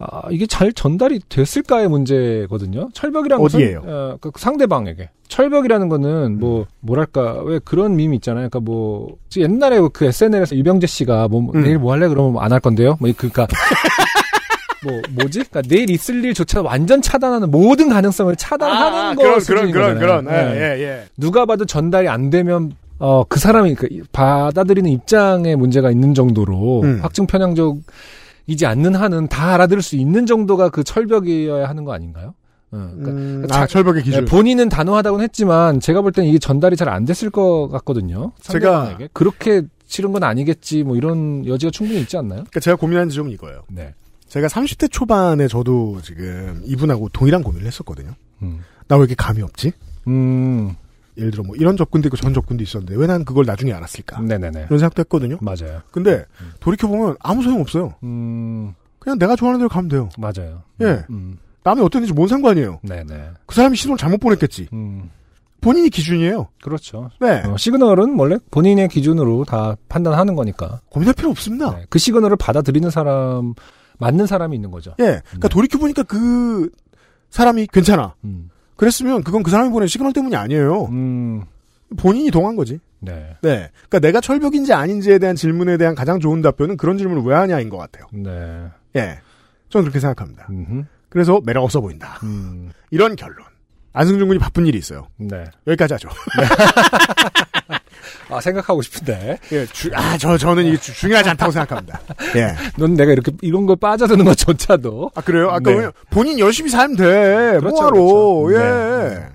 S2: 아, 이게 잘 전달이 됐을까의 문제거든요. 철벽이라는
S1: 어디예요? 음.
S2: 것은 어, 그 상대방에게 철벽이라는 거는 뭐 뭐랄까 왜 그런 밈 있잖아요. 그러니까 뭐 옛날에 그 SNL에서 유병재 씨가 뭐
S1: 음.
S2: 내일 뭐 할래 그러면 안 할 건데요. 뭐 그러니까 뭐 뭐지? 그러니까 내일 있을 일조차 완전 차단하는 모든 가능성을 차단하는
S1: 아,
S2: 거
S1: 그런, 그런,
S2: 수준인
S1: 그런,
S2: 거잖아요.
S1: 그런.
S2: 예.
S1: 예, 예, 예.
S2: 누가 봐도 전달이 안 되면 어, 그 사람이 그 받아들이는 입장에 문제가 있는 정도로
S1: 음.
S2: 확증 편향적이지 않는 한은 다 알아들을 수 있는 정도가 그 철벽이어야 하는 거 아닌가요? 어, 그러니까
S1: 음,
S2: 자-
S1: 아, 철벽의 기준.
S2: 네, 본인은 단호하다고는 했지만 제가 볼 땐 이게 전달이 잘 안 됐을 것 같거든요.
S1: 제가-
S2: 상대방에게. 그렇게 싫은 건 아니겠지 뭐 이런 여지가 충분히 있지 않나요?
S1: 그러니까 제가 고민한 지점은 이거예요.
S2: 네.
S1: 제가 30대 초반에 저도 지금 이분하고 동일한 고민을 했었거든요.
S2: 음.
S1: 나 왜 이렇게 감이 없지?
S2: 음.
S1: 예를 들어 뭐 이런 접근도 있고 저런 접근도 있었는데 왜 난 그걸 나중에 알았을까?
S2: 네네네.
S1: 이런 생각도 했거든요.
S2: 맞아요.
S1: 근데 돌이켜보면 아무 소용 없어요.
S2: 음.
S1: 그냥 내가 좋아하는 대로 가면 돼요.
S2: 맞아요.
S1: 예.
S2: 음.
S1: 남이 어땠는지 뭔 상관이에요.
S2: 네네.
S1: 그 사람이 시선을 잘못 보냈겠지.
S2: 음.
S1: 본인이 기준이에요.
S2: 그렇죠.
S1: 네.
S2: 어, 시그널은 원래 본인의 기준으로 다 판단하는 거니까
S1: 고민할 필요 없습니다.
S2: 네, 그 시그널을 받아들이는 사람 맞는 사람이 있는 거죠.
S1: 예.
S2: 네.
S1: 그러니까 돌이켜보니까 그 사람이 괜찮아.
S2: 음,
S1: 그랬으면 그건 그 사람이 보낸 시그널 때문이 아니에요.
S2: 음,
S1: 본인이 동한 거지.
S2: 네,
S1: 네. 그러니까 내가 철벽인지 아닌지에 대한 질문에 대한 가장 좋은 답변은 그런 질문을 왜 하냐인 것 같아요.
S2: 네,
S1: 예. 저는 그렇게 생각합니다.
S2: 음흠,
S1: 그래서 매력 없어 보인다.
S2: 음,
S1: 이런 결론. 안승준 군이 바쁜 일이 있어요.
S2: 네.
S1: 여기까지 하죠.
S2: 아 생각하고 싶은데,
S1: 예, 주- 아, 저, 저는 이게 주- 중요하지 않다고 생각합니다. 예.
S2: 넌 내가 이렇게 이런 걸 빠져드는 것조차도
S1: 아, 그래요? 아까
S2: 네.
S1: 왜냐- 본인 열심히 살면 돼.
S2: 그렇죠,
S1: 뭐하러.
S2: 그렇죠.
S1: 예.
S2: 네.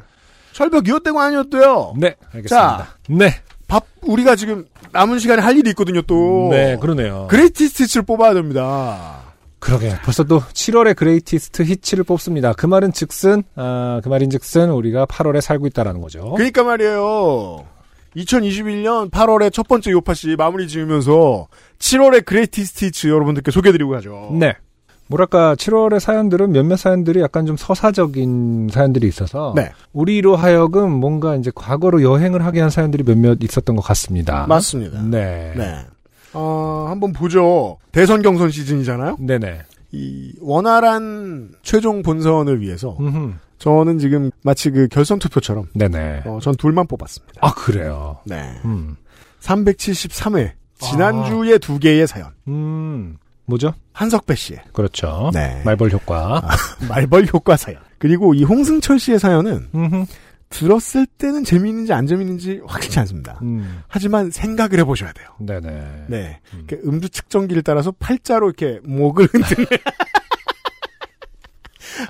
S1: 철벽이었대고 아니었대요.
S2: 네, 알겠습니다.
S1: 자.
S2: 네,
S1: 밥, 우리가 지금 남은 시간에 할 일이 있거든요, 또.
S2: 네, 그러네요.
S1: 그레이티스트 히츠를 뽑아야 됩니다.
S2: 그러게 벌써 또 7월에 그레이티스트 히치를 뽑습니다. 그 말은 즉슨, 아, 그 말인즉슨 우리가 8월에 살고 있다라는 거죠.
S1: 그러니까 말이에요. 2021년 8월에 첫 번째 요파 씨 마무리 지으면서 7월에 그레이티스트 히츠 여러분들께 소개해드리고 가죠.
S2: 네. 뭐랄까 7월의 사연들은 몇몇 사연들이 약간 좀 서사적인 사연들이 있어서
S1: 네.
S2: 우리로 하여금 뭔가 이제 과거로 여행을 하게 한 사연들이 몇몇 있었던 것 같습니다.
S1: 맞습니다.
S2: 네.
S1: 네. 어, 한번 보죠. 대선 경선 시즌이잖아요?
S2: 네네.
S1: 이 원활한 최종 본선을 위해서
S2: 음흠.
S1: 저는 지금 마치 그 결선 투표처럼
S2: 네네.
S1: 어, 전 둘만 뽑았습니다.
S2: 아 그래요.
S1: 네.
S2: 음.
S1: 373회
S2: 아.
S1: 지난주에 두 개의 사연.
S2: 음. 뭐죠?
S1: 한석배 씨의
S2: 그렇죠.
S1: 네.
S2: 말벌 효과.
S1: 말벌 효과 사연. 그리고 이 홍승철 씨의 사연은
S2: 음흠.
S1: 들었을 때는 재미있는지 안 재미있는지 확실치 않습니다.
S2: 음.
S1: 하지만 생각을 해보셔야 돼요.
S2: 네네.
S1: 네.
S2: 음.
S1: 그 음주 측정기를 따라서 팔자로 이렇게 목을 흔드는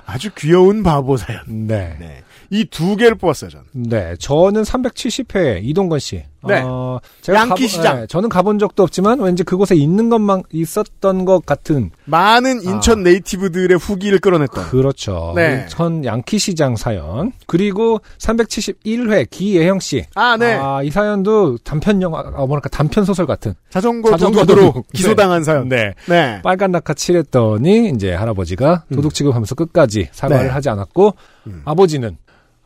S1: 아주 귀여운 바보 사연.
S2: 네.
S1: 네. 이 두 개를 뽑았어요, 저는.
S2: 네, 저는 370회 이동건 씨.
S1: 네.
S2: 어,
S1: 양키
S2: 가보-
S1: 시장.
S2: 네, 저는 가본 적도 없지만 왠지 그곳에 있는 것만 있었던 것 같은
S1: 많은 인천
S2: 아.
S1: 네이티브들의 후기를 끌어냈던.
S2: 그렇죠.
S1: 네.
S2: 천 양키 시장 사연 그리고 371회 기예형 씨.
S1: 아, 네.
S2: 아, 이 사연도 단편 영화, 아, 뭐랄까 단편 소설 같은.
S1: 자전거
S2: 자전거
S1: 도둑으로
S2: 도둑.
S1: 기소당한 사연.
S2: 네.
S1: 네.
S2: 빨간 낙하 칠했더니 이제 할아버지가 도둑 취급하면서 끝까지 사과를
S1: 음. 네.
S2: 하지 않았고
S1: 음.
S2: 아버지는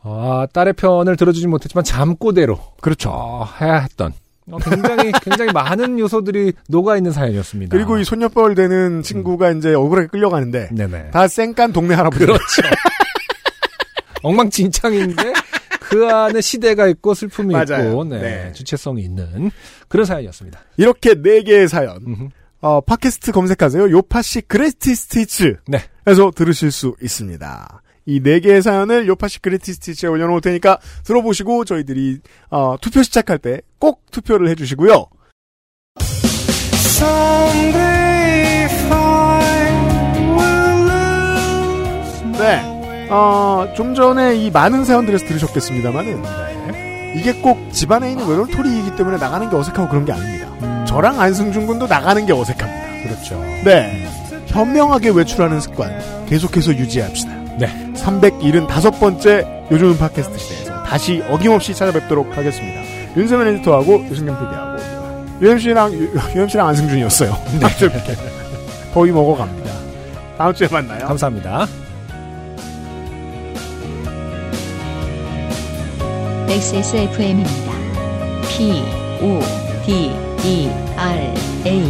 S2: 아, 딸의 편을 들어주지 못했지만 잠꼬대로
S1: 그렇죠.
S2: 어, 해야 했던. 어, 굉장히 굉장히 많은 요소들이 녹아 있는 사연이었습니다.
S1: 그리고 이 손녀뻘 되는 친구가 이제 억울하게 끌려가는데
S2: 네네.
S1: 다 쌩깐 동네 할아버지.
S2: 그렇죠. 엉망진창인데 그 안에 시대가 있고 슬픔이
S1: 맞아요.
S2: 있고 네,
S1: 네.
S2: 주체성이 있는 그런 사연이었습니다.
S1: 이렇게 네 개의 사연.
S2: 음흠.
S1: 어, 팟캐스트 검색하세요. 요파시 그레티 스티치.
S2: 네.
S1: 해서 들으실 수 있습니다. 이 네 개의 사연을 요파시 그레티 스티치에 올려놓을 테니까 들어보시고 저희들이, 어, 투표 시작할 때 꼭 투표를 해주시고요. 네. 어, 좀 전에 이 많은 사연들에서 들으셨겠습니다만은, 이게 꼭 집안에 있는 외로운 토리이기 때문에 나가는 게 어색하고 그런 게 아닙니다. 저랑 안승준 군도 나가는 게 어색합니다.
S2: 그렇죠.
S1: 네. 현명하게 외출하는 습관 계속해서 유지합시다.
S2: 네.
S1: 375번째 요즘은 팟캐스트 시대에서 다시 어김없이 찾아뵙도록 하겠습니다. 윤세민 에디터하고 유승경 PD하고 유엠씨랑 유엠씨랑 안승준이었어요. 갑자기 이렇게 더위 먹어갑니다. 다음 주에 만나요.
S2: 감사합니다.
S3: XSFM입니다. P, O, D, E, R, A.